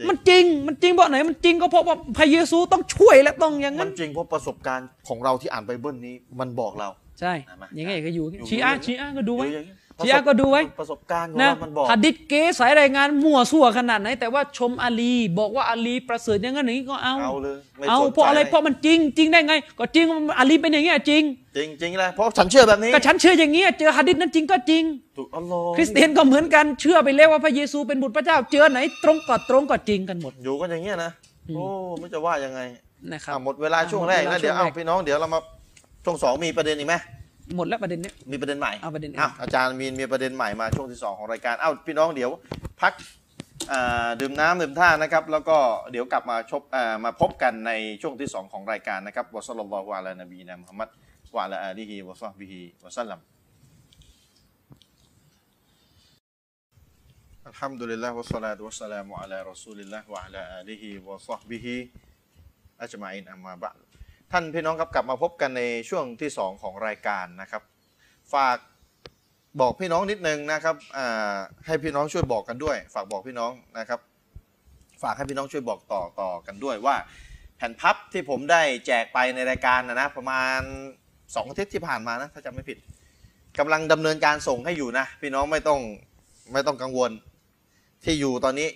Speaker 1: จริง
Speaker 2: มันจริงมันจริงเพราะไหนมันจริงก็เพราะว่าพระเยซูต้องช่วยและต้องอย่าง
Speaker 1: มั
Speaker 2: นั้น น
Speaker 1: จริงเพราะประสบการณ์ของเราที่อ่านไบเบิลนี้มันบอกเรา
Speaker 2: ใช่
Speaker 1: อ่ะมา
Speaker 2: อย่างไงก็อยู่อย่า
Speaker 1: อ
Speaker 2: ง
Speaker 1: ยู่
Speaker 2: เงี้ยชีอา
Speaker 1: อย่างเงี้ย
Speaker 2: ชีอาก็ดูไว้
Speaker 1: เดี๋ยวอย่างนี้
Speaker 2: เชียร์ก็ดูไว้
Speaker 1: ประสบการณ์ของ
Speaker 2: นะ
Speaker 1: เรามันบอก
Speaker 2: หัดดิษเก๋สายรายงานมั่วสั่วขนาดไหน แต่ว่าชมอาลี บอกว่าอาลีประเสริฐอย่างนั้นอย่างนี้ก็เอา
Speaker 1: เอาเลยไม่
Speaker 2: เอา
Speaker 1: สนใจ
Speaker 2: เพราะอะไรเพราะมันจริงจริงได้ไง ก็จริงว่าอาลีเป็นอย่างนี้ยจริง
Speaker 1: จริงจริงๆเลยเพราะฉันเชื่อแบบนี้
Speaker 2: ก็ฉันเชื่ออย่างนี้ยเจอหัดดิษนั้นจริงก็จริง
Speaker 1: ถูกอัลลอฮ์
Speaker 2: คริสเตียนก็เหมือนกันเชื่อไปแล้วว่าพระเยซูเป็นบุตรพระเจ้าเจอไหนตรงก็ตรงก็จริงกันหมด
Speaker 1: อยู่กันอย่างเงี้ยนะโอ้ไม่จะว่ายังไง
Speaker 2: นะครับ
Speaker 1: อ่ะหมดเวลาช่วงแรก
Speaker 2: หมดเวลา
Speaker 1: แล้วเดี๋ยว
Speaker 2: ช่วง
Speaker 1: เอา
Speaker 2: แรก
Speaker 1: พี่น้องเดี๋ยวเรามาช่วงสองมีประเด็นอีกไหม
Speaker 2: หมดแล้วประเด็นเนี้ย
Speaker 1: มีประเด็นใหม่
Speaker 2: เอาประเด็นอื่น
Speaker 1: วอาจารย์มีนมีประเด็นใหม่มาช่วงที่สองของรายการเอ้าพี่น้องเดี๋ยวพักอ่าดื่มน้ำดื่มท่านะครับ แล้วก็เดี๋ยวกลับมาชบอ่ามาพบกันในช่วงที่สองของรายการนะครับวะซัลลัลลอฮุอะลานบีนะมุฮัมมัดวะอะลาอาลีฮิวะซอฮบิฮิวะซัลลัม الحمد لله والصلاة والسلام على رسول الله وعلى آله وصحبه อัจมาอินอามาบะท่านพี่น้องครับกลับมาพบกันในช่วงที่ 2 ของรายการนะครับ ฝากบอกพี่น้องนิดนึงนะครับอ่าให้พี่น้องช่วยบอกกันด้วย ฝากบอกพี่น้องนะครับ ฝากให้พี่น้องช่วยบอกต่อต่อกันด้วยว่า แผ่นพับที่ผมได้แจกไปในรายการนะนะประมาณ2อาทิตย์ที่ผ่านมานะถ้าจำไม่ผิดกำลังดำเนินการส่งให้อยู่นะ พี่น้องไม่ต้องไม่ต้องกังวลที่อยู่ตอนนี้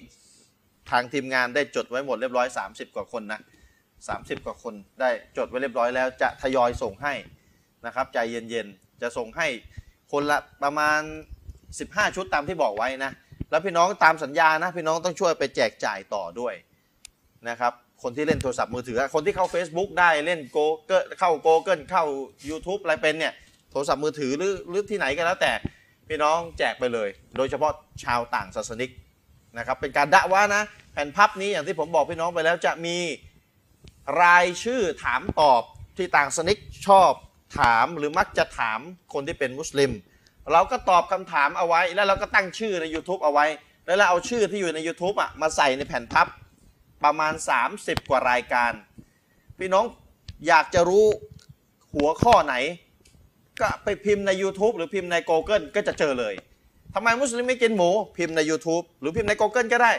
Speaker 1: ทางทีมงานได้จดไว้หมดเรียบร้อย 30 กว่าคนนะ 30 กว่าคนได้จดไว้เรียบร้อยแล้วจะทยอยส่งให้นะครับใจเย็นๆ จะส่งให้คนละประมาณ 15 ชุดตามที่บอกไว้นะ แล้วพี่น้องตามสัญญานะ พี่น้องต้องช่วยไปแจกจ่ายต่อด้วยนะครับคนที่เล่นโทรศัพท์มือถือคนที่เข้า Facebook ได้เล่นโกเกิลเข้า Google เข้า YouTube อะไรเป็นเนี่ยโทรศัพท์มือถือหรือหรือที่ไหนก็แล้วแต่พี่น้องแจกไปเลย โดยเฉพาะชาวต่างศาสนิกนะครับเป็นการดะว่านะแผ่นพับนี้อย่างที่ผมบอกพี่น้องไปแล้วจะมี รายชื่อถามตอบที่ต่างสนิกชอบถามหรือมักจะถามคนที่เป็นมุสลิม เราก็ตอบคำถามเอาไว้แล้วเราก็ตั้งชื่อใน YouTube เอาไว้ แล้วเราเอาชื่อที่อยู่ใน YouTube อ่ะมาใส่ในแผ่นพับประมาณ 30 กว่ารายการ พี่น้องอยากจะรู้หัวข้อไหน ก็ไปพิมพ์ใน YouTube หรือพิมพ์ใน Google ก็จะเจอเลยทำไมมุสลิมไม่กินหมูพิมพ์ใน YouTube หรือพิมพ์ใน Google ก็ได้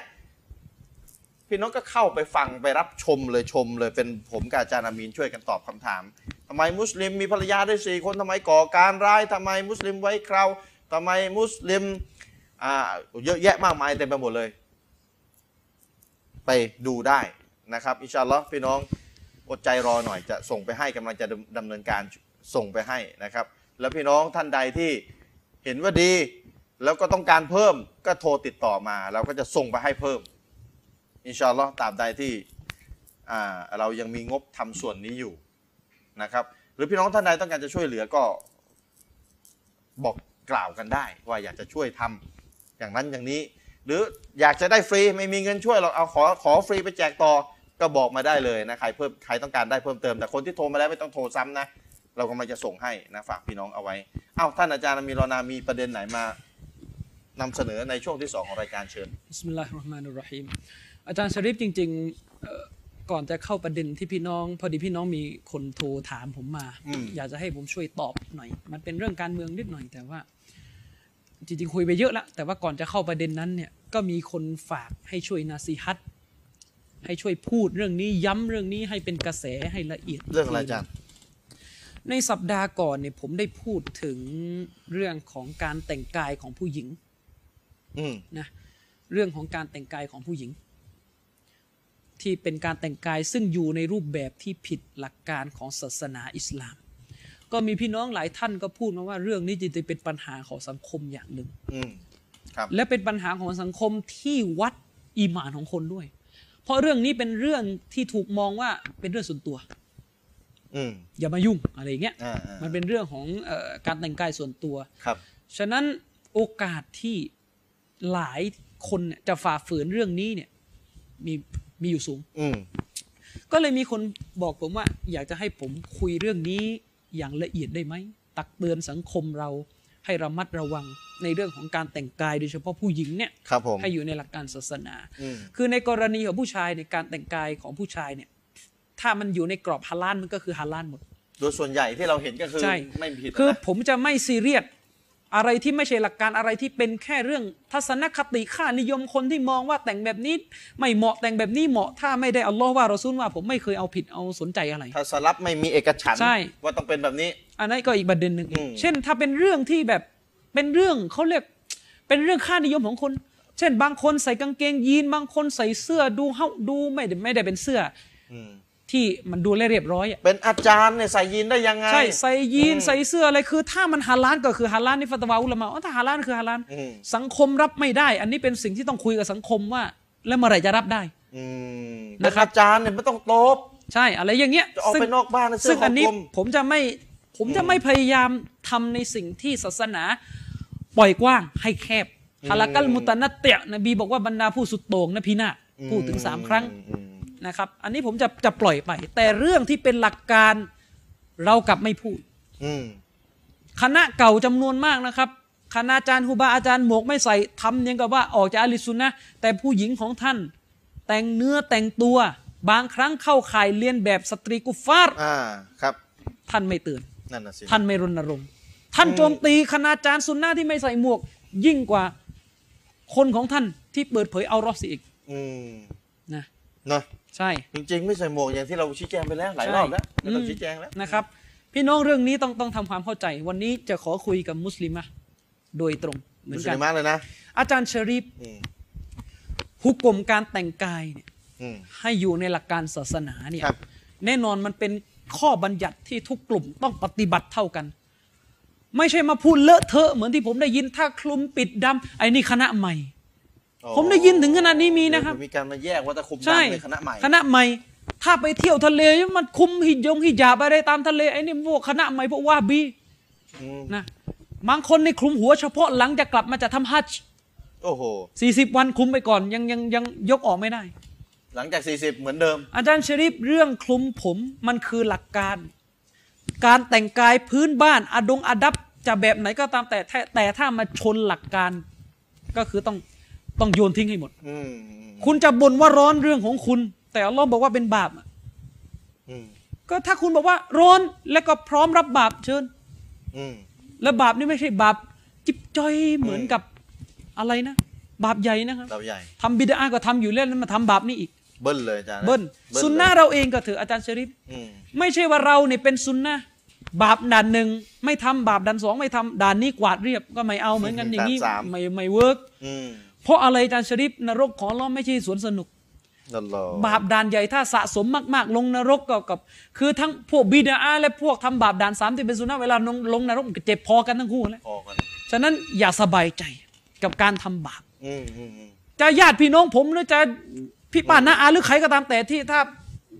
Speaker 1: พี่น้องก็เข้าไปฟังไปรับชมเลยชมเลยเป็นผมกับอาจารย์อามีนช่วยกันตอบคำถามทำไมมุสลิมมีภรรยาได้สี่คนทำไมก่อการร้ายทำไมมุสลิมไว้คราวทำไมมุสลิมอ่าเยอะแยะมากมายเต็มไปหมดเลย ไปดูได้นะครับ อินชาอัลลอฮ์พี่น้องอดใจรอหน่อยจะส่งไปให้กำลังจะดำดำเนินการส่งไปให้นะครับ แล้วพี่น้องท่านใดที่เห็นว่าดี แล้วก็ต้องการเพิ่มก็โทรติดต่อมาเราก็จะส่งไปให้เพิ่ม อินชาอัลลอฮ์ตราบใดที่อ่าเรายังมีงบทำส่วนนี้อยู่นะครับ หรือพี่น้องท่านใดต้องการจะช่วยเหลือก็บอกกล่าวกันได้ ว่าอยากจะช่วยทำอย่างนั้นอย่างนี้ หรืออยากจะได้ฟรีไม่มีเงินช่วยหรอกเอาขอขอฟรีไปแจกต่อก็บอกมาได้เลยนะใครเพิ่มใครต้องการได้เพิ่มเติมแต่คนที่โทรมาแล้วไม่ต้องโทรซ้ำนะ เรากำลังจะส่งให้นะฝากพี่น้องเอาไว้เอ้าท่านอาจารย์มีรอนามีประเด็นไหนมานำเสนอในช่วงที่สองของรายการเชิญ
Speaker 2: บิสมิลลาฮิรเราะห์มานุรเราะฮีมอาจารย์ชริฟจริงๆเอ่อก่อนจะเข้าประเด็นที่พี่น้อง พอดีพี่น้องมีคนโทรถามผมมา
Speaker 1: อืม
Speaker 2: อยากจะให้ผมช่วยตอบหน่อย มันเป็นเรื่องการเมืองนิดหน่อยแต่ว่า จริงๆคุยไปเยอะละแต่ว่าก่อนจะเข้าประเด็นนั้นเนี่ยก็มีคนฝากให้ช่วยนาซีฮัตให้ช่วยพูดเรื่องนี้ย้ำเรื่องนี้ให้เป็นกระแสให้ละเอียดก
Speaker 1: เรื่องอะไร
Speaker 2: ทีห
Speaker 1: อา
Speaker 2: นึ่
Speaker 1: จารย์
Speaker 2: ในสัปดาห์ก่อนเนี่ยผมได้พูดถึงเรื่องของการแต่งกายของผู้หญิง
Speaker 1: อืม
Speaker 2: นะเรื่องของการแต่งกายของผู้หญิง ที่เป็นการแต่งกายซึ่งอยู่ในรูปแบบที่ผิดหลักการของศาสนาอิสลาม ก็มีพี่น้องหลายท่านก็พูดมาว่าเรื่องนี้จริงๆเป็นปัญหาของสังคมอย่างหนึ่ง
Speaker 1: อืม ครับ
Speaker 2: และเป็นปัญหาของสังคมที่วัดอีหมานของคนด้วย เพราะเรื่องนี้เป็นเรื่องที่ถูกมองว่าเป็นเรื่องส่วนตัว
Speaker 1: อืม
Speaker 2: อย่ามายุ่งอะไรอย่างเงี้ย
Speaker 1: อ่าๆ
Speaker 2: มันเป็นเรื่องของเออการแต่งกายส่วนตัว
Speaker 1: ครับ
Speaker 2: ฉะนั้นโอกาสที่หลายคนเนี่ยจะฝ่าฝืนเรื่องนี้เนี่ยมีมีอยู่สูง
Speaker 1: อืม
Speaker 2: ก็เลยมีคนบอกผมว่า อยากจะให้ผมคุยเรื่องนี้อย่างละเอียดได้ไหม ตักเตือนสังคมเราให้ระมัดระวังในเรื่องของการแต่งกายโดยเฉพาะผู้หญิงเนี่ย
Speaker 1: ครับผม
Speaker 2: ให้อยู่ในหลักการศาสนา
Speaker 1: อืม
Speaker 2: คือในกรณีของผู้ชายในยการแต่งกายของผู้ชายเนี่ยถ้ามันอยู่ในกรอบฮาลานมันก็คือฮาลานหมด
Speaker 1: โดยส่วนใหญ่ที่เราเห็นก็คือ
Speaker 2: ใช่
Speaker 1: ไม่ผิด
Speaker 2: คือ
Speaker 1: นะ
Speaker 2: ผมจะไม่ซีเรียสอะไรที่ไม่ใช่หลักการอะไรที่เป็นแค่เรื่องทัศนคติค่านิยมคนที่มองว่าแต่งแบบนี้ ไม่เหมาะแต่งแบบนี้เหมาะถ้าไม่ได้อัลลอฮ์ว่าเราซุนว่าผมไม่เคยเอาผิดเอาสนใจอะไร
Speaker 1: ถ้าสลับไม่มีเอกฉันท์
Speaker 2: ใช่
Speaker 1: ว่าต้องเป็นแบบนี้
Speaker 2: อันนั้นก็อีกประเด็นหนึ่ง
Speaker 1: อืม
Speaker 2: เช่นถ้าเป็นเรื่องที่แบบเป็นเรื่องเขาเรียกเป็นเรื่องค่านิยมของคน เช่น บางคนใส่กางเกงยีนบางคนใส่เสื้อดูเฮาดูไม่ได้ไม่ได้เป็นเสื้ออที่มันดูแลเรียบร้อยอะ
Speaker 1: เป็นอาจารย์เนี่ยใส่ยีนได้ยังไง
Speaker 2: ใช่ใส่ยีน
Speaker 1: อืม
Speaker 2: ใส่เสื้ออะไรคือ ถ้ามันฮาลานก็คือฮาลานนี่ฟัตวาอุลามะอ๋อถ้าฮาลานคือฮาลาน
Speaker 1: อืม
Speaker 2: สังคมรับไม่ได้ อันนี้เป็นสิ่งที่ต้องคุยกับสังคมว่า แล้วเมื่อไหร่จะรับได้
Speaker 1: อืมเป็
Speaker 2: นะ
Speaker 1: น
Speaker 2: ครับ
Speaker 1: อาจารย์เนี่ยไม่ต้องโตบ
Speaker 2: ใช่อะไรอย่างเงี้ย
Speaker 1: จะออกไปนอกบ้านนะเสื้อ
Speaker 2: ซึ่งอันนี้
Speaker 1: คอกลม
Speaker 2: ผมจะไม่ผมจะไม่พยายามทำในสิ่งที่ศาสนาปล่อยกว้างให้แคบฮาลากัลมุตะนัตเตะนบีบอกว่าบรรดาผู้สุดโต่งนะพินาศพูดถึงสามครั้ง
Speaker 1: อืม
Speaker 2: นะครับ อันนี้ผมจะจะปล่อยไป แต่เรื่องที่เป็นหลักการเรากลับไม่พูด
Speaker 1: อืม
Speaker 2: คณะเก่าจำนวนมากนะครับ คณาจารย์ครูบาอาจารย์หมวกไม่ใส่ทำยังกับว่าออกจากอาลิซุนนะห์แต่ผู้หญิงของท่าน แต่งเนื้อแต่งตัว บางครั้งเข้าข่ายเลียนแบบสตรีกุฟฟาร์
Speaker 1: อ่า ครับ
Speaker 2: ท่านไม่เตือน
Speaker 1: นั่นน่ะสิ
Speaker 2: ท่านไม่รณรงค์ ท่านโจมตีคณาจารย์ซุนนะห์ที่ไม่ใส่หมวก ยิ่งกว่าคนของท่านที่เปิดเผยเอารอสิอีก
Speaker 1: อืม
Speaker 2: นะ
Speaker 1: เนอะ
Speaker 2: ใช่
Speaker 1: จริงๆ ไม่ใส่หมวกอย่างที่เราชี้แจงไปแล้ว หลายรอบแล้ว
Speaker 2: ใช่
Speaker 1: ไม่ต้องชี้แจงแล้ว
Speaker 2: อืมนะครับ พี่น้องเรื่องนี้ต้องต้องทำความเข้าใจ วันนี้จะขอคุยกับมุสลิมะโดยตรงเหมื
Speaker 1: มุ
Speaker 2: อน
Speaker 1: ส
Speaker 2: กัน
Speaker 1: ลิมะเลยนะ
Speaker 2: อาจารย์ชะรีฟ
Speaker 1: อืม
Speaker 2: ฮุกกลมการแต่งกายเนี่ย
Speaker 1: อืม
Speaker 2: ให้อยู่ในหลักการศาสนาเนี่ย
Speaker 1: ครับ
Speaker 2: แน่นอนมันเป็นข้อบัญญัติที่ทุกกลุ่มต้องปฏิบัติเท่ากัน ไม่ใช่มาพูดเลอะเทอะเหมือนที่ผมได้ยินถ้าคลุมปิดดำไอ้นี่คณะใหม่ ผมได้ยินถึงขนาดนี้มีนะครับ
Speaker 1: เดี๋ยวมีการมาแยกว่าตะคุม
Speaker 2: ใช่
Speaker 1: ดำในคณะใหม่
Speaker 2: คณะใหม่ ถ้าไปเที่ยวทะเลมันคุมหิยงหิยาบอะไรตามทะเลไอ้นี่พวกคณะใหม่พวกว่าบี
Speaker 1: อืม
Speaker 2: นะบางคนในคลุมหัวเฉพาะหลังจากกลับมาจากทำฮัจจ์
Speaker 1: โอ้โห
Speaker 2: สี่สิบวันคลุมไปก่อนยังยังยังยกออกไม่ได้
Speaker 1: หลังจาก 40 เหมือนเดิม
Speaker 2: อาจารย์ชริปเรื่องคลุมผมมันคือหลักการ การแต่งกายพื้นบ้านอดงอดับจะแบบไหนก็ตามแต่แต่แต่ถ้ามาชนหลักการก็คือต้องต้องโยนทิ้งให้หมด
Speaker 1: อืม
Speaker 2: คุณจะบ่นว่าร้อนเรื่องของคุณ แต่อัลลอฮ์บอกว่าเป็นบาปอะ
Speaker 1: อืม
Speaker 2: ก็ถ้าคุณบอกว่าร้อนแล้วก็พร้อมรับบาปเชิญ
Speaker 1: อืม
Speaker 2: และบาปนี่ไม่ใช่บาปจิบจอยเหมือนกับอะไรนะ บาปใหญ่นะครับ
Speaker 1: เราใหญ่
Speaker 2: ทำบิดาก็ทำอยู่แล้วแล้วมาทำบาปนี่อีก
Speaker 1: เบิ้ลเลยอาจารย์ะ
Speaker 2: เบิ้ล
Speaker 1: ล
Speaker 2: ซุนนะห์เราเองก็เถอะอาจารย์ชริฟ
Speaker 1: อืม
Speaker 2: ไม่ใช่ว่าเราเนี่ยเป็นซุนนะห์บาปด่านหนึ่งไม่ทำบาปด่านสองไม่ทำด่านนี้กวาดเรียบก็ไม่เอาเหมือนกันอย่างนี้
Speaker 1: ด่านสาม
Speaker 2: ไม่ไม่เวิร์ก
Speaker 1: อืม
Speaker 2: เพราะอะไรอาจารย์ชริฟนรกของอัลเราะห์ไม่ใช่สวนสนุก
Speaker 1: นั่นหรอบ
Speaker 2: าปด่านใหญ่ถ้าสะสมมาก ๆ ลงนรกก็กับ คือทั้งพวกบิดาอาและพวกทำบาปด่านสามที่เป็นสุนนะห์เวลาลงลงนรกก็เจ็บพอกันทั้งคู่นะ
Speaker 1: พอกัน
Speaker 2: ฉะนั้นอย่าสบายใจกับการทำบาป
Speaker 1: อืมอืมอืม
Speaker 2: จะญาติพี่น้องผมหรือจะพี่ป้าน้าอาหรือใครก็ตามแต่ที่ถ้า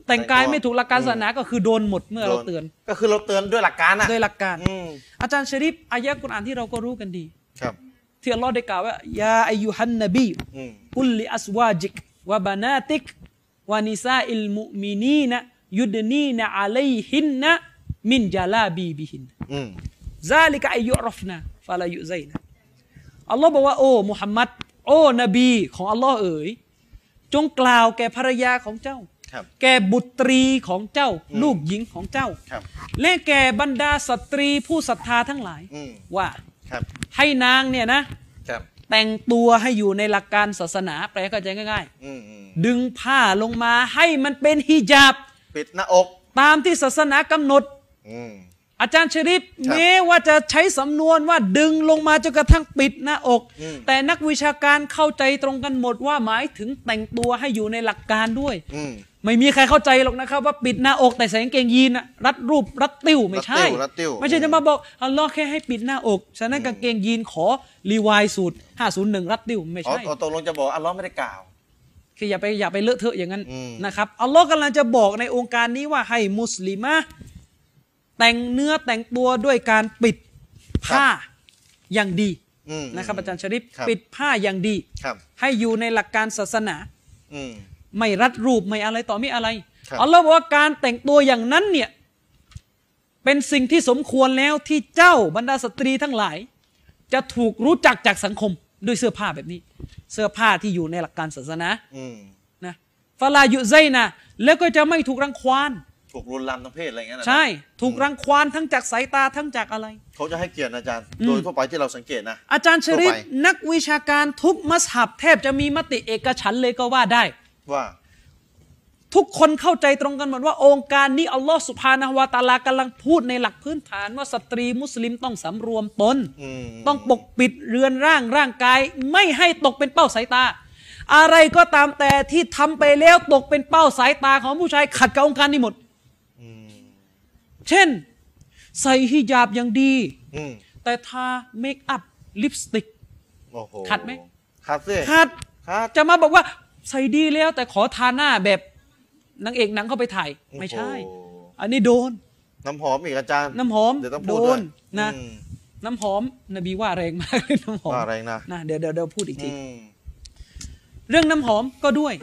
Speaker 2: แต่งกายไม่ถูกหลักการศาสนาก็คือโดนหมดเมื่อเราเตือน
Speaker 1: ก็คือเราเตือนด้วยหลักการอ่ะ
Speaker 2: โดยหลักการ
Speaker 1: อืม
Speaker 2: อาจารย์ชะริปอายะกุรอานที่เราก็รู้กันดี
Speaker 1: ครับ
Speaker 2: ที่อัลลอฮ์ได้กล่าวว่ายาอายุฮันนบี
Speaker 1: อืม
Speaker 2: กุลลิอัสวาจิกวะบานาติกวานิซาอิลมุมินีนะยุดนีนะอะลัยฮินนะมินจาลาบีบิฮิน
Speaker 1: อืม
Speaker 2: ซาลิกอายุรอฟนะฟาลายุไซนะอัลลอฮ์บอกว่าโอ้มุฮัมมัดโอ้นบีของอัลลอฮ์เอ๋ยจงกล่าวแก่ภรรยาของเจ้า
Speaker 1: ครับ
Speaker 2: แก่บุตรีของเจ้า ลูกหญิงของเจ้า
Speaker 1: ครับ
Speaker 2: และแก่บรรดาสตรีผู้ศรัทธาทั้งหลาย
Speaker 1: อืม
Speaker 2: ว่า
Speaker 1: ครับ
Speaker 2: ให้นางเนี่ยนะครับ แต่งตัวให้อยู่ในหลักการศาสนาแปลเข้าใจง่าย
Speaker 1: อืมอืม
Speaker 2: ๆ ดึงผ้าลงมาให้มันเป็นฮิญาบ
Speaker 1: ปิดหน้าอก
Speaker 2: ตามที่ศาสนากำหนด
Speaker 1: อืม
Speaker 2: อาจารย์ชริป
Speaker 1: ครับ
Speaker 2: แม้ว่าจะใช้สำนวนว่าดึงลงมาจนกระทั่งปิดหน้าอก
Speaker 1: อืม
Speaker 2: แต่นักวิชาการเข้าใจตรงกันหมดว่าหมายถึงแต่งตัวให้อยู่ในหลักการด้วย
Speaker 1: อืม
Speaker 2: ไม่มีใครเข้าใจหรอกนะครับว่าปิดหน้าอกแต่ใส่กางเกงยีนน่ะรัดรูปรัดติ้วไม่ใช่
Speaker 1: รัดติ้วรัดติ้ว
Speaker 2: ไม่ใช่จะมาบอกอัลลอฮ์แค่ให้ปิดหน้าอก ฉะนั้นกางเกงยีนขอรีไวายสูตร 501 รัดติ้วไม่
Speaker 1: อ๋อ
Speaker 2: ใช่
Speaker 1: ตกลงจะบอกอัลเลอฮ์ไม่ได้กล่าว
Speaker 2: คืออย่าไปอย่าไปเลอะเทอะอย่างนั้น
Speaker 1: อืม
Speaker 2: นะครับอัลลอฮ์กำลังจะบอกในองค์การนี้ว่าให้มุสลิมะแต่งเนื้อแต่งตัวด้วยการปิดผ้าอย่างดี
Speaker 1: อืม
Speaker 2: นะครับอาจารย์ชริป
Speaker 1: ครับ
Speaker 2: ปิดผ้าอย่างดี
Speaker 1: ครับ
Speaker 2: ให้อยู่ในหลักการศาสนา
Speaker 1: อืม
Speaker 2: ไม่รัดรูปไม่อะไรต่อไม่อะไร
Speaker 1: ครับ
Speaker 2: อัลลอฮ์บอกว่าการแต่งตัวอย่างนั้นเนี่ยเป็นสิ่งที่สมควรแล้วที่เจ้าบรรดาสตรีทั้งหลาย จะถูกรู้จักจากสังคมด้วยเสื้อผ้าแบบนี้ เสื้อผ้าที่อยู่ในหลักการศาสนา
Speaker 1: อืม
Speaker 2: นะฟาลายุไซนะแล้วก็จะไม่ถูกรังค วาน
Speaker 1: ถูกลวนลามทางเพศอะไรอย่างเงี้ยนะ
Speaker 2: ใช่ ถูกรังควานทั้งจากสายตาทั้งจากอะไร
Speaker 1: เขาจะให้เกียรติอาจารย์
Speaker 2: อืม
Speaker 1: โดยทั่วไปที่เราสังเกตนะ
Speaker 2: อาจารย์ชริฟ
Speaker 1: ทั่วไป
Speaker 2: นักวิชาการทุกมัสฮับแทบจะมีมติเอกฉันท์เลยก็ว่าได้
Speaker 1: ว่า
Speaker 2: ทุกคนเข้าใจตรงกันหมดว่าองค์การนี้อัลลอฮ์สุภานะฮูวะตะอาลากำลังพูดในหลักพื้นฐานว่าสตรีมุสลิมต้องสำรวมตน
Speaker 1: อืม
Speaker 2: ต้องปกปิดเรือนร่างร่างกาย ไม่ให้ตกเป็นเป้าสายตา อะไรก็ตามแต่ที่ทำไปแล้วตกเป็นเป้าสายตาของผู้ชายขัดกับองค์การนี้หมด
Speaker 1: อืม
Speaker 2: เช่น ใส่ฮิญาบอย่างดี
Speaker 1: อืม
Speaker 2: แต่ทาเมคอัพลิปสติก
Speaker 1: โอ้โห
Speaker 2: ขัดไหม
Speaker 1: ขัดสิ
Speaker 2: ขัด
Speaker 1: ขัด
Speaker 2: จะมาบอกว่าใส่ดีแล้วแต่ขอทาหน้าแบบนางเอกหนังเข้าไปถ่าย ไม่ใช่
Speaker 1: โอ้โห
Speaker 2: อันนี้โดน
Speaker 1: น้ำหอมอีกอาจารย์
Speaker 2: น้ำหอม
Speaker 1: เดี๋ยวต้องพู
Speaker 2: โด
Speaker 1: ดด้วย
Speaker 2: นนะ
Speaker 1: อืม
Speaker 2: น้ำหอม นบีว่าแรงมากเลยน้ำหอม
Speaker 1: ว่าแรงนะ
Speaker 2: เดี๋ยวเดี๋ยวเดี๋ยวพูดอีกที
Speaker 1: อืม
Speaker 2: เรื่องน้ำหอมก็ด้วย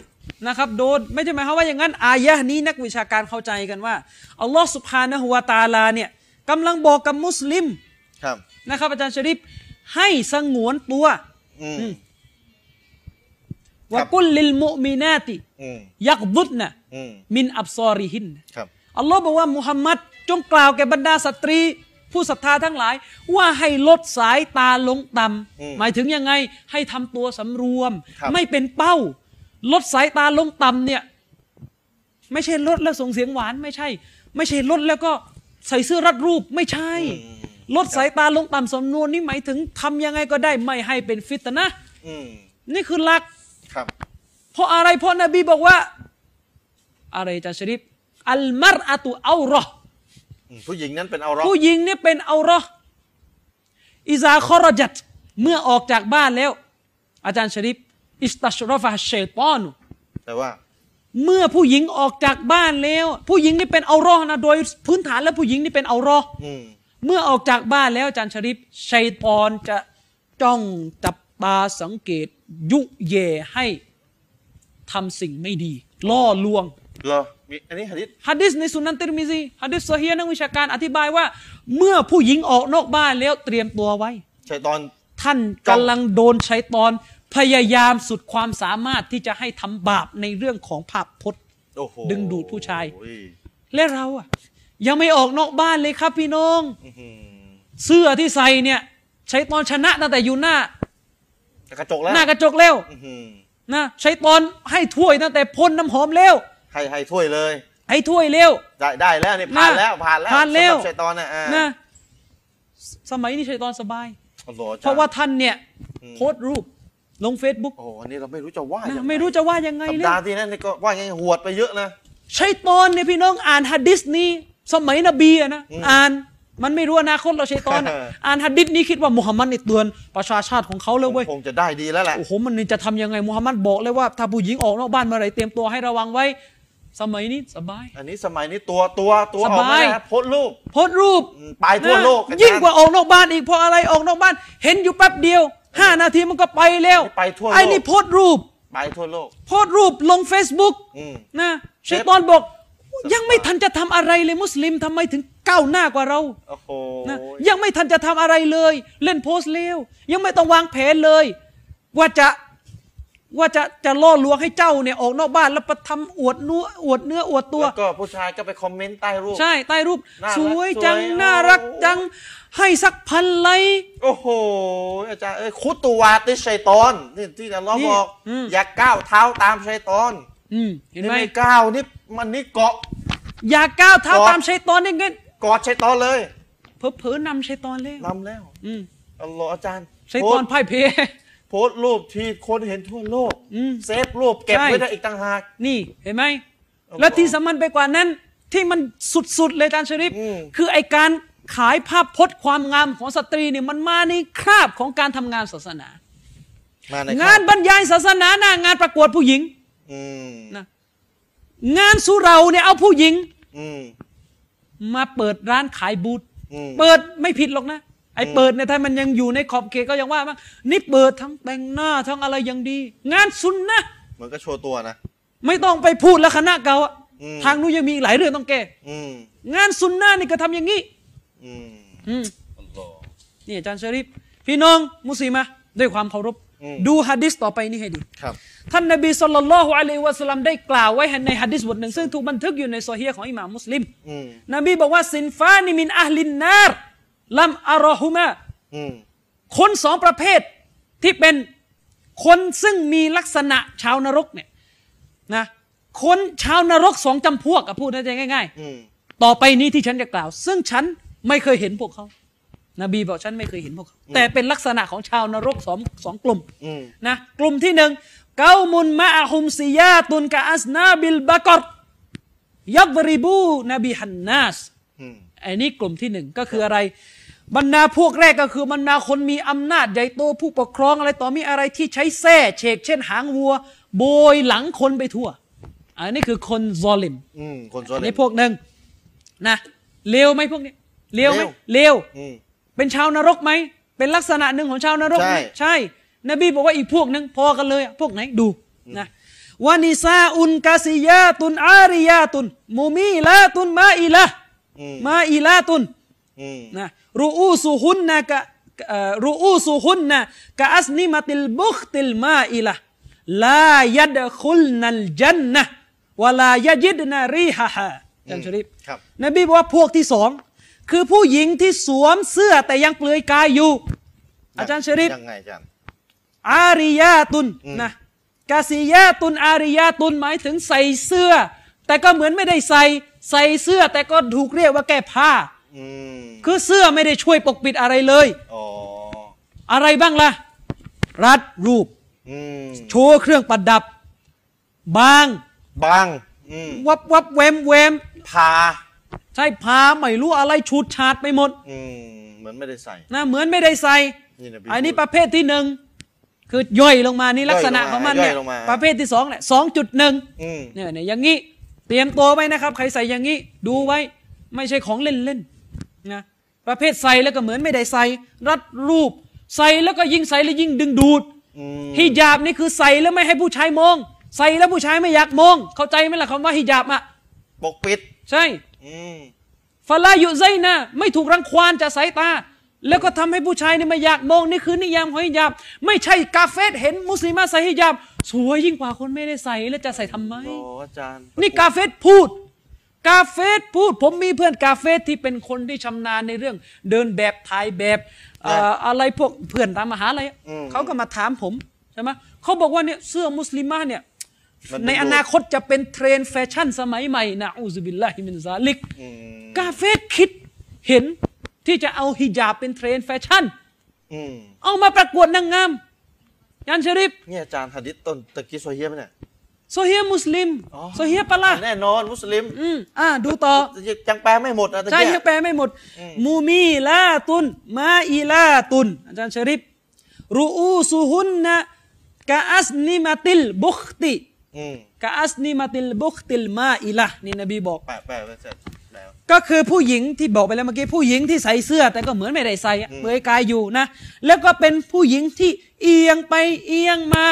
Speaker 2: นะครับโดนไม่ใช่หมายความว่าอย่างนั้น อายะห์นี้นักวิชาการเข้าใจกันว่าอัลลอฮ์สุภานะฮุวาตะอาลาเนี่ยกำลังบอกกับมุสลิม
Speaker 1: ครับ
Speaker 2: นะครับอาจารย์ชริปให้สงวนตัว
Speaker 1: อืม ครับ
Speaker 2: วะกุลลิลมุมินาติ
Speaker 1: อืม
Speaker 2: ยักบุดนะ
Speaker 1: อืม
Speaker 2: มินอับซอริฮิน
Speaker 1: ครับ
Speaker 2: อัลลอฮ์บอกว่ามุฮัมมัดจงกล่าวแก่บรรดาสตรี ผู้ศรัทธาทั้งหลาย ว่าให้ลดสายตาลงต่
Speaker 1: อืม
Speaker 2: ำหมายถึงยังไงให้ทำตัวสำรวม
Speaker 1: ครับ
Speaker 2: ไม่เป็นเป้า ลดสายตาลงต่ำเนี่ยไม่ใช่ลดแล้วส่งเสียงหวานไม่ใช่ ไม่ใช่ลดแล้วก็ใส่เสื้อรัดรูปไม่ใช่ ลดสายตาลงต่ำสำนวนนี่หมายถึงทำยังไงก็ได้ไม่ให้เป็นฟิตนะห์
Speaker 1: อืม
Speaker 2: นี่คือหลัก
Speaker 1: ครับ
Speaker 2: เพราะอะไรเพราะนบีบอกว่า อะไรอาจารย์ชริปอัลมารอะตุเอารอห์
Speaker 1: อืมผู้หญิงนั้นเป็นเอาร็อก
Speaker 2: ผู้หญิงเนี่ยเป็นเอารอห์อิซาคอรจัดเมื่อออกจากบ้านแล้ว อาจารย์ชริปอิสตัชรอฟะฮัชชัยตอนุ
Speaker 1: แต่ว่า
Speaker 2: เมื่อผู้หญิงออกจากบ้านแล้ว ผู้หญิงนี่เป็นเอารอห์นะโดยพื้นฐานแล้วผู้หญิงนี่เป็นเอารอห์
Speaker 1: อืม
Speaker 2: เมื่อออกจากบ้านแล้วอาจารย์ชริปชัยตอนจะจ้องจับตาสังเกต ยุเยให้ทำสิ่งไม่ดี ล่อลวง
Speaker 1: เหรอ มีอันนี้หะดิษ
Speaker 2: ฮะดิษในสุนันติรมิซีฮะดิษซอฮียนักวิชาการอธิบายว่า เมื่อผู้หญิงออกนอกบ้านแล้วเตรียมตัวไว้
Speaker 1: ชัยตอน
Speaker 2: ท่านกำลังโดนชัยตอน พยายามสุดความสามารถที่จะให้ทำบาปในเรื่องของภาพพจน์
Speaker 1: โอ้โห
Speaker 2: ดึงดูดผู้ชาย
Speaker 1: โอ้
Speaker 2: และเราอะยังไม่ออกนอกบ้านเลยครับพี่น้อง
Speaker 1: อื้อหือ
Speaker 2: เสื้อที่ใส่เนี่ยชัยตอนชนะตั้งแต่อยู่หน้า
Speaker 1: แต่กระจกแล้ว
Speaker 2: หน้ากระจกแล้ว
Speaker 1: อื้อหือ
Speaker 2: นะชัยตอนให้ถ้วยตั้งแต่พ่นน้ำหอมแล้ว
Speaker 1: ให้ให้ถ้วยเลย
Speaker 2: ให้ถ้วยแล้ว
Speaker 1: ได้ได้แล้วนี่ผ่านแล้วผ่านแล้ว
Speaker 2: ผ่านแล้ว
Speaker 1: สำหรับชัยตอนนะอ่า
Speaker 2: นะสสมัยนี้ชัยตอนสบาย
Speaker 1: โอ้โหอจย์
Speaker 2: เพราะว่าท่านเนี่ยโพสต์รูปลง Facebook
Speaker 1: โอ้โหอันนี้เราไม่รู้จะว่ายั
Speaker 2: นะ
Speaker 1: งง
Speaker 2: ไม่รู้จะว่ายังไง
Speaker 1: สัป
Speaker 2: เลย
Speaker 1: ดาห์ที่นั้นนี่ก็ว่ายังไงหวดไปเยอะนะ
Speaker 2: ชัยตอนเนี่ยพี่น้องอ่านฮัดดิสนี้ สมัยนบีอะนะ
Speaker 1: อืม
Speaker 2: อ่านมันไม่รู้อนาคตเราชัยตอนอะ อ่านฮัดดิสนี้คิดว่ามุฮัมมัดนี่เตือนประชาชาติของเขาแล้วเว้ย
Speaker 1: คงจะได้ดีแล้วแหละ
Speaker 2: โอ้โหมันนี่จะทำยังไงมุฮัมมัดบอกเลยว่าถ้าผู้หญิงออกนอกบ้านเมื่อไหรเตรียมตัวให้ระวังไว้ สมัยนี้สบาย
Speaker 1: อันนี้สมัยนี้ตัวตัวตัวออก
Speaker 2: ส
Speaker 1: มา
Speaker 2: บาย
Speaker 1: แล้วโพสต์รูป
Speaker 2: โพสต์รูป
Speaker 1: อืมไปทั่วโลกอจร
Speaker 2: ยิ่งกว่าออกนอกบ้านอีกเพราะอะไรออกนอกบ้าน เห็นอยู่แป๊บเดียวห้านาทีมันก็ไปแล้ว
Speaker 1: ไปทั่วโลก
Speaker 2: ไอ้นี่โพสต์รูป
Speaker 1: ไปทั่วโลก
Speaker 2: โพสต์รูปลง Facebook
Speaker 1: อืม
Speaker 2: นะชัยตอนบอก ยังไม่ทันจะทำอะไรเลยมุสลิมทำไมถึงก้าวหน้ากว่าเรา
Speaker 1: โอ้โห
Speaker 2: นะยังไม่ทันจะทำอะไรเลย เล่นโพสต์เลวยังไม่ต้องวางแผนเลย ว่าจะ ว่าจะจะล่อลวงให้เจ้าเนี่ยออกนอกบ้านแล้วประทำอวดเนื้ออวดเนื้ออวดตัว
Speaker 1: แล้วก็ผู้ชายก็ไปคอมเมนต์ใต้รูป
Speaker 2: ใช่ใต้รูป
Speaker 1: น่ารัก
Speaker 2: สวย
Speaker 1: สวย
Speaker 2: จัง
Speaker 1: โอ้
Speaker 2: น่ารักจัง ให้สักพันไลค์
Speaker 1: โอ้โห อาจารย์เอ้ยคุตุวาติชัยตอนนี่ที่อัลลอฮ์
Speaker 2: นี่
Speaker 1: บอก
Speaker 2: อืม
Speaker 1: อย่าก้าวเท้าตามชัยตอน
Speaker 2: อืมเห็น
Speaker 1: นี่
Speaker 2: ไหม
Speaker 1: ไม่ก้าวนี่มันนี่เกาะ
Speaker 2: อย่าก้าวเท้า
Speaker 1: ขอ
Speaker 2: ตามชัยตอนได้เงิน
Speaker 1: กอดชัยตอนเลย
Speaker 2: เผลอๆนำชัยตอนเลย
Speaker 1: ลำแล้ว
Speaker 2: อืม
Speaker 1: อัลลอฮ์อาจารย์
Speaker 2: ชัย
Speaker 1: โพ
Speaker 2: ตอ
Speaker 1: ส
Speaker 2: น
Speaker 1: ต์
Speaker 2: พ่ายแพ้
Speaker 1: โพสต์รูปที่คนเห็นทั่วโลก
Speaker 2: อืม
Speaker 1: เซฟรูปเก็บ
Speaker 2: ใช่
Speaker 1: ไว้ได้อีกต่างหาก
Speaker 2: นี่เห็นไหม
Speaker 1: อัลลอฮ์
Speaker 2: และที่สำคัญไปกว่านั้น ที่มันสุดๆ เลยอาจารย์ชริฟ
Speaker 1: อืม
Speaker 2: คือไอการขายภาพพจน์ความงามของสตรีเนี่ยมันมาในคราบของการทำงานศาสนา
Speaker 1: มาใน
Speaker 2: งานบรรยายศาสนาหน้างานประกวดผู้หญิง
Speaker 1: อืม
Speaker 2: นะ งานสุเราเนี่ยเอาผู้หญิง
Speaker 1: อืม
Speaker 2: มาเปิดร้านขายบูธ
Speaker 1: อืม
Speaker 2: เปิดไม่ผิดหรอกนะ ไอ้เปิดเนี่ยถ้ามันยังอยู่ในขอบเขตก็ยังว่าบ้างนี่เปิดทั้งแต่งหน้าทั้งอะไรอย่างดี งานสุนนะ
Speaker 1: เหมือนก็โชว์ตัวนะ
Speaker 2: ไม่ต้องไปพูดแล้วคณะเก่าอะ
Speaker 1: อืม
Speaker 2: ทางนู้นยังมีอีกหลายเรื่องต้องแก้
Speaker 1: อืม
Speaker 2: งานสุนนะนี่ก็ทำอย่างนี้
Speaker 1: อืม
Speaker 2: อืม
Speaker 1: อัลลอฮ์
Speaker 2: นี่อาจารย์ชริฟพี่น้องมุสลิมะด้วยความเคารพ
Speaker 1: อืม
Speaker 2: ดูฮะดิษต่อไปนี่ให้ดี
Speaker 1: ครับ
Speaker 2: ท่านนบีสุลต่านละฮ์อะลัยฮิวะสัลลัมได้กล่าวไว้ในฮะดิษบทหนึ่งซึ่งถูกบันทึกอยู่ในโซอฮีฮ์ของอิหม่ามมุสลิม
Speaker 1: อืม
Speaker 2: นบีบอกว่าสินฟานิมินอัลลินนาร์ลัมอาราฮุมา
Speaker 1: อืม
Speaker 2: คนสองประเภทที่เป็นคนซึ่งมีลักษณะชาวนรกเนี่ยนะคนชาวนรกสองจำพวกอะพูดได้ง่าย
Speaker 1: อืม
Speaker 2: ๆ ต่อไปนี้ที่ฉันจะกล่าว ซึ่งฉันไม่เคยเห็นพวกเขา นบีบอกฉันไม่เคยเห็นพวกเขา แต่เป็นลักษณะของชาวนรกสองสองกลุ่ม
Speaker 1: อืม
Speaker 2: นะกลุ่มที่หนึ่งเกามุนมาอะฮุมซียาตุนกะอัสนาบิลบากรยับริบูนบีฮันนัส
Speaker 1: อืม
Speaker 2: อันนี้กลุ่มที่หนึ่งก็คืออะไร บรรดาพวกแรกก็คือบรรดาคนมีอำนาจใหญ่โตผู้ปกครองอะไรต่อมีอะไรที่ใช้แส้เฉกเช่นหางวัว โบยหลังคนไปทั่ว อันนี้คือคนซอลิม
Speaker 1: อืมคนโซเล
Speaker 2: อัน
Speaker 1: ม
Speaker 2: นี้พวกหนึ่งนะเลวไหมพวกนี้เลวไหม
Speaker 1: เลว
Speaker 2: เลว
Speaker 1: อืม
Speaker 2: เป็นชาวนรกไหม เป็นลักษณะหนึ่งของชาวนรกไหม
Speaker 1: ใช่
Speaker 2: ใช่ นบีบอกว่าอีกพวกหนึ่งพอกันเลยอะพวกไหนดูนะวานิซาอุนกาซิยาตุนอาริยาตุนมูมีลาตุนมาอีลา
Speaker 1: อืม
Speaker 2: มาอีลาตุน
Speaker 1: อืม
Speaker 2: นะรูอูซุฮุนนะกะเอ่อรูอูซุฮุนนะกะอัสนิมติลบุคติลมาอีลาลายัดคุลนัลจันนะวะลายจิดนารีฮะฮะจันชริป
Speaker 1: ครับ
Speaker 2: นบีบอกว่าพวกที่สองคือผู้หญิงที่สวมเสื้อแต่ยังเปลือยกายอยู่ อาจารย์ชริฟ
Speaker 1: ยังไงอาจารย์
Speaker 2: อาริยาตุน
Speaker 1: อืม
Speaker 2: นะกาซียาตุนอาริยาตุนหมายถึงใส่เสื้อ แต่ก็เหมือนไม่ได้ใส่ใส่เสื้อแต่ก็ถูกเรียกว่าแก้ผ้า
Speaker 1: อืม
Speaker 2: คือเสื้อไม่ได้ช่วยปกปิดอะไรเลย
Speaker 1: อ๋อ
Speaker 2: อะไรบ้างล่ะ รัดรูป
Speaker 1: อืม
Speaker 2: โชว์เครื่องประดับ บาง
Speaker 1: บางอืม
Speaker 2: วับวับแวมแวม
Speaker 1: พา
Speaker 2: ใช่พาไม่รู้อะไรชูดชาดไปหมด
Speaker 1: อืมเหมือนไม่ได้ใส่
Speaker 2: นะเหมือนไม่ได้ใส่
Speaker 1: นี่นะพี่
Speaker 2: อันนี้
Speaker 1: พูด
Speaker 2: ประเภทที่หนึ่งคือย่อยลงมานี่ลักษณะ
Speaker 1: ย่อยลงมา
Speaker 2: ของมันเนี่ย
Speaker 1: ย่อยลงมา
Speaker 2: ประเภทที่สองแหละสองจุดหนึ่ง
Speaker 1: อืม
Speaker 2: เนี่ยเนี่ยอย่างนี้ เตรียมตัวไว้นะครับ ใครใส่อย่างนี้ดูไว้ ไม่ใช่ของเล่นๆนะประเภทใส่แล้วก็เหมือนไม่ได้ใส่รัดรูป ใส่แล้วก็ยิ่งใส่แล้วยิ่งดึงดูด
Speaker 1: อืม
Speaker 2: ฮิญาบนี่คือใส่แล้วไม่ให้ผู้ชายมอง ใส่แล้วผู้ชายไม่อยากมอง เข้าใจไหมล่ะคำว่าฮิญาบอ่ะ
Speaker 1: ปกปิด
Speaker 2: ใช่
Speaker 1: อืม
Speaker 2: ฟาลายุไซนะไม่ถูกรังควานจากสายตา แล้วก็ทำให้ผู้ชายเนี่ยไม่อยากมองนี่คือนิยามของฮิญาบ ไม่ใช่กาเฟสเห็นมุสลิมาใส่ฮิญาบ สวยยิ่งกว่าคนไม่ได้ใส่แล้วจะใส่ทำไม
Speaker 1: รออาจารย์
Speaker 2: นี่กาเฟสพูด กาเฟสพูด ผมมีเพื่อนกาเฟสที่เป็นคนที่ชำนาญในเรื่อง เดินแบบถ่ายแบบเอ่ออะไรพวกเพื่อนตามมหาลัยอะเขาก็มาถามผมใช่ไหมเขาบอกว่าเนี่ยเสื้อมุสลิมาเนี่ย
Speaker 1: มัเป็
Speaker 2: ในอนาคตจะเป็นเทรนด์แฟชั่นสมัยใหม่นะอูซุบิลลาฮิมินซาลิก
Speaker 1: อืม
Speaker 2: กาเฟสคิดเห็นที่จะเอาฮิญาบเป็นเทรนด์แฟชั่น
Speaker 1: อืม
Speaker 2: เอามาประกวดนางงามยันชริฟ
Speaker 1: เนี่ยอาจารย์หะดิษต้นตะกี้โซเฮียไหมเนี่ย
Speaker 2: โซเฮียมุสลิม
Speaker 1: อ๋อ
Speaker 2: โซเฮียปะละ
Speaker 1: แน่นอนมุสลิม
Speaker 2: อืมอ่าดูต่อ
Speaker 1: ยังแปลไม่หมดนะตะ
Speaker 2: ใช่
Speaker 1: กี้
Speaker 2: ยังแปลไม่หมด มูมีลาตุน มาอีลาตุน อาจารย์ชริฟรูอูซุฮุนนะกะอัสนิมาติลบุคติ
Speaker 1: อืม
Speaker 2: กะอัสนิมาติลบุคติลมาอีละนี่นบีบอก
Speaker 1: แปลแปลไปเสร็จแล้ว
Speaker 2: ก็คือผู้หญิงที่บอกไปแล้วเมื่อกี้ผู้หญิงที่ใส่เสื้อแต่ก็เหมือนไม่ได้ใส่อะ
Speaker 1: อืม
Speaker 2: เปลือยกายอยู่นะ แล้วก็เป็นผู้หญิงที่เอียงไปเอียงมา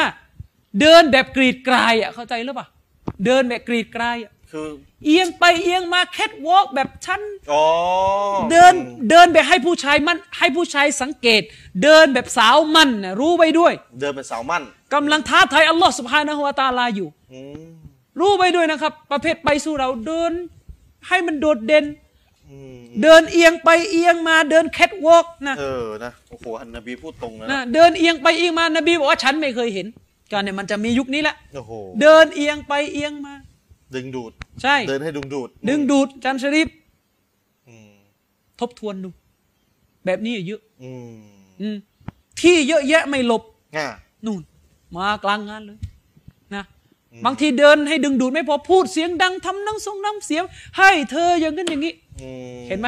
Speaker 2: เดินแบบกรีดกรายอ่ะเข้าใจหรือเปล่าเดินแบบกรีดกรายอะ
Speaker 1: คือ
Speaker 2: เอียงไปเอียงมาแคทวอล์กแบบฉัน
Speaker 1: อ๋อ
Speaker 2: เดินเดินแบบให้ผู้ชายมันให้ผู้ชายสังเกต เดินแบบสาวมันน่ะรู้ไปด้วย
Speaker 1: เดินเป็นสาวมั่น
Speaker 2: กำลังท้าทายอัลลอฮ์สุบฮานะฮวตาลาอยู่
Speaker 1: อืม
Speaker 2: รู้ไปด้วยนะครับ ประเภทไปสู้เราเดิน ให้มันโดดเด่น
Speaker 1: อืม
Speaker 2: เดินเอียงไปเอียงมาเดินแคทวอล์กนะ
Speaker 1: เออนะโอ้โหอันนบีพูดตรงเลย
Speaker 2: นะ
Speaker 1: นะ
Speaker 2: เดินเอียงไปเอียงมานบีบอกว่าฉันไม่เคยเห็นการเนี่ยมันจะมียุคนี้แหละ
Speaker 1: โอ้โห
Speaker 2: เดินเอียงไปเอียงมา
Speaker 1: ดึงดูด
Speaker 2: ใช่
Speaker 1: เดินให้ดึงดูด
Speaker 2: ดึงดูดจันทรีฟ
Speaker 1: อืม
Speaker 2: ทบทวนดู แบบนี้เยอะ
Speaker 1: อืม
Speaker 2: อืมที่เยอะแยะไม่หลบ
Speaker 1: อ่ะ
Speaker 2: นู่นมากลางงานเลยนะ
Speaker 1: อืม
Speaker 2: บางทีเดินให้ดึงดูดไม่พอพูดเสียงดังทำน้ำทรงน้ำเสียง ให้เธออย่างนั้นอย่างนี้
Speaker 1: อื
Speaker 2: เห็นไหม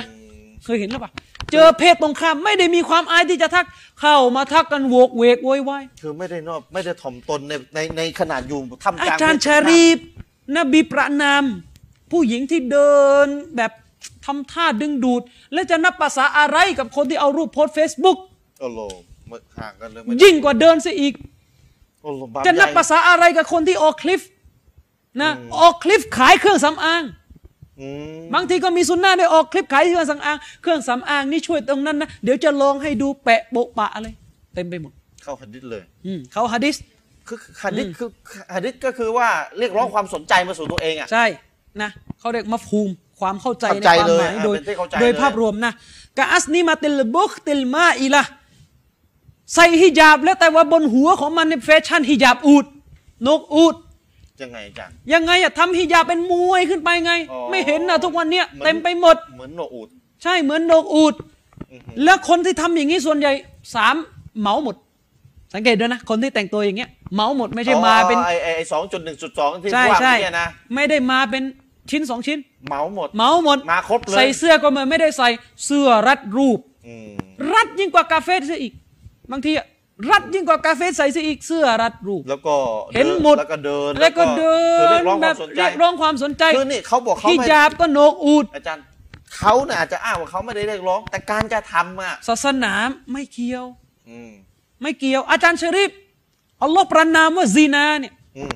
Speaker 2: เคยเห็นหรือเปล่าเจอเพศตรงข้ามไม่ได้มีความอายที่จะทัก เข้ามาทักกันโวกเวกโวยวาย
Speaker 1: คือไม่ได้นอบไม่ได้ถ่อมตนในในในขนาดอยู่ทำ
Speaker 2: อาก
Speaker 1: ลาง
Speaker 2: จารย์
Speaker 1: เพศ
Speaker 2: ชารีฟนบีประนาม ผู้หญิงที่เดินแบบทำท่าดึงดูด และจะนับภาษาอะไรกับคนที่เอารูปโพสเฟซบุ๊ก
Speaker 1: โอ้โหมึกห่างกันเลยไม่
Speaker 2: ยิ่งกว่าเดินซะอีก
Speaker 1: โอ้โหบาป
Speaker 2: จะนับ
Speaker 1: ใหญ่
Speaker 2: ภาษาอะไรกับคนที่ออกคลิปนะออกคลิปขายเครื่องสำอาง
Speaker 1: อืม
Speaker 2: บางทีก็มีซุนน่าด้วยออกคลิปขายเครื่องสำอาง เครื่องสำอางนี่ช่วยตรงนั้นนะเดี๋ยวจะลองให้ดูแปะโปะปะอะไรเต็มไปหมด
Speaker 1: เข้าหัดดิษเลย
Speaker 2: อืมเขาฮะดิษ
Speaker 1: คือหัดดิษคือหัดดิษก็คือว่าเรียกร้องความสนใจมาสู่ตัวเองอ่ะ
Speaker 2: ใช่นะเขาเรียกมาฟูมความเข้าใจใน
Speaker 1: เข้าใจ
Speaker 2: ความหมาย
Speaker 1: เลย
Speaker 2: โดย
Speaker 1: เป็นที่เข้าใจ
Speaker 2: โดย
Speaker 1: เลย
Speaker 2: ภาพรวมนะกะอัสนิมาติลบุกติลมาอีละใส่ฮิญาบแล้วแต่ว่าบนหัวของมันในยแฟชั่นฮิญาบอูดนกอูด
Speaker 1: ยังไงจัง
Speaker 2: ยังไงอะทำฮิญาบเป็นมวยขึ้นไปไง
Speaker 1: อ๋อ
Speaker 2: ไม่เห็นนะทุกวันเนี้ย
Speaker 1: มัน
Speaker 2: เต็มไปหมด
Speaker 1: เหมือนหนวกอูด
Speaker 2: ใช่เหมือนนกอูด
Speaker 1: อือฮึ
Speaker 2: แล้วคนที่ทำอย่างนี้ส่วนใหญ่สามเหมาหมด สังเกตด้วยนะ คนที่แต่งตัวอย่างเงี้ยเหมาหมดไม่ใช่มาเป็น
Speaker 1: อ๋อไอไอ้ไอ้สองจุดหนึ่งจุดสองที่
Speaker 2: ใช่
Speaker 1: ว่า
Speaker 2: ใช่
Speaker 1: เนี่ยนะ
Speaker 2: ไม่ได้มาเป็นชิ้นสองชิ้น
Speaker 1: เหมาหมด
Speaker 2: เหมาหมด
Speaker 1: มาครบเลย
Speaker 2: ใส่เสื้อก็เหมือนไม่ได้ใส่เสื้อรัดรูป
Speaker 1: อืม
Speaker 2: รัดยิ่งกว่ากาเฟ่ซะอีก บางทีอะรัดยิ่งกว่ากาเฟ่ใส่ซะอีกเสื้อรัดรูป
Speaker 1: แล้วก็
Speaker 2: เห็นหมด
Speaker 1: แล้วก็เดิน
Speaker 2: แล้วก็เดิ
Speaker 1: คือเรีย
Speaker 2: น
Speaker 1: กร้องค
Speaker 2: แบ
Speaker 1: วาม
Speaker 2: บ
Speaker 1: สนใจ
Speaker 2: เรียกร้องความสนใจ
Speaker 1: คือนี่เขาบอกเขา
Speaker 2: ฮิ
Speaker 1: ไม่
Speaker 2: ญาบก็โนกอูด
Speaker 1: อาจารย์เขาน่ะอาจจะอ้างว่าเขาไม่ได้เรียกร้อง แต่การจะทำอ่ะ
Speaker 2: ศาสนาไม่เกี่ยว
Speaker 1: อืม
Speaker 2: ไม่เกี่ยวอาจารย์ชะริฟอัลลอฮ์ประนามว่าซีนาเนี่ย
Speaker 1: อืม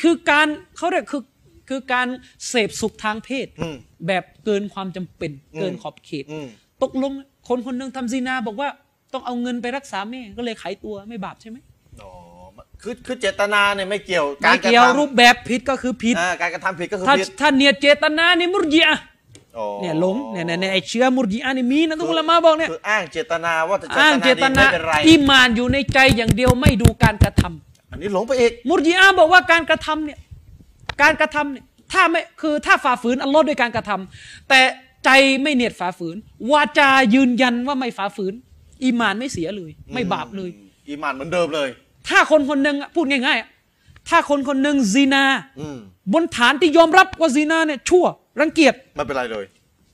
Speaker 2: คือการเขาเรียกคือคือการเสพสุขทางเพศ
Speaker 1: อืม
Speaker 2: แบบเกินความจำเป็น
Speaker 1: อืม
Speaker 2: เกินขอบเขต
Speaker 1: อืม
Speaker 2: ตกลงคนคนหนึ่งทำซีนาบอกว่าต้องเอาเงินไปรักษาแม่ก็เลยขายตัวไม่บาปใช่ไหม
Speaker 1: อ๋อคือคือเจตนาเนี่ยไม่เกี่ยว
Speaker 2: ไม่เกี่ยว
Speaker 1: กาทำ
Speaker 2: รูปแบบผิดก็คือผิด
Speaker 1: อ่าการกระทำผิดก็คือ
Speaker 2: ถ้า
Speaker 1: ผิด
Speaker 2: ถ้าเนียดเจตนานี่มุรจิอะห์
Speaker 1: อ๋อ
Speaker 2: เนี่ยหลงเนี่ยเนี่ยเนี่ยไอเชื้อมุรจิอะห์นี่มีนะทุกอุลามะบอกเนี่ย
Speaker 1: คืออ้างเจตนาว่าจะ
Speaker 2: อ้างเจตนา
Speaker 1: ไม่เป็นไร
Speaker 2: อิมานอยู่ในใจอย่างเดียวไม่ดูการกระทำ
Speaker 1: อันนี้หลงไปอีก
Speaker 2: มุรจิอาบอกว่าการกระทำเนี่ยการกระทำเนี่ยถ้าไม่คือถ้าฝ่าฝืนอัลลอฮ์ด้วยการกระทำแต่ใจไม่เนียดฝ่าฝืน วาจายืนยันว่าไม่ฝ่าฝืน อีหมานไม่เสียเลย ไม่บาปเลย
Speaker 1: อืมอีหมานเหมือนเดิมเลย
Speaker 2: ถ้าคนคนหนึ่งอะพูดง่ายๆอะถ้าคนคนหนึ่งซีนา
Speaker 1: อืม
Speaker 2: บนฐานที่ยอมรับว่าซีนาเนี่ยชั่ว รังเกียจ
Speaker 1: ไม่เป็นไรเลย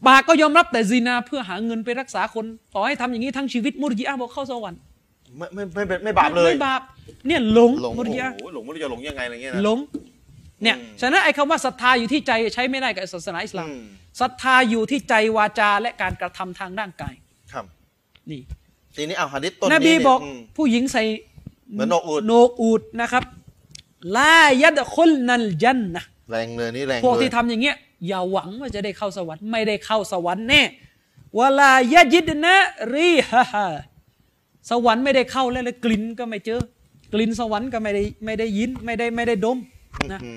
Speaker 2: ปากก็ยอมรับแต่ซีนาเพื่อหาเงินไปรักษาคน ต่อให้ทำอย่างนี้ทั้งชีวิตมุรจิอาบอกเข้าสวรรค์
Speaker 1: ไม่ไม่ไม่เป็นไม่บาปเลย
Speaker 2: ไม่บาปเนี่ยหลง
Speaker 1: หลง
Speaker 2: มุ
Speaker 1: โอ้
Speaker 2: รจิอา
Speaker 1: โหหลงไม่รู้จะหลงยังไงอะไรเงี้ยนะ
Speaker 2: หลงเนี่ย
Speaker 1: อืม
Speaker 2: ฉะนั้นไอ้คำว่าศรัทธาอยู่ที่ใจใช้ไม่ได้กับศาสนาอิสลาม
Speaker 1: อืม
Speaker 2: ศรัทธาอยู่ที่ใจวาจาและการกระทำทางร่างกาย
Speaker 1: ครับ
Speaker 2: นี่
Speaker 1: ทีนี้เอาหะดิษต้น
Speaker 2: นบี
Speaker 1: นี้เนี่ย
Speaker 2: บอก
Speaker 1: ม
Speaker 2: ผู้หญิงใส่
Speaker 1: เหมือนนกอูฐ
Speaker 2: นกอูดนะครับลายัดคนนัลยันนะ
Speaker 1: แรงเลยนี่แรง
Speaker 2: พวก
Speaker 1: เลย
Speaker 2: ที่ทำอย่างเงี้ยอย่าหวังว่าจะได้เข้าสวรรค์ไม่ได้เข้าสวรรค์แน่วลายะยิดนะรีฮาฮาสวรรค์ไม่ได้เข้าแล้วเลยกลิ่นก็ไม่เจอ กลิ่นสวรรค์ก็ไม่ได้ไม่ได้ยินไม่ได้ไม่ได้ดมนะ
Speaker 1: อื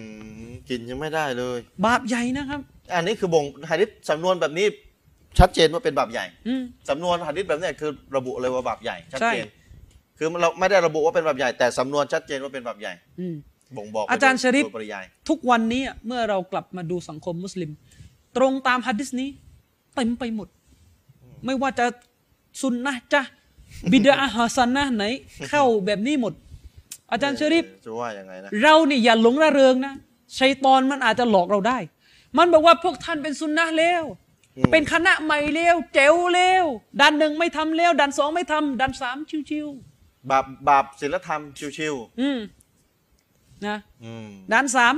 Speaker 1: มกินยังไม่ได้เลย
Speaker 2: บาปใหญ่นะครับ
Speaker 1: อันนี้คือบ่งหะดิษสำนวนแบบนี้ชัดเจนว่าเป็นบาปใหญ่
Speaker 2: อืม
Speaker 1: สำนวนหะดิษแบบเนี้ยคือระบุเลยว่าบาปใหญ่ชัด
Speaker 2: ใช่
Speaker 1: เจนคือเราไม่ได้ระบุว่าเป็นบาปใหญ่แต่สำนวนชัดเจนว่าเป็นบาปใหญ่
Speaker 2: อืม
Speaker 1: บ่งบอกไป
Speaker 2: อาจารย์
Speaker 1: โด
Speaker 2: ชะริฟ
Speaker 1: โดยปริยาย
Speaker 2: ทุกวันนี้เมื่อเรากลับมาดูสังคมมุสลิม ตรงตามฮัดดิสนี้เต็มไปหมด ไม่ว่าจะซุนนะห์จ้ะบิดาฮาซันนะห์ไหน เข้าแบบนี้หมด อาจารย์ชะริฟ
Speaker 1: เออจะว่ายังไงนะ
Speaker 2: เรานี่อย่าหลงระเริงนะชัยตอนมันอาจจะหลอกเราได้ มันบอกว่าพวกท่านเป็นซุนนะห์แล้ว
Speaker 1: อืม
Speaker 2: เป็นคณะใหม่แล้วเจ๋วแล้วดันหนึ่งไม่ทำแล้ว ดันสองไม่ทำดันสามชิว
Speaker 1: บาปบาปศีลธรรมชิว
Speaker 2: ๆอืมนะ
Speaker 1: ๆอืม
Speaker 2: ด่านสาม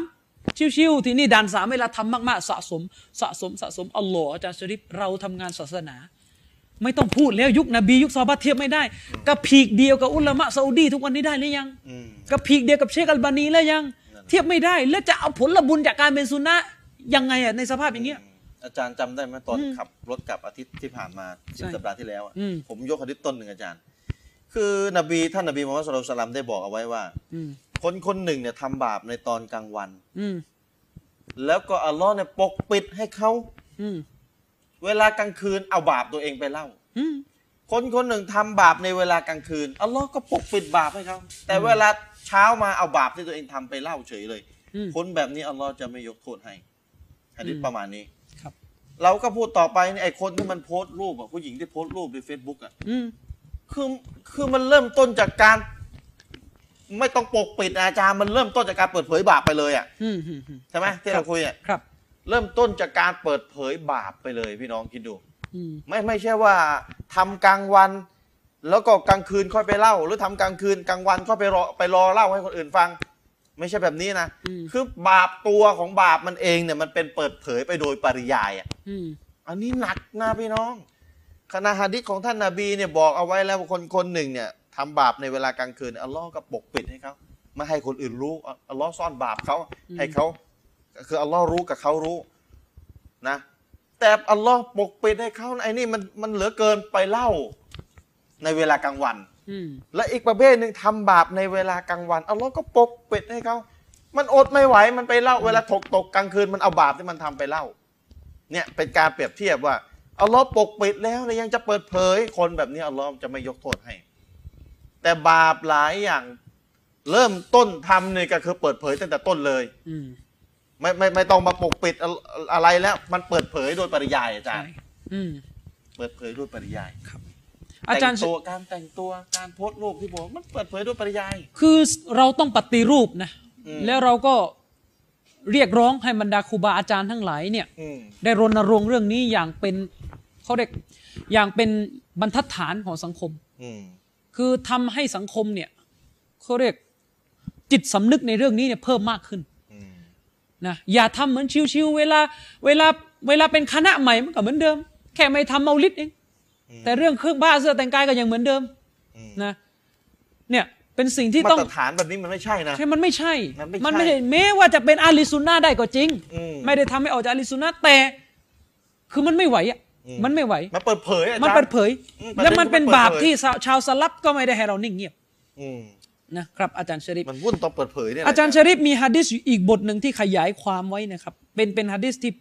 Speaker 2: ชิวๆที่นี่ด่านสามเวลาทำมากๆ สะสม สะสมสะสมอัลลอฮ์อาจารย์ชริปเราทำงานศาสนา ไม่ต้องพูดแล้วยุคนบียุคซอฮาบะห์เทียบไม่ได้กระพีกเดียวกับอุลามะซาอุดีทุกวันนี้ได้หรือยัง
Speaker 1: อืม
Speaker 2: กระพีกเดียวกับเชคอัลบานีแล้วยัง เทียบไม่ได้ แล้วจะเอาผลบุญจากการเป็นซุนนะห์ ยังไงอ่ะในสภาพอย่างเงี้ย
Speaker 1: อาจารย์จำได้ไหมตอน
Speaker 2: อืม
Speaker 1: ขับรถกลับอาทิตย์ที่ผ่านมา
Speaker 2: ใช่
Speaker 1: สิบสัปดาห์ที่แล้วอะ
Speaker 2: อืม
Speaker 1: ผมยกหะดิษต้นหนึ่งอาจารย์ คือนบีท่านนบีมุฮัมมัดสุลตัลลัมได้บอกเอาไว้ว่า
Speaker 2: อืม
Speaker 1: คนคนหนึ่งเนี่ยทำบาปในตอนกลางวัน
Speaker 2: อืม
Speaker 1: แล้วก็อัลลอฮ์เนี่ยปกปิดให้เขา
Speaker 2: อืม
Speaker 1: เวลากลางคืนเอาบาปตัวเองไปเล่า
Speaker 2: อืม
Speaker 1: คนคนหนึ่งทำบาปในเวลากลางคืนอัลลอฮ์ก็ปกปิดบาปให้เขาแต่เวลาเช้ามาเอาบาปที่ตัวเองทำไปเล่าเฉยเลย
Speaker 2: อืม
Speaker 1: คนแบบนี้อัลลอฮ์จะไม่ยกโทษให้ฮะดิษ
Speaker 2: อืม
Speaker 1: ประมาณนี้
Speaker 2: ครับ
Speaker 1: เราก็พูดต่อไปเนี่ยไอ้คนที่มันโพสต์รูปอ่ะผู้หญิงที่โพสต์รูปใน Facebook อ่ะ
Speaker 2: อืม
Speaker 1: คือคือมันเริ่มต้นจากการ ไม่ต้องปกปิดนะอาจารย์มันเริ่มต้นจากการเปิดเผยบาปไปเลยอ่ะ
Speaker 2: อืมอืมอืม
Speaker 1: ใช่ไหมที่เราคุยอ่ะ
Speaker 2: ครับ
Speaker 1: เริ่มต้นจากการเปิดเผยบาปไปเลย พี่น้องคิดดู
Speaker 2: อืม
Speaker 1: ไม่ไม่ใช่ว่าทำกลางวัน แล้วก็กลางคืนค่อยไปเล่า หรือทำกลางคืนกลางวันค่อยไปรอไปรอเล่าให้คนอื่นฟัง ไม่ใช่แบบนี้นะ
Speaker 2: อืม
Speaker 1: คือบาปตัวของบาปมันเองเนี่ยมันเป็นเปิดเผยไปโดยปริยายอ่ะ
Speaker 2: อืม
Speaker 1: อันนี้หนักนะพี่น้อง คณะหะดิษของท่านนาบีเนี่ยบอกเอาไว้แล้วว่าคนคนหนึ่งเนี่ยทำบาปในเวลากลางคืนอัลลอฮ์ก็ปกปิดให้เขาไม่ให้คนอื่นรู้อัลอัลลอฮ์ซ่อนบาปเขาให้เขาคืออัลลอฮ์รู้กับเขารู้นะ แต่อัลลอฮ์ปกปิดให้เขาไอ้นี่มันมันเหลือเกินไปเล่าในเวลากลางวัน
Speaker 2: อืม
Speaker 1: และอีกประเภทหนึ่งทำบาปในเวลากลางวันอัลลอฮ์ก็ปกปิดให้เขา มันอดไม่ไหว มันไปเล่า เวลาถกตกกลางคืนมันเอาบาปที่มันทำไปเล่า เนี่ยเป็นการเปรียบเทียบว่าอัลลอฮ์ปกปิดแล้วแล้วยังจะเปิดเผย คนแบบนี้อัลลอฮ์จะไม่ยกโทษให้ แต่บาปหลายอย่างเริ่มต้นทำเนี่ยก็คือเปิดเผยตั้งแต่ต้นเลย
Speaker 2: อืม
Speaker 1: ไม่ไม่ไม่ต้องมาปกปิดอะอะไรแล้ว มันเปิดเผยโดยปริยายอาจา
Speaker 2: ใช่
Speaker 1: รย์
Speaker 2: อืม
Speaker 1: เปิดเผยโดยปริยาย
Speaker 2: อาจารย์
Speaker 1: แต่งตัวการแต่งตัวการโพสต์รูปที่บอกมันเปิดเผยโดยปริยาย
Speaker 2: คือเราต้องปฏิรูปนะ
Speaker 1: อืม
Speaker 2: แล้วเราก็เรียกร้องให้บรรดาครูบาอาจารย์ทั้งหลายเนี่ย
Speaker 1: อืม
Speaker 2: ได้รณรงค์เรื่องนี้อย่างเป็นเขาเรียกอย่างเป็นบรรทัดฐานของสังคม
Speaker 1: อืม
Speaker 2: คือทำให้สังคมเนี่ยเขาเรียกจิตสำนึกในเรื่องนี้เนี่ยเพิ่มมากขึ้น
Speaker 1: อืม
Speaker 2: นะอย่าทำเหมือนชิวๆเวลาเวลาเวลาเป็นคณะใหม่มันก็เหมือนเดิม แค่ไม่ทำเมาลิดเอง
Speaker 1: อืม
Speaker 2: แต่เรื่องเครื่องบ้าเสื้อแต่งกายก็ยังเหมือนเดิม
Speaker 1: อืม
Speaker 2: นะเนี่ยเป็นสิ่งที่
Speaker 1: มา
Speaker 2: ต้อง
Speaker 1: ตรฐานแบบนี้มันไม่ใช่นะ
Speaker 2: ใช่ มันไม่ใช่
Speaker 1: มันไม่ใช่
Speaker 2: มัไม่ใช่แม้ว่าจะเป็นอาลีซุนนาได้ก็จริง
Speaker 1: อืม
Speaker 2: ไม่ได้ทำให้ออกจากอาลีซุนนาแต่ คือมันไม่ไหวอ่ะ
Speaker 1: อืม
Speaker 2: มันไม่ไหว
Speaker 1: มันเปิดเผยอะอาจารย์
Speaker 2: มันเปิดเผย
Speaker 1: อืม
Speaker 2: แล้วมันเป็น
Speaker 1: ประเด็นมันเปิด
Speaker 2: บาป
Speaker 1: เผย
Speaker 2: ที่ชาวสลับก็ไม่ได้ให้เรานิ่งเงียบ
Speaker 1: อืม
Speaker 2: นะครับ อาจารย์ชริฟ
Speaker 1: มันวุ่นตอนเปิดเผยเนี่ย
Speaker 2: อาจารย์ชริฟมีฮะดิษอีกบทหนึ่งที่ขยายความไว้นะครับ เป็นเป็นฮะดิษที่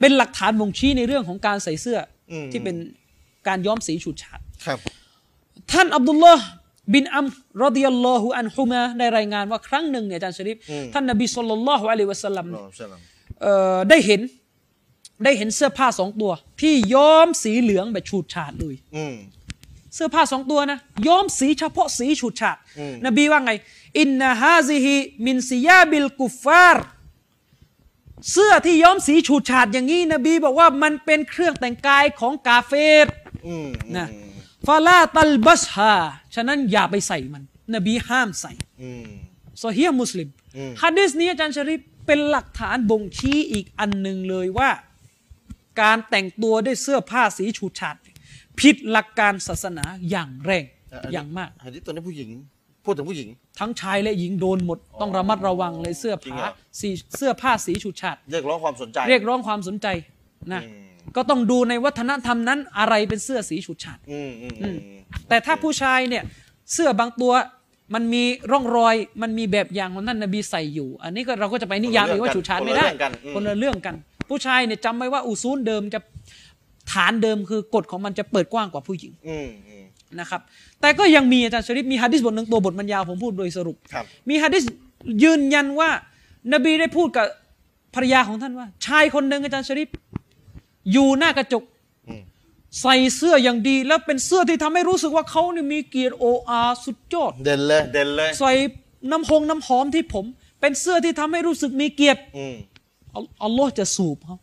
Speaker 2: เป็นหลักฐานบ่งชี้ในเรื่องของการใส่เสื้ออ
Speaker 1: อืม
Speaker 2: ที่เป็นการย้อมสีฉูดฉาด
Speaker 1: ครับ
Speaker 2: ท่านอับดุลลอฮ์บินอัมรอดิยัลลอฮุอันฮุมาได้รายงานว่าครั้งหนึ่งเนี่ยอาจารย์ชริฟท่านนบีสุลลัลลอฮุอะลัยฮิวะสัลลัม
Speaker 1: ร
Speaker 2: เนี่ย
Speaker 1: อมสลัม
Speaker 2: เอ่อได้เห็นได้เห็นเสื้อผ้าสองตัว ที่ย้อมสีเหลืองแบบฉูดฉาดเลย
Speaker 1: อืม
Speaker 2: เสื้อผ้าสองตัวนะย้อมสีเฉพาะสีฉูดฉาด
Speaker 1: อืม
Speaker 2: นบีว่าไง อินนาฮาซิฮิมินซิยาบิลกุฟฟาร์เสื้อที่ย้อมสีฉูดฉาดอย่างนี้ นบีบอกว่ามันเป็นเครื่องแต่งกายของกาเฟร
Speaker 1: อืม
Speaker 2: นะ
Speaker 1: อืม
Speaker 2: ฟาลาตัลบัสฮาฉะนั้นอย่าไปใส่มัน นบีห้ามใส่
Speaker 1: อืม
Speaker 2: โซอฮีฮ์มุสลิม
Speaker 1: อืม
Speaker 2: ฮะดิษนี้อาจารย์ชริปเป็นหลักฐานบ่งชี้อีกอันหนึ่งเลยว่า การแต่งตัวด้วยเสื้อผ้าสีฉูดฉาดผิดหลักการศาสนาอย่างแรงอย่างมาก
Speaker 1: อันนี้ตัวนี้ผู้หญิง พูดถึงผู้หญิง
Speaker 2: ทั้งชายและหญิงโดนหมด ต้องระมัดระวังเลยเสื้อ
Speaker 1: จริง
Speaker 2: ผ้า
Speaker 1: เหรอ
Speaker 2: สีเสื้อผ้าสีฉูดฉาด
Speaker 1: เรียกร้องความสนใจ
Speaker 2: เรียกร้องความสนใจนะ
Speaker 1: อืม
Speaker 2: ก็ต้องดูในวัฒนธรรมนั้นอะไรเป็นเสื้อสีฉูดฉาด
Speaker 1: อืมอืมอืม
Speaker 2: แต่ถ้าผู้ชายเนี่ยเสื้อบางตัวมันมีร่องรอยมันมีแบบอย่างของท่านนบีใส่อยู่ อันนี้ก็เราก็จะไปนิยามอีกว่าฉูดฉาดไม่ได้คนละเรื่องกัน ผู้ชายเนี่ยจำไว้ว่าอุซูลเดิมจะฐานเดิมคือกฎของมันจะเปิดกว้างกว่าผู้หญิง
Speaker 1: อืมอืม
Speaker 2: นะครับ แต่ก็ยังมีอาจารย์ชริปมีฮะดิษบทหนึ่งตัวบทมันยาวผมพูดโดยสรุป
Speaker 1: ครับ
Speaker 2: มีฮะดิษยืนยันว่า นบีได้พูดกับภรรยาของท่านว่า ชายคนหนึ่งอาจารย์ชริปอยู่หน้ากระจก
Speaker 1: อืม
Speaker 2: ใส่เสื้ออย่างดี แล้วเป็นเสื้อที่ทำให้รู้สึกว่าเขาเนี่ยมีเกียรติโออาสุดยอด
Speaker 1: เด่นเลย เด่นเลย
Speaker 2: ใส่น้ำหงน้ำหอมที่ผม เป็นเสื้อที่ทำให้รู้สึกมีเกียรติ
Speaker 1: อืม
Speaker 2: อัลอัลลอฮ์จะสูบเขา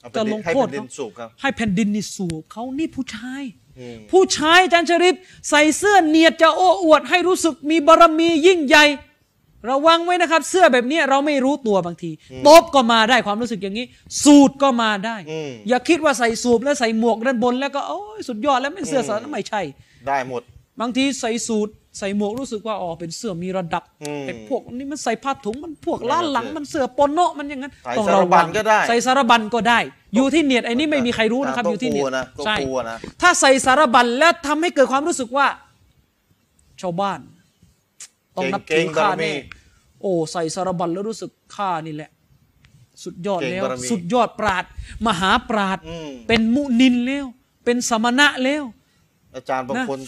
Speaker 1: เอาไป
Speaker 2: จะ
Speaker 1: ดิ
Speaker 2: ลง
Speaker 1: ให้
Speaker 2: โทษ
Speaker 1: เป็นดิ
Speaker 2: เขา
Speaker 1: นสูบครับ
Speaker 2: ให้แผ่นดินนี่สูบเขานี่ผู้ชาย
Speaker 1: อืม
Speaker 2: ผู้ชายอาจารย์ชริปใส่เสื้อเนียดจะโอ้อวด ให้รู้สึกมีบารมียิ่งใหญ่ ระวังไว้นะครับ เสื้อแบบนี้เราไม่รู้ตัวบางทีตบก็มาได้ความรู้สึกอย่างนี้ สูตรก็มาได้
Speaker 1: อืม
Speaker 2: อย่าคิดว่าใส่สูบแล้วใส่หมวกด้านบน แล้วก็โอ้ยสุดยอดแล้วเป็นเสื้อสารไม่ใช่
Speaker 1: ได้หมด
Speaker 2: บางทีใส่สูทใส่หมวกรู้สึกว่าอ๋อเป็นเสื้อมีระดับ
Speaker 1: อืม
Speaker 2: แต่พวกนี้มันใส่ผ้าถุงมันพวกล้านหลังมันเสื้อโปโนมันอย่างนั้น
Speaker 1: ใส่สารบัญก็ได้
Speaker 2: ใส่สารบัญก็ได้ อยู่ที่เนียดไอ้นี่ไม่มีใครรู้นะครับ
Speaker 1: ก็
Speaker 2: อยู่ที่เนียด
Speaker 1: กลัวนะก็
Speaker 2: ใช่
Speaker 1: กลัวนะ
Speaker 2: ถ้าใส่สารบัญแล้วทำให้เกิดความรู้สึกว่า ชาวบ้าน ต้องนับ
Speaker 1: เก่
Speaker 2: ถื
Speaker 1: ง
Speaker 2: อ
Speaker 1: ๆ
Speaker 2: ข้า
Speaker 1: บารมี
Speaker 2: แน่โอ้ใส่สารบัญแล้วรู้สึกข้านี่แหละ สุดยอด
Speaker 1: เก่ง
Speaker 2: แล้ว
Speaker 1: บารมี
Speaker 2: สุดยอดปราดมหาปราด
Speaker 1: อืม
Speaker 2: เป็นมุนินแล้ว เป็นสมณะแล้ว
Speaker 1: อาจารย์บาง
Speaker 2: นะ
Speaker 1: คน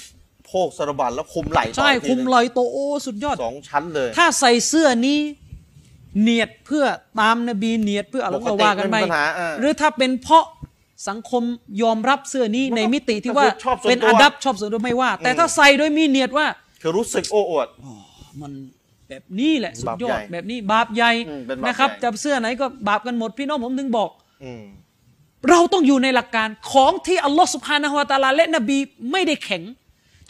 Speaker 1: โพกสารบัญแล้วคุมไหล่ต่อ
Speaker 2: ใช่
Speaker 1: อีกที
Speaker 2: คุม
Speaker 1: หนึ่ง
Speaker 2: ลอยโตโอสุดยอด
Speaker 1: สองชั้นเลย
Speaker 2: ถ้าใส่เสื้อนี้เนียดเพื่อตามนบีเนียดเพื่ออะไร
Speaker 1: ปกติ
Speaker 2: ก็ว่ากันไป
Speaker 1: ไม่มีปัญหาอ่า
Speaker 2: หรือถ้าเป็นเพราะสังคมยอมรับเสื้อนี้ในมิติที่ว่า
Speaker 1: ชอบส่วนตัว
Speaker 2: เป็นอาดับชอบส่วนตัวไม่ว่า แต่
Speaker 1: อืม
Speaker 2: ถ้าใส่โดยมีเนียดว่า
Speaker 1: คือรู้สึกโอ้อวด
Speaker 2: มันแบบนี้แหละสุดยอบ
Speaker 1: าปให
Speaker 2: ด
Speaker 1: ญ่
Speaker 2: แบบนี้บาปใหญ่
Speaker 1: อืมเป็นบาป
Speaker 2: นะครับ
Speaker 1: ใหญ่
Speaker 2: จับเสื้อไหนก็บาปกันหมดพี่น้องผมถึงบอก
Speaker 1: อืม
Speaker 2: เราต้องอยู่ในหลักการของที่อัลลอฮ์สุบฮานะฮุวาตะอาลาและนบีไม่ได้แข็ง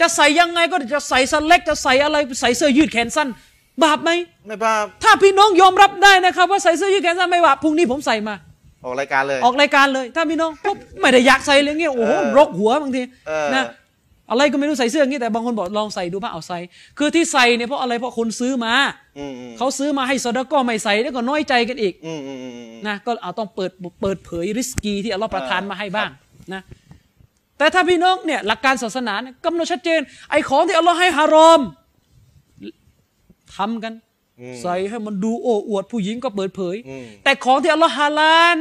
Speaker 2: จะใส่ยังไงก็จะใส่สเล็กจะใส่อะไรใส่เสื้อยืดแขนสั้น บาปไหม
Speaker 1: ไม่บ้า
Speaker 2: ถ้าพี่น้องยอมรับได้นะครับ ว่าใส่เสื้อยืดแขนสั้นไม่บาปพรุ่งนี้ผมใส่มา
Speaker 1: ออกรายการเลย
Speaker 2: ออกรายการเลย ถ้าพี่น้องปุ๊บไม่ได้อยากใส่เลยเงี้ยโอ้โห
Speaker 1: เออ
Speaker 2: รกหัวบางที
Speaker 1: เออ
Speaker 2: นะอะไรก็ไม่รู้ใส่เสื้ออย่างงี้แต่บางคนบอกลองใส่ดูบ้างเอาใส่ คือที่ใส่เนี่ยเพราะอะไรเพราะคนซื้อมา
Speaker 1: อืมอืม
Speaker 2: เขาซื้อมาให้ซอดาก็ไม่ใส่แล้วก็น้อยใจกันอีก
Speaker 1: อืมอืมอืมอืม
Speaker 2: นะก็เอาต้องเปิดเปิดเผยริสกีที่อัลลอฮ์ประทาน
Speaker 1: เออ
Speaker 2: มาให้บ้างนะแต่ถ้าพี่น้องเนี่ยหลักการศาสนาเนี่ยกำหนดชัดเจน ไอ้ของที่อัลลอฮ์ให้ฮารอมทำกัน ใส่ให้มันดูโอ้อวดผู้หญิงก็เปิดเผย
Speaker 1: อืม
Speaker 2: แต่ของที่อัลลอฮ์ฮาลาล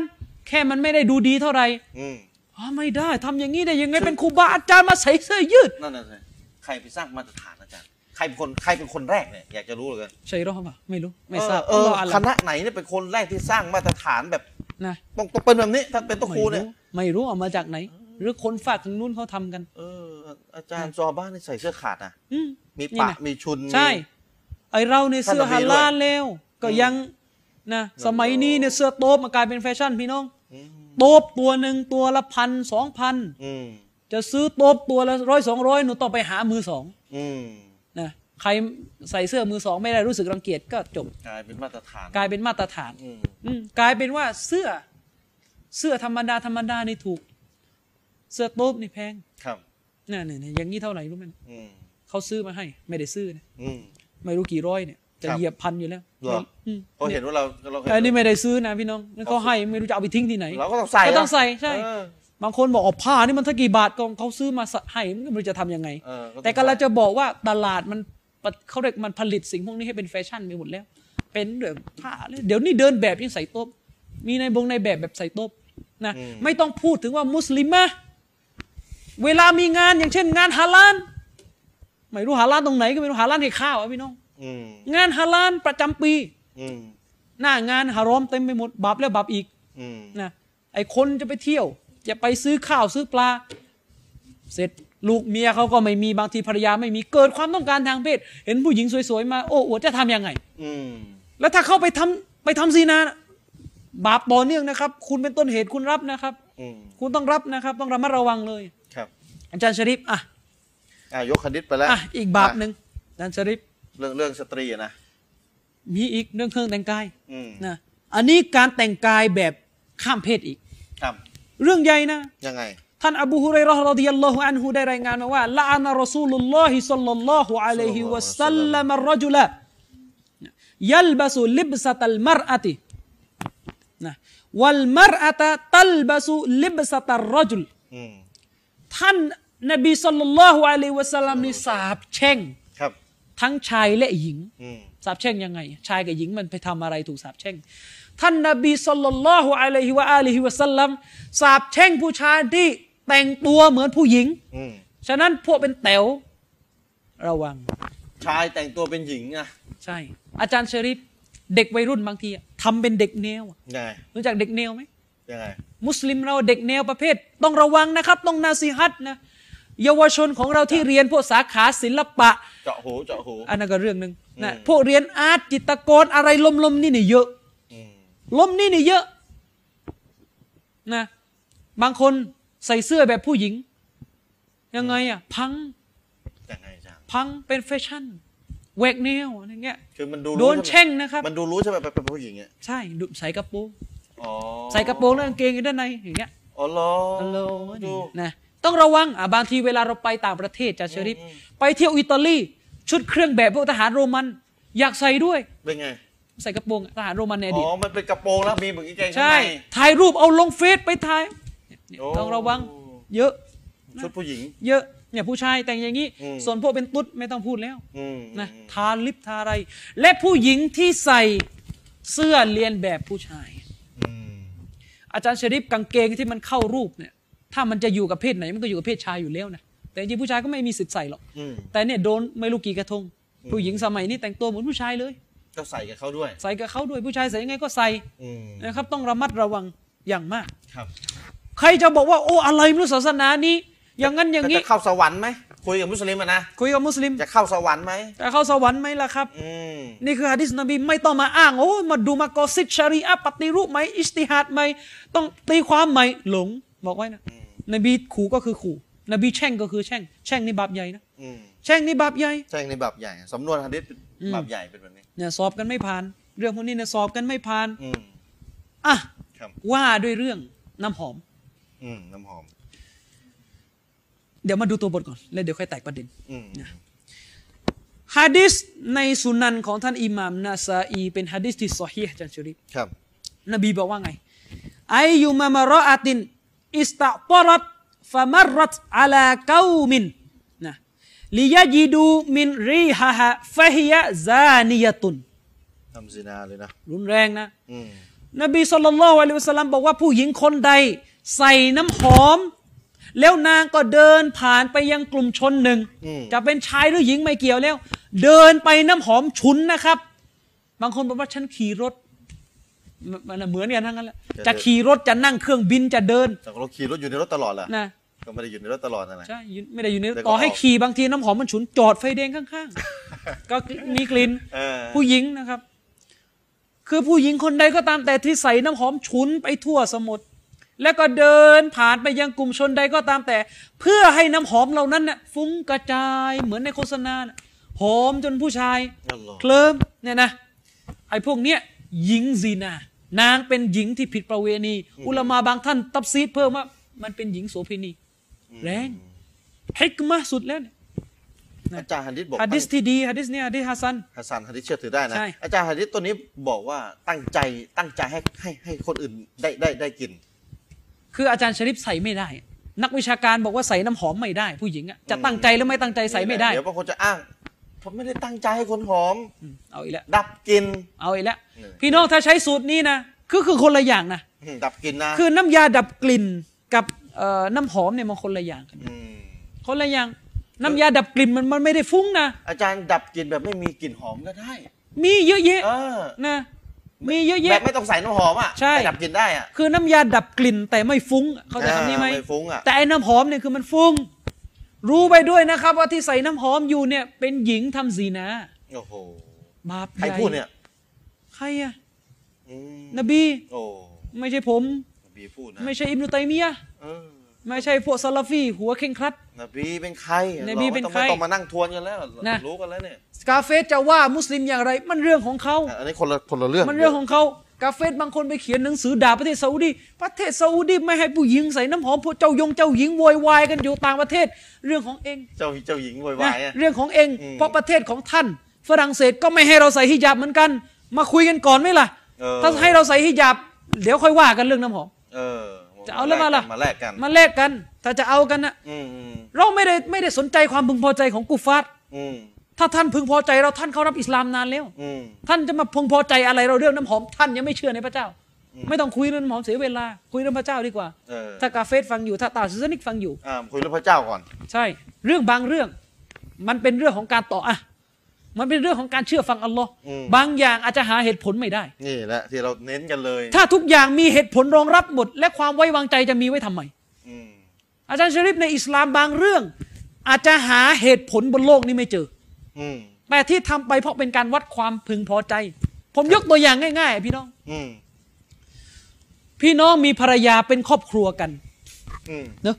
Speaker 2: แค่มันไม่ได้ดูดีเท่าไหร่
Speaker 1: อืม
Speaker 2: อ๋อไม่ได้ทำอย่างนี้ได้ยังไงเป็นครูบาอาจารย์มาใส่เสื้อยืด
Speaker 1: นั่นน่ะสิใครไปสร้างมาตรฐานอาจารย์ใครเป็นคนใครเป็นคนแรกเนี่ยอยากจะรู้เหลย
Speaker 2: ใช่หรอเปล่าไม่รู้ไม่ทราบ
Speaker 1: เออ
Speaker 2: ลลอฮ์อา
Speaker 1: ค
Speaker 2: ลาม
Speaker 1: ณะไหนเนี่ยเป็นคนแรกที่สร้างมาตรฐานแบบ
Speaker 2: นะ
Speaker 1: ต้องต้องเป็นแบบนี้ถ้าเป็นตัวครูเนี่ย
Speaker 2: ไม่รู้เอามาจากไหน หรือคนฝากทางนู้นเขาทำกัน
Speaker 1: เอออาจารย์ซอบ้านนี่ใส่เสื้อขาดนะ
Speaker 2: อืม
Speaker 1: มี
Speaker 2: นี่
Speaker 1: ปะ
Speaker 2: นะ
Speaker 1: มีชุน
Speaker 2: ใช่
Speaker 1: มี
Speaker 2: ไอเราในยเสื้อ
Speaker 1: ท่านนบีด้วย
Speaker 2: ฮาลาลแล้ว ก็
Speaker 1: อืม
Speaker 2: ยังนะสมัยนี้เนี่ยเสื้อโต๊บมากลายเป็นแฟชั่นพี่น้อง
Speaker 1: อืม
Speaker 2: โต๊บตัวหนึ่งตัวละพันสองพัน
Speaker 1: อืม
Speaker 2: จะซื้อโต๊บตัวละร้อยสองร้อยหนูต้องไปหามือสอง
Speaker 1: อืม
Speaker 2: นะใครใส่เสื้อมือสองไม่ได้รู้สึกรังเกียจก็จบ
Speaker 1: กลายเป็นมาตรฐาน
Speaker 2: กลายเป็นมาตรฐาน
Speaker 1: อืม
Speaker 2: อืมกลายเป็นว่าเสื้อเสื้อธรรมดาธรรมดานี่ถูก เสื้อโต๊บนี่แพง
Speaker 1: ครับ
Speaker 2: น่ะเนี่ยเนี่ยอย่างนี้เท่าไหร่รู้ไหม
Speaker 1: อืม
Speaker 2: เขาซื้อมาให้ ไม่ได้ซื้อนะ
Speaker 1: อืม
Speaker 2: ไม่รู้กี่ร้อยเนี่ย จะ
Speaker 1: ครับ
Speaker 2: เหยียบพันอยู่แล้ว
Speaker 1: เหรอ
Speaker 2: อืม
Speaker 1: พอเห็นว่าเราเราเห็
Speaker 2: แต่อันนี้
Speaker 1: น
Speaker 2: ไม่ได้ซื้อนะพี่น้องนั่นเขา
Speaker 1: เขาซื้อ
Speaker 2: ให้ไม่รู้จะเอาไปทิ้งที่ไหน
Speaker 1: เราก็ต้องใส่
Speaker 2: ก็ต้องใส่ใช่
Speaker 1: เออบ
Speaker 2: างคนบอกอ๋อผ้านี่มันถ้ากี่บาทก็เขาซื้อมาสะให้มันก็ไม่รู้จะทำยังไง
Speaker 1: เอออง
Speaker 2: แต่กำลังจะบอกว่าตลาดมันปะเขาเรียกมันผลิตสิ่งพวกนี้ให้เป็นแฟชั่นไปหมดแล้ว เป็นเรื่องผ้าเลยเดี๋ยวนี้เดินแบบยังใส่โต๊บมีในบงในแบบแบบใส่โต๊บนะไม่ต้องพูดถึงว่ามุสลิมะเวลามีงานอย่างเช่น งานฮาลาลไม่รู้ฮาลาลตรงไหนก็ไม่รู้ฮาลาลให้ข้าวอะพี่น้อง
Speaker 1: อืม
Speaker 2: งานฮาลาลประจำปี
Speaker 1: อืม
Speaker 2: หน้างานฮารอมเต็มไปหมดบาปแล้วบาปอีก
Speaker 1: อืม
Speaker 2: นะไอคนจะไปเที่ยว จะไปซื้อข้าวซื้อปลา เสร็จลูกเมียเขาก็ไม่มีบางทีภรรยาไม่มีเกิดความต้องการทางเพศ เห็นผู้หญิงสวยๆ มาโอ้อวดจะทำยังไง
Speaker 1: อืม
Speaker 2: แล้วถ้าเข้าไปทำไปทำซีนานะบาปต่อเนื่องนะครับ คุณเป็นต้นเหตุคุณรับนะครับ
Speaker 1: อืม
Speaker 2: คุณต้องรับนะครับ ต้องระมัดระวังเลย
Speaker 1: ครับ
Speaker 2: อาจารย์ชริปอ่ะ
Speaker 1: อ่ะยกคณิตไปแล้ว
Speaker 2: อ่ะอีกบาปหนึ่งอาจารย์ชริป
Speaker 1: เรื่องเรื่องสตรีอะนะ
Speaker 2: มีอีกเรื่องเครื่องแต่งกาย
Speaker 1: อืม
Speaker 2: นะอันนี้การแต่งกายแบบข้ามเพศอีก
Speaker 1: ครับ
Speaker 2: เรื่องใหญ่นะ
Speaker 1: ยังไง
Speaker 2: ท่านอบูฮุเรย์รอฮ์รดิยัลลอฮุอันฮุได้รายงานมาว่าละอานะรอซูลุลลอฮิสัลลัลลอฮุอะลัยฮิวะสัลลัมอัรรอจุละยัลบาสุลิบสะตัลมารอะตินะวัลมารอะตะตัลบาสุลิบสะตัรรอจุล
Speaker 1: อืม
Speaker 2: ท่านนบีสัลลัลลอฮุอะลัยฮิวะสัลลัมนี่สาบแช่ง
Speaker 1: ครับ
Speaker 2: ทั้งชายและหญิง
Speaker 1: อืม
Speaker 2: สาบแช่งยังไง ชายกับหญิงมันไปทำอะไรถูกสาบแช่ง ท่านนบีสุลต่านละฮุอะลัยฮิวะอาลีฮิวะสัลลัมสาบแช่งผู้ชายที่แต่งตัวเหมือนผู้หญิง
Speaker 1: อืม
Speaker 2: ฉะนั้นพวกเป็นแต๋วระวัง
Speaker 1: ชายแต่งตัวเป็นหญิงนะ
Speaker 2: ใช่ อาจารย์ชริปเด็กวัยรุ่นบางทีอะทำเป็นเด็กแนวอะ
Speaker 1: ยังไง
Speaker 2: รู้จักเด็กแนวไหม
Speaker 1: ยังไง
Speaker 2: มุสลิมเราเด็กแนวประเภท ต้องระวังนะครับ ต้องนาซีฮัตนะ เยาวชนของเราที่เรียนพวกสาขาศิลปะ
Speaker 1: เจาะหูเจาะหู
Speaker 2: อันนั้นก็เรื่องหนึ่งนะ
Speaker 1: อืม
Speaker 2: พวกเรียนอาร์ตจิตรกรอะไรลมๆนี่เนี่ยเยอะ
Speaker 1: อืม
Speaker 2: ลมนี่นี่เยอะนะบางคนใส่เสื้อแบบผู้หญิง ยังไงอ่ะ พัง
Speaker 1: ยังไงจ้ะ
Speaker 2: พังเป็นแฟชั่นแหวกแนวอะไรเงี้ย
Speaker 1: คือมันดูรู้
Speaker 2: โดน
Speaker 1: ใช่ไหม
Speaker 2: แช่งนะครับ
Speaker 1: มันดูรู้ใช่ไหมเป็นผู้หญิงเนี่ย
Speaker 2: ใช่ดูใส่กระโปรง
Speaker 1: อ๋อ
Speaker 2: ใส่กระโปรงแล้วกางเกงอยู่ด้านในอย่างเงี้ย
Speaker 1: อ๋อเหรอ
Speaker 2: ฮัลโหล
Speaker 1: ดู
Speaker 2: นะ ต้องระวังอ่ะบางทีเวลาเราไปต่างประเทศจ่าเชอริฟไปเที่ยวอิตาลีชุดเครื่องแบบพวกทหารโรมัน อยากใส่ด้วย
Speaker 1: เป็นไง
Speaker 2: ใส่กระโปรงทหารโรมันในอ
Speaker 1: อ๋
Speaker 2: ดีต
Speaker 1: อ มันเป็นกระโปรงแล้วมีเหมือนกางเกงข้าง
Speaker 2: ใช่
Speaker 1: ใน
Speaker 2: ถ่ายรูปเอาลงเฟซไปถ่ายเนี่ย
Speaker 1: โ
Speaker 2: ต้องระวัง เยอะ
Speaker 1: ชุดผู้หญิง
Speaker 2: เยอะเนี่ยผู้ชายแต่งอย่างนี้
Speaker 1: อืม
Speaker 2: ส่วนพวกเป็นตุ๊ดไม่ต้องพูดแล้ว
Speaker 1: อืม
Speaker 2: นะทาลิปทาอะไร และผู้หญิงที่ใส่เสื้อเลียนแบบผู้ชาย
Speaker 1: อืม
Speaker 2: อาจารย์ชริปกางเกงที่มันเข้ารูปเนี่ย ถ้ามันจะอยู่กับเพศไหนมันก็อยู่กับเพศชายอยู่แล้วนะแต่จริงๆผู้ชายก็ไม่มีสิทธิ์ใส่หรอก
Speaker 1: อืม
Speaker 2: แต่เนี่ยโดนไม่รู้กี่กระทง ผู้หญิงสมัยนี้แต่งตัวเหมือนผู้ชายเลย
Speaker 1: ก็ใส่กับเขาด้วย
Speaker 2: ใส่กับเขาด้วยผู้ชายใส่ยังไงก็ใส่
Speaker 1: อืม
Speaker 2: นะครับ ต้องระมัดระวังอย่างมาก
Speaker 1: ครับ
Speaker 2: ใครจะบอกว่าโอ้อะไรไม่รู้ศาสนานี้ อย่างนั้นอย่าง
Speaker 1: แต่
Speaker 2: นี้
Speaker 1: จะเข้าสวรรค์ไหม คุยกับมุสลิมอะนะ
Speaker 2: คุยกับมุสลิม
Speaker 1: จะเข้าสวรรค์ไหม
Speaker 2: แต่เข้าสวรรค์ไหมล่ะครับ
Speaker 1: อืม
Speaker 2: นี่คือฮะดิษนบีไม่ต้องมาอ้างโอ้มาดูมากอซิดชารีอะห์ปฏิรูปไหมอิสติฮัดไหมต้องตีความไหมหลงบอกไว้นะนบีขู่ก็คือขู่ นบีแช่งก็คือแช่ง แช่งนี่บาปใหญ่นะ
Speaker 1: อืม
Speaker 2: แช่งนี่บาปใหญ่
Speaker 1: ใช่ในแบบใหญ่สำนวนฮะดิษแบบใหญ่เป็นแบบนี้
Speaker 2: เนี่ยสอบกันไม่ผ่าน เรื่องพวกนี้เนี่ยสอบกันไม่ผ่าน
Speaker 1: อืม
Speaker 2: อ่ะ
Speaker 1: ครับ
Speaker 2: ว่าด้วยเรื่องน้ำหอม
Speaker 1: อืมน้ำหอม
Speaker 2: เดี๋ยวมาดูตัวบทก่อน แล้วเดี๋ยวค่อยแตกประเด็น
Speaker 1: อืม
Speaker 2: ฮะดิษในสุนันของท่านอิหม่ามนาซาอีเป็นฮะดิษที่ซอฮีฮ์อาจันชริฟ
Speaker 1: ครับ
Speaker 2: นบีบอกว่าไงไอยุมามารออาติน อิสตะปอรัตฟะมารรัตอาลาเกามินนะลิยะจิดูมินรีฮะฮะฟะฮิยะซานียะตุน
Speaker 1: ทำซินาเลยนะ
Speaker 2: รุนแรงนะ
Speaker 1: อืม
Speaker 2: นบีสุลต่านละลิวะสลลัมบอกว่าผู้หญิงคนใดใส่น้ำหอม แล้วนางก็เดินผ่านไปยังกลุ่มชนหนึ่ง
Speaker 1: อืม
Speaker 2: จะเป็นชายหรือหญิงไม่เกี่ยวแล้ว เดินไปน้ำหอมฉุนนะครับ บางคนบอกว่าฉันขี่รถมันมันเหมือนกันทั้งนั้นแหละจะขี่รถจะนั่งเครื่องบินจะเดิน
Speaker 1: แต่เราขี่รถอยู่ในรถตลอดเหรอ
Speaker 2: นะ
Speaker 1: ก็ไม่ได้อยู่ในรถตลอดนะนะ
Speaker 2: ใช่อยู่ไม่ได้อยู่ใน
Speaker 1: แต่ก็
Speaker 2: ต่อให้
Speaker 1: ออก
Speaker 2: ขี่บางทีน้ำหอมมันฉุนจอดไฟแดงข้างๆ ก็มีกลิ่น
Speaker 1: เออ
Speaker 2: ผู้หญิงนะครับ คือผู้หญิงคนใดก็ตามแต่ที่ใส่น้ำหอมฉุนไปทั่วสมุทรแล้วก็เดินผ่านไปยังกลุ่มชนใดก็ตามแต่ เพื่อให้น้ำหอมเหล่านั้นน่ะฟุ้งกระจายเหมือนในโฆษณาน่ะหอมจนผู้ชาย
Speaker 1: อัลลอฮ์
Speaker 2: เคลิ้มเนี่ยนะไอ้พวกเนี้ยหญิงซีนา นางเป็นหญิงที่ผิดประเวณี อุลามาบางท่านตับซีดเพิ่มว่า มันเป็นหญิงโสเภณี แรงฮิกมะห์สุดแล้วเนี่ย
Speaker 1: อาจารย์ฮะดิษบอก
Speaker 2: ฮะดิษที่ดีฮะดิษเนี่ยฮะดิษฮัสซัน
Speaker 1: ฮัสซันฮะดิษเชื่อถือได้นะ
Speaker 2: ใช่
Speaker 1: อาจารย์ฮะดิษตัวนี้บอกว่าตั้งใจตั้งใจให้ให้ให้คนอื่นได้ได้ได้กิน
Speaker 2: คืออาจารย์ชริปใส่ไม่ได้ นักวิชาการบอกว่าใส่น้ำหอมไม่ได้ ผู้หญิงอะจะตั้งใจหรือไม่ตั้งใจใส่ไม่ได้
Speaker 1: เดี๋ยวบางคนจะอ้างผมไม่ได้ตั้งใจให้คนหอม
Speaker 2: เอาอีกแล้ว
Speaker 1: ดับกลิน
Speaker 2: เอาอีกแล้ว
Speaker 1: เหนื่อย
Speaker 2: พี่น้องถ้าใช้สูตรนี้นะคือคือคนละอย่างนะ
Speaker 1: อืมดับกลินนะ
Speaker 2: คือน้ำยาดับกลิ่นกับเอ่อน้ำหอมเนี่ยมันคนละอย่างกัน
Speaker 1: ม
Speaker 2: คนละอย่างน้ำยาดับกลิ่นมันมันไม่ได้ฟุ้งนะ
Speaker 1: อาจารย์ดับกลินแบบไม่มีกลิ่นหอมก็ได้
Speaker 2: มีเยอะแยะ
Speaker 1: เออ
Speaker 2: นะมีเยอะ
Speaker 1: แบ
Speaker 2: แยะ
Speaker 1: บไม่ต้องใส่น้ำหอมอ่ะ
Speaker 2: ใช่
Speaker 1: แต่ดับกลินได้อ่ะ
Speaker 2: คือน้ำยาดับกลิ่นแต่ไม่ฟุ้งเขาใจคำนี้ไหม
Speaker 1: อ่าไม่ฟุ้งอะ
Speaker 2: แต่ไอ้น้ำหอมเนี่ยคือมันฟุ้ง รู้ไปด้วยนะครับ ว่าที่ใส่น้ำหอมอยู่เนี่ยเป็นหญิงทำซีนา
Speaker 1: โอ้โห
Speaker 2: บาป
Speaker 1: ใค
Speaker 2: ให
Speaker 1: ร
Speaker 2: ญ่
Speaker 1: พูดเนี่ย
Speaker 2: ใครอะ
Speaker 1: อืม
Speaker 2: นบี
Speaker 1: โอ้
Speaker 2: ไม่ใช่ผม
Speaker 1: นบีพูดนะ
Speaker 2: ไม่ใช่อิบนุตัยมียะห์
Speaker 1: เออ
Speaker 2: ไม่ใช่พวกซาลาฟีหัวเข่งครัด
Speaker 1: นบีเป็นใคร
Speaker 2: นบีเป็นใคร
Speaker 1: ไม่ต้องมานั่งทวนกันแล้ว
Speaker 2: นะ
Speaker 1: รู้กันแล้วเนี่ย
Speaker 2: กาเฟสจะว่ามุสลิมอย่างไร มันเรื่องของเขา
Speaker 1: อ่ะอันนี้คนละคนละเรื่อง
Speaker 2: มันเรื่องของเขากาเฟสบางคนไปเขียนหนังสือด่าประเทศซาอุดีประเทศซาอุดีไม่ให้ผู้หญิงใส่น้ำหอมพวกเจ้ายงเจ้าหญิงโวยวายกันอยู่ต่างประเทศ เรื่องของเอง
Speaker 1: เจ้าหญิงเจ้าหญิงโวยวา
Speaker 2: นะ
Speaker 1: ยอ่ะ
Speaker 2: เรื่องของเอง
Speaker 1: อืม
Speaker 2: เพราะประเทศของท่าน ฝรั่งเศสก็ไม่ให้เราใส่ฮิญาบเหมือนกัน มาคุยกันก่อนไหมล่ะ
Speaker 1: เออ
Speaker 2: ถ้าให้เราใส่ฮิญาบ เดี๋ยวค่อยว่ากันเรื่องน้ำหอม
Speaker 1: เออ
Speaker 2: จะเอาแล้วมาล่ะ
Speaker 1: มาแลกกัน
Speaker 2: มาแลกกัน ถ้าจะเอากันนะ
Speaker 1: อืมอืม
Speaker 2: เราไม่ได้ไม่ได้สนใจความพึงพอใจของกุฟาต
Speaker 1: อืม
Speaker 2: ถ้าท่านพึงพอใจเราท่านเข้ารับอิสลามนานแล้ว
Speaker 1: อืม
Speaker 2: ท่านจะมาพึงพอใจอะไรเราเรื่องน้ำหอม ท่านยังไม่เชื่อในพระเจ้า ไม่ต้องคุยเรื่องน้ำหอมเสียเวลา คุยเรื่องพระเจ้าดีกว่า
Speaker 1: เออ
Speaker 2: ถ้ากาเฟสฟังอยู่ ถ้าตาซิสนิกฟังอยู่
Speaker 1: อ่าคุยเรื่องพระเจ้าก่อน
Speaker 2: ใช่ เรื่องบางเรื่อง มันเป็นเรื่องของการต่ออะมันเป็นเรื่องของการเชื่อฟังอัลลอฮ์
Speaker 1: อืม
Speaker 2: บางอย่างอาจจะหาเหตุผลไม่ได้
Speaker 1: นี่แหละที่เราเน้นกันเลย
Speaker 2: ถ้าทุกอย่างมีเหตุผลรองรับหมด และความไว้วางใจจะมีไว้ทำไม
Speaker 1: อืม
Speaker 2: อาจารย์ชริฟในอิสลามบางเรื่อง อาจจะหาเหตุผลบนโลกนี้ไม่เจอ
Speaker 1: อืม
Speaker 2: แต่ที่ทำไปเพราะเป็นการวัดความพึงพอใจ ผมยกตัวอย่างง่ายๆ พี่น้อง
Speaker 1: อืม
Speaker 2: พี่น้องมีภรรยาเป็นครอบครัวกัน
Speaker 1: อืม
Speaker 2: เนอะ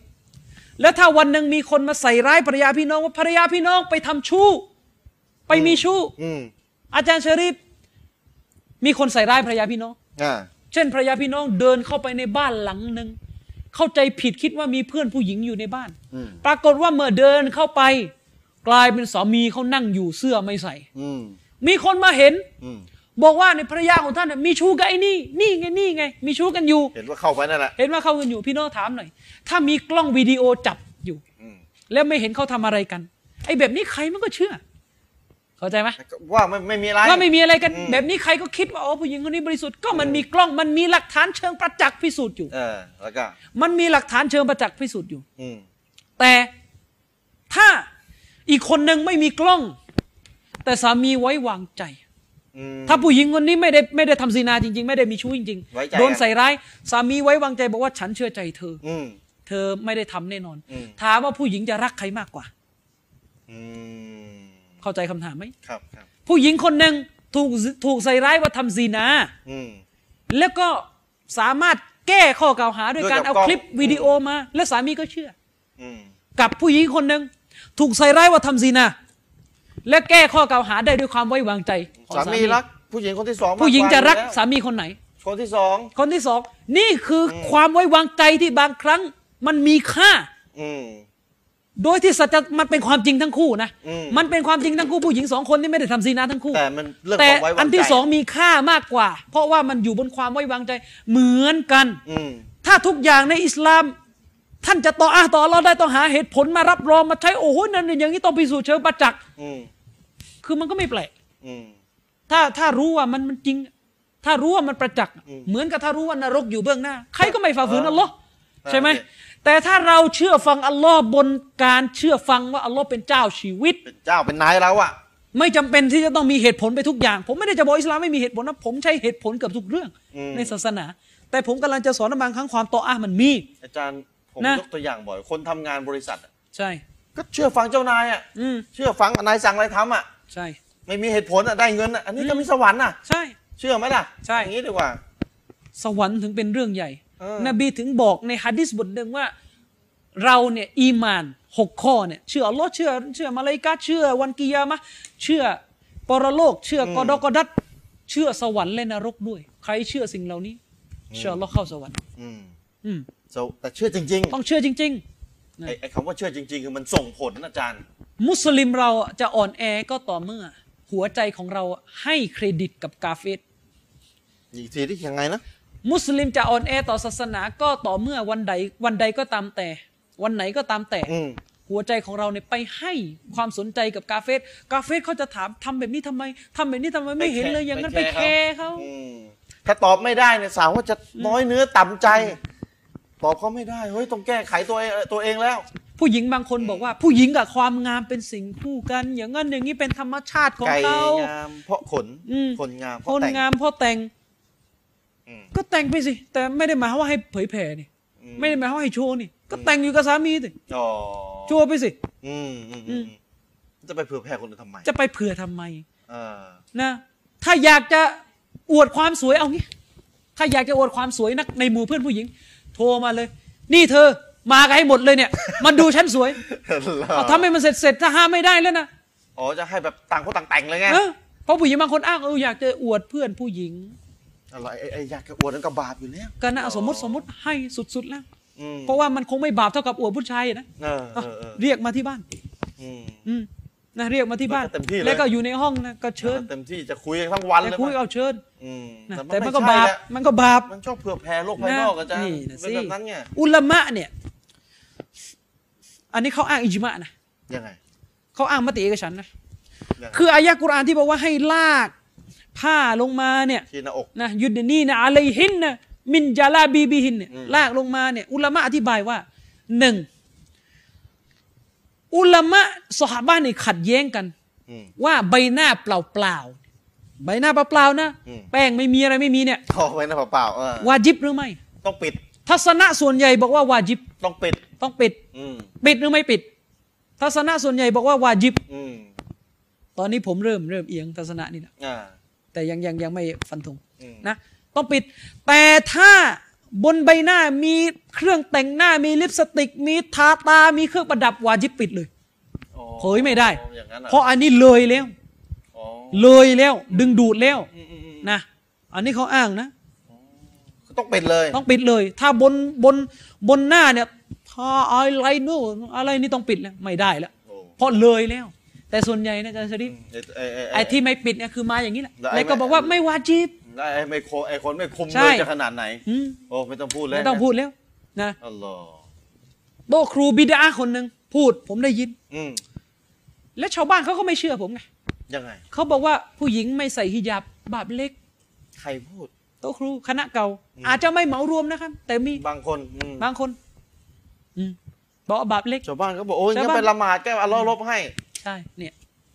Speaker 2: แล้วถ้าวันหนึ่งมีคนมาใส่ร้ายภรรยาพี่น้องว่าภรรยาพี่น้องไปทำชู้ ไปมีชู้
Speaker 1: อืม
Speaker 2: อาจารย์ชริฟมีคนใส่ร้ายภรรยาพี่น้อง
Speaker 1: อ่า
Speaker 2: เช่นภรรยาพี่น้องเดินเข้าไปในบ้านหลังหนึ่ง เข้าใจผิดคิดว่ามีเพื่อนผู้หญิงอยู่ในบ้าน
Speaker 3: อืม
Speaker 2: ปรากฏว่าเมื่อเดินเข้าไป กลายเป็นสามีเขานั่งอยู่เสื้อไม่ใส่
Speaker 3: อืม
Speaker 2: มีคนมาเห็น
Speaker 3: อืม
Speaker 2: บอกว่าในยภรรยาของท่านน่ะมีชู้กับไอ้นี่ นี่ไงนี่ไง มีชู้กันอยู่
Speaker 1: เห็นว่าเข้าไปนั่นแหละ
Speaker 2: เห็นว่าเขากันอยู่พี่น้องถามหน่อย ถ้ามีกล้องวิดีโอจับอยู่
Speaker 1: อืม
Speaker 2: แล้วไม่เห็นเขาทำอะไรกัน ไอ้แบบนี้ใครมันก็เชื่อ เข้าใจไหม
Speaker 1: ว่าไม่ไม่มีอะไร
Speaker 2: ว่าไม่มีอะไรกัน
Speaker 1: อืม
Speaker 2: แบบนี้ใครก็คิดว่าโอ้ผู้หญิงคนนี้บริสุทธิ์ก็มันมีกล้องมันมีหลักฐานเชิงประจักษ์พิสูจน์อยู่
Speaker 1: เออแล้วก็
Speaker 2: มันมีหลักฐานเชิงประจักษ์พิสูจน์อยู่
Speaker 1: อืม
Speaker 2: แต่ถ้าอีกคนหนึ่งไม่มีกล้อง แต่สามีไว้วางใจ
Speaker 1: อืม
Speaker 2: ถ้าผู้หญิงคนนี้ไม่ได้ไม่ได้ทำซีนาจริง ๆ ไม่ได้มีชู้จริง
Speaker 1: ไว้ใจ
Speaker 2: โดนใส่ร้าย สามีไว้วางใจบอกว่าฉันเชื่อใจเธอ
Speaker 1: อืม
Speaker 2: เธอไม่ได้ทำแน่นอน
Speaker 1: อืม
Speaker 2: ถามว่าผู้หญิงจะรักใครมากกว่า
Speaker 1: อืม
Speaker 2: เข้าใจคำถามไหม
Speaker 1: ครับครับ
Speaker 2: ผู้หญิงคนหนึ่งถูกถูกใส่ร้ายว่าทำซีนา
Speaker 1: อืม
Speaker 2: แล้วก็สามารถแก้ข้อกล่าวหาด้วย
Speaker 1: ด้วย
Speaker 2: การ
Speaker 1: กับ
Speaker 2: เอา
Speaker 1: กล้อง
Speaker 2: คลิปวิดีโอมา และสามีก็เชื่อ
Speaker 1: อืม
Speaker 2: กับผู้หญิงคนหนึ่งถูกใส่ร้ายว่าทำซีนา และแก้ข้อกล่าวหาได้ด้วยความไว้วางใจของ
Speaker 1: สามีรัก ผู้หญิงคนที่สองมาก
Speaker 2: ผู้หญิงจะรัก
Speaker 1: กว่าอยู่แล้ว
Speaker 2: สามีคนไหน
Speaker 1: คนที่สอง
Speaker 2: คนที่สองนี่คืออ
Speaker 1: ม
Speaker 2: ความไว้วางใจที่บางครั้งมันมีค่า
Speaker 1: อืม
Speaker 2: โดยที่สัจจะมันเป็นความจริงทั้งคู่นะ
Speaker 1: อืม
Speaker 2: นเป็นความจริงทั้งคู่ผู้หญิงสองคนนี่ไม่ได้ทำซีนาทั้งคู่
Speaker 1: แต่มันเรื่องข
Speaker 2: แต่
Speaker 1: องไว้วางใจ
Speaker 2: อันที่สองมีค่ามากกว่า เพราะว่ามันอยู่บนความไว้วางใจเหมือนกัน
Speaker 1: อืม
Speaker 2: ถ้าทุกอย่างในอิสลาม ท่านจะต่ออาต่อเราได้ต้องหาเหตุผลมารับรองมาใช้โอ้โหนั่นนี่อย่างนี้ต้องพิสูจน์เชิงประจักษ์
Speaker 1: อืม
Speaker 2: คือมันก็ไม่แปลก
Speaker 1: อืม
Speaker 2: ถ้าถ้ารู้ว่ามันมันจริง ถ้ารู้ว่ามันประจักษ์
Speaker 1: อืม
Speaker 2: เหมือนกับถ้ารู้ว่านรกอยู่เบื้องหน้า ใครก็ไม่ฝ่าฝืน
Speaker 1: เออ
Speaker 2: อัลลอฮ์ใช่ไหม
Speaker 1: โอเค
Speaker 2: แต่ถ้าเราเชื่อฟังอัลลอฮ์บนการเชื่อฟังว่าอัลลอฮ์เป็นเจ้าชีวิต
Speaker 1: เป็นเจ้าเป็นนายเราอะ
Speaker 2: ไม่จำเป็นที่จะต้องมีเหตุผลไปทุกอย่าง ผมไม่ได้จะบอกอิสลามไม่มีเหตุผลนะผมใช้เหตุผลเกับทุกเรื่องในศาสนา แต่ผมกำลังจะสอนว่าบางครั้งความต่ออ้ามันมี
Speaker 1: อาจารย์ผม
Speaker 2: นะ
Speaker 1: ยกตัวอย่างบ่อย คนทำงานบริษัทอะ
Speaker 2: ใช่
Speaker 1: ก็เชื่อฟังเจ้านายอะ
Speaker 2: อืม
Speaker 1: เชื่อฟังนายสั่งอะไรทำอะ
Speaker 2: ใช่
Speaker 1: ไม่มีเหตุผลอะได้เงินอะอันนี้ก็มีสวรรค์อะ
Speaker 2: ใช่
Speaker 1: เชื่อไหมล่ะ
Speaker 2: ใช่
Speaker 1: อย่างนี้ดีกว่า
Speaker 2: สวรรค์ถึงเป็นเรื่องใหญ่
Speaker 1: เออ
Speaker 2: นบีถึงบอกในฮะดิษบทหนึ่งว่า เราเนี่ยอีมานหกข้อเนี่ยเชื่ออัลลอฮ์เชื่อเชื่อมาลาอิกาเชื่อวันกิยามะห์เชื่อปรโลก เชื่อกอดอกอดัตเชื่อสวรรค์และนรกด้วย ใครเชื่อสิ่งเหล่านี้ เชื่ออัลลอฮ์เข้าสวรรค์
Speaker 1: อืม
Speaker 2: อืม
Speaker 1: แต่แต่เชื่อจริง
Speaker 2: ต้องเชื่อจริง
Speaker 1: ๆไอ้ไอ้คำว่าเชื่อจริง ๆ คือมันส่งผลนะอาจารย์
Speaker 2: ๆ มุสลิมเราจะอ่อนแอก็ต่อเมื่อ หัวใจของเราให้เครดิตกับกาเฟต
Speaker 1: อีกทีที่ยังไงนะ
Speaker 2: มุสลิมจะอ่อนแอต่อศาสนาก็ต่อเมื่อวันใดวันใดก็ตามแต่ วันไหนก็ตามแต่
Speaker 1: อืม
Speaker 2: หัวใจของเราเนี่ยไปให้ความสนใจกับกาเฟส กาเฟสเขาจะถามทำแบบนี้ทำไมทำแบบนี้ทำไมไม่เห็นเลยอย่างนั้นไปแคร์เขา
Speaker 1: อืมถ้าตอบไม่ได้เนี่ยสาวว่าจะน้อยเนื้อต่ำใจ ตอบเขาไม่ได้ เฮ้ย ต้องแก้ไขตัวเองตัวเองแล้ว
Speaker 2: ผู้หญิงบางคนบอกว่าผู้หญิงกับความงามเป็นสิ่งคู่กัน อย่างนั้นอย่างนี้เป็นธรรมชาติของ
Speaker 1: ไก่
Speaker 2: เขา
Speaker 1: งามเพราะขน
Speaker 2: อืม
Speaker 1: คนงามเพ
Speaker 2: ค
Speaker 1: ราะ
Speaker 2: น
Speaker 1: แต่ง
Speaker 2: งามพอแต่ง
Speaker 1: อืม
Speaker 2: ก็แต่งไปสิ แต่ไม่ได้หมายความว่าให้เผยแผ่นี่ไม่ได้หมายความว่าให้โชว์นี่ ก็แต่งอยู่กับสามีสิ
Speaker 1: อ๋อ
Speaker 2: โชว์ไปสิ
Speaker 1: อืมอืมอืมจะไปเผื่อแผ่คนอื่นทำไม
Speaker 2: จะไปเผื่อทำไม
Speaker 1: เออ
Speaker 2: นะถ้าอยากจะอวดความสวยเอางี้ ถ้าอยากจะอวดความสวยนักในหมู่เพื่อนผู้หญิง โทรมาเลย นี่เธอมากันให้หมดเลยเนี่ย มันดูฉันสวยเอาทำให้มันเสร็จเสร็จๆถ้าห้ามไม่ได้แล้วนะ
Speaker 1: อ๋อจะให้แบบต่างคนต่างแต่งเลยไง
Speaker 2: เออเพราะผู้หญิงบางคนอ้างเอออยากจะอวดเพื่อนผู้หญิง
Speaker 1: อะไรไอ้ไอ้อยากจะอวดนั่นก็บาปอยู่แล้ว
Speaker 2: ก็นะเอาสมมติสมมติให้สุดๆแล้ว
Speaker 1: อืม
Speaker 2: เพราะว่ามันคงไม่บาปเท่ากับอวดผู้ชายนะ
Speaker 1: เออ
Speaker 2: อ่ะ
Speaker 1: เออเออ
Speaker 2: เรียกมาที่บ้าน
Speaker 1: อืม
Speaker 2: อืมนะเรียกมาที่บ้าน
Speaker 1: มันก็เต็มที่เลย
Speaker 2: แล้วก็อยู่ในห้องนะก็เชิญ
Speaker 1: เต็มที่จะคุยกันทั้งวันเลย
Speaker 2: แต่คุยเอาเชิญ
Speaker 1: อืม
Speaker 2: นะ
Speaker 1: แต่มั
Speaker 2: แต่มัน
Speaker 1: น
Speaker 2: ก็
Speaker 1: ไม่ใช่
Speaker 2: บาป
Speaker 1: แล้ว
Speaker 2: มันก็บาป
Speaker 1: มันชอบเผื่อแผ่โลกภายนอกอาจารย์
Speaker 2: นี่นะสิ
Speaker 1: เป็นแบบนั้นไง
Speaker 2: อุลามะเนี่ย อันนี้เขาอ้างอิจมะนะ
Speaker 1: ยังไง
Speaker 2: เขาอ้างมติเอกฉันท์นะ
Speaker 1: ยังไง
Speaker 2: คืออายะกุรอานที่บอกว่าให้ลากผ้าลงมาเนี่ย
Speaker 1: ที่หน้าอก
Speaker 2: นะยุดนีนะอะไรหินนะมินจาลาบีบีหินเนี่ย
Speaker 1: อืม
Speaker 2: ลากลงมาเนี่ย อุลามะอธิบายว่าหนึ่งอุลามะสหาบ้านเนี่ยขัดแย้งกัน
Speaker 1: อืม
Speaker 2: ว่าใบหน้าเปล่าๆใบหน้าเปล่าๆนะ
Speaker 1: อืม
Speaker 2: แป้งไม่มีอะไรไม่มีเนี่ย
Speaker 1: ทอไว้นะเปล่าๆเออ
Speaker 2: วาจิบหรือไม่
Speaker 1: ต้องปิด
Speaker 2: ทัศนะส่วนใหญ่บอกว่าวาจิบ
Speaker 1: ต้องปิด
Speaker 2: ต้องปิด
Speaker 1: อืม
Speaker 2: ปิดหรือไม่ปิด ทัศนะส่วนใหญ่บอกว่าวาจิบ
Speaker 1: อืม
Speaker 2: ตอนนี้ผมเริ่มเริ่มเอียงทัศนะนี่แหละ
Speaker 1: อ่า
Speaker 2: แต่ยังยังยังไม่ฟันธง
Speaker 1: อืม
Speaker 2: นะต้องปิด แต่ถ้าบนใบหน้ามีเครื่องแต่งหน้ามีลิปสติก มีทาตา มีเครื่องประดับวาจิบปิดเลย
Speaker 1: อ๋อ
Speaker 2: เผยไม่ได้
Speaker 1: อย่างนั้น
Speaker 2: เพราะอันนี้เลยแล้ว
Speaker 1: อ๋อ
Speaker 2: เลยแล้ว ดึงดูดแล้ว
Speaker 1: อืมอืมอืม
Speaker 2: นะ อันนี้เขาอ้างนะ
Speaker 1: ต้องปิดเลย
Speaker 2: ต้องปิดเลย ถ้าบนบนบนหน้าเนี่ยทาอะไรโน่นอะไรนี่ต้องปิดแล้วไม่ได้แล้ว
Speaker 1: โอ้
Speaker 2: เพราะเลยแล้ว แต่ส่วนใหญ่นะอาจารย์ชริฟ
Speaker 1: ไอ้ไอ้ไอ้
Speaker 2: ไอ้
Speaker 1: ไอ้
Speaker 2: ที่ไม่ปิดเนี่ยคือมาอย่างนี้แหละ
Speaker 1: แล้วไอ้
Speaker 2: แล้วก็บอกว่าไม่วาจิบ
Speaker 1: ไอ้ไม่โคไอ้คนไม่คุม
Speaker 2: ใช่
Speaker 1: เลยจะขนาดไหน
Speaker 2: อืม
Speaker 1: โอ้ไม่ต้องพูดแล้ว
Speaker 2: ไม่ต้องพูดแล้วนะ
Speaker 1: อัลลอฮ์
Speaker 2: โตะครูบิดาคนหนึ่งพูดผมได้ยิน
Speaker 1: อืม
Speaker 2: และชาวบ้านเขาก็ไม่เชื่อผมไง
Speaker 1: ยังไง
Speaker 2: เขาบอกว่าผู้หญิงไม่ใส่ฮิญาบบาปเล็ก
Speaker 1: ใครพูด
Speaker 2: โตะครูคณะเก่า อาจจะไม่เหมารวมนะครับ แต่มี
Speaker 1: บางคนอืม
Speaker 2: บางคนอืมบอกว่าบาปเล็ก
Speaker 1: ชาวบ้านก็บอกโอ้ย
Speaker 2: ชาว
Speaker 1: งั้น
Speaker 2: บ้าน
Speaker 1: ไปละหมาดแก้อัลลอฮ์ลบให้
Speaker 2: ใช่เนี่ย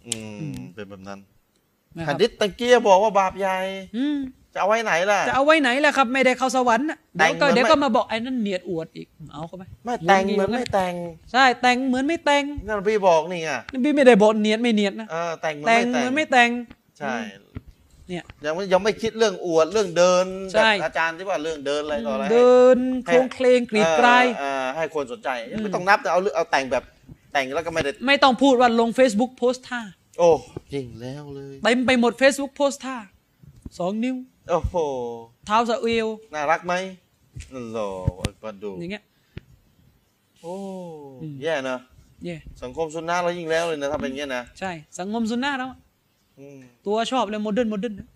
Speaker 1: อืมเป็นแบบนั้น
Speaker 2: นะค
Speaker 1: หะ
Speaker 2: รับ
Speaker 1: ดิษตะเกียบอกว่าบาปใหญ่
Speaker 2: อืม
Speaker 1: จะเอาไว้ไหนล่ะ
Speaker 2: จะเอาไว้ไหนล่ะครับ ไม่ได้เข้าสวรรค์น่ะเดี๋ยวก็
Speaker 1: แต่งเหมือน
Speaker 2: เดี๋ยวก็มาบอกไอ้นั่นเนียดอวดอีกเอาเข้าไป
Speaker 1: ไม่แต่งเหมือนไม่แต่ง
Speaker 2: ใช่แต่งเหมือนไม่แต่ง
Speaker 1: นั่นพี่บอกนี่ไง
Speaker 2: นบีไม่ได้บอกเนียดไม่เนียดนะ
Speaker 1: เออแต่งเหมือน
Speaker 2: แต่ง
Speaker 1: ไม่แต่
Speaker 2: เหมือง นไม่แต่ง
Speaker 1: ใช่
Speaker 2: เนี่ย
Speaker 1: ยังไม่ยังไม่คิดเรื่องอวดเรื่องเดิน
Speaker 2: ใช่
Speaker 1: แบบอาจารย์ที่ว่าเรื่องเดินอะไรต่ออะไรให้
Speaker 2: เดินโครงเคลงกรีดกราย
Speaker 1: เอ่อเอ่อให้คนสนใจ
Speaker 2: อืม
Speaker 1: ไม่ต้องนับแต่เอาเรื่องเอาแต่งแบบแต่งแล้วก็ไม่ได้
Speaker 2: ไม่ต้องพูดว่าลง Facebook โพสต์ท่า
Speaker 1: โอ้ยิงแล้วเลย
Speaker 2: เต็มไปหมด Facebook โพสต์ท่าสองนิ้ว
Speaker 1: โอ้โห
Speaker 2: เท้าสะเอว
Speaker 1: น่ารักไหมหล่อมาดู
Speaker 2: อย่างเงี้ย
Speaker 1: โอ้
Speaker 2: อืม
Speaker 1: แย่เนอะ
Speaker 2: เย่
Speaker 1: สังคมสุนนะเรายิ่งแล้วเลยนะถ้าเป็นอย่างเงี้ยนะ
Speaker 2: ใช่ สังคมซุนน่าแล้วอะ
Speaker 1: อืม
Speaker 2: ตัวชอบเลยโมเดิร์นโมเดิร์นะ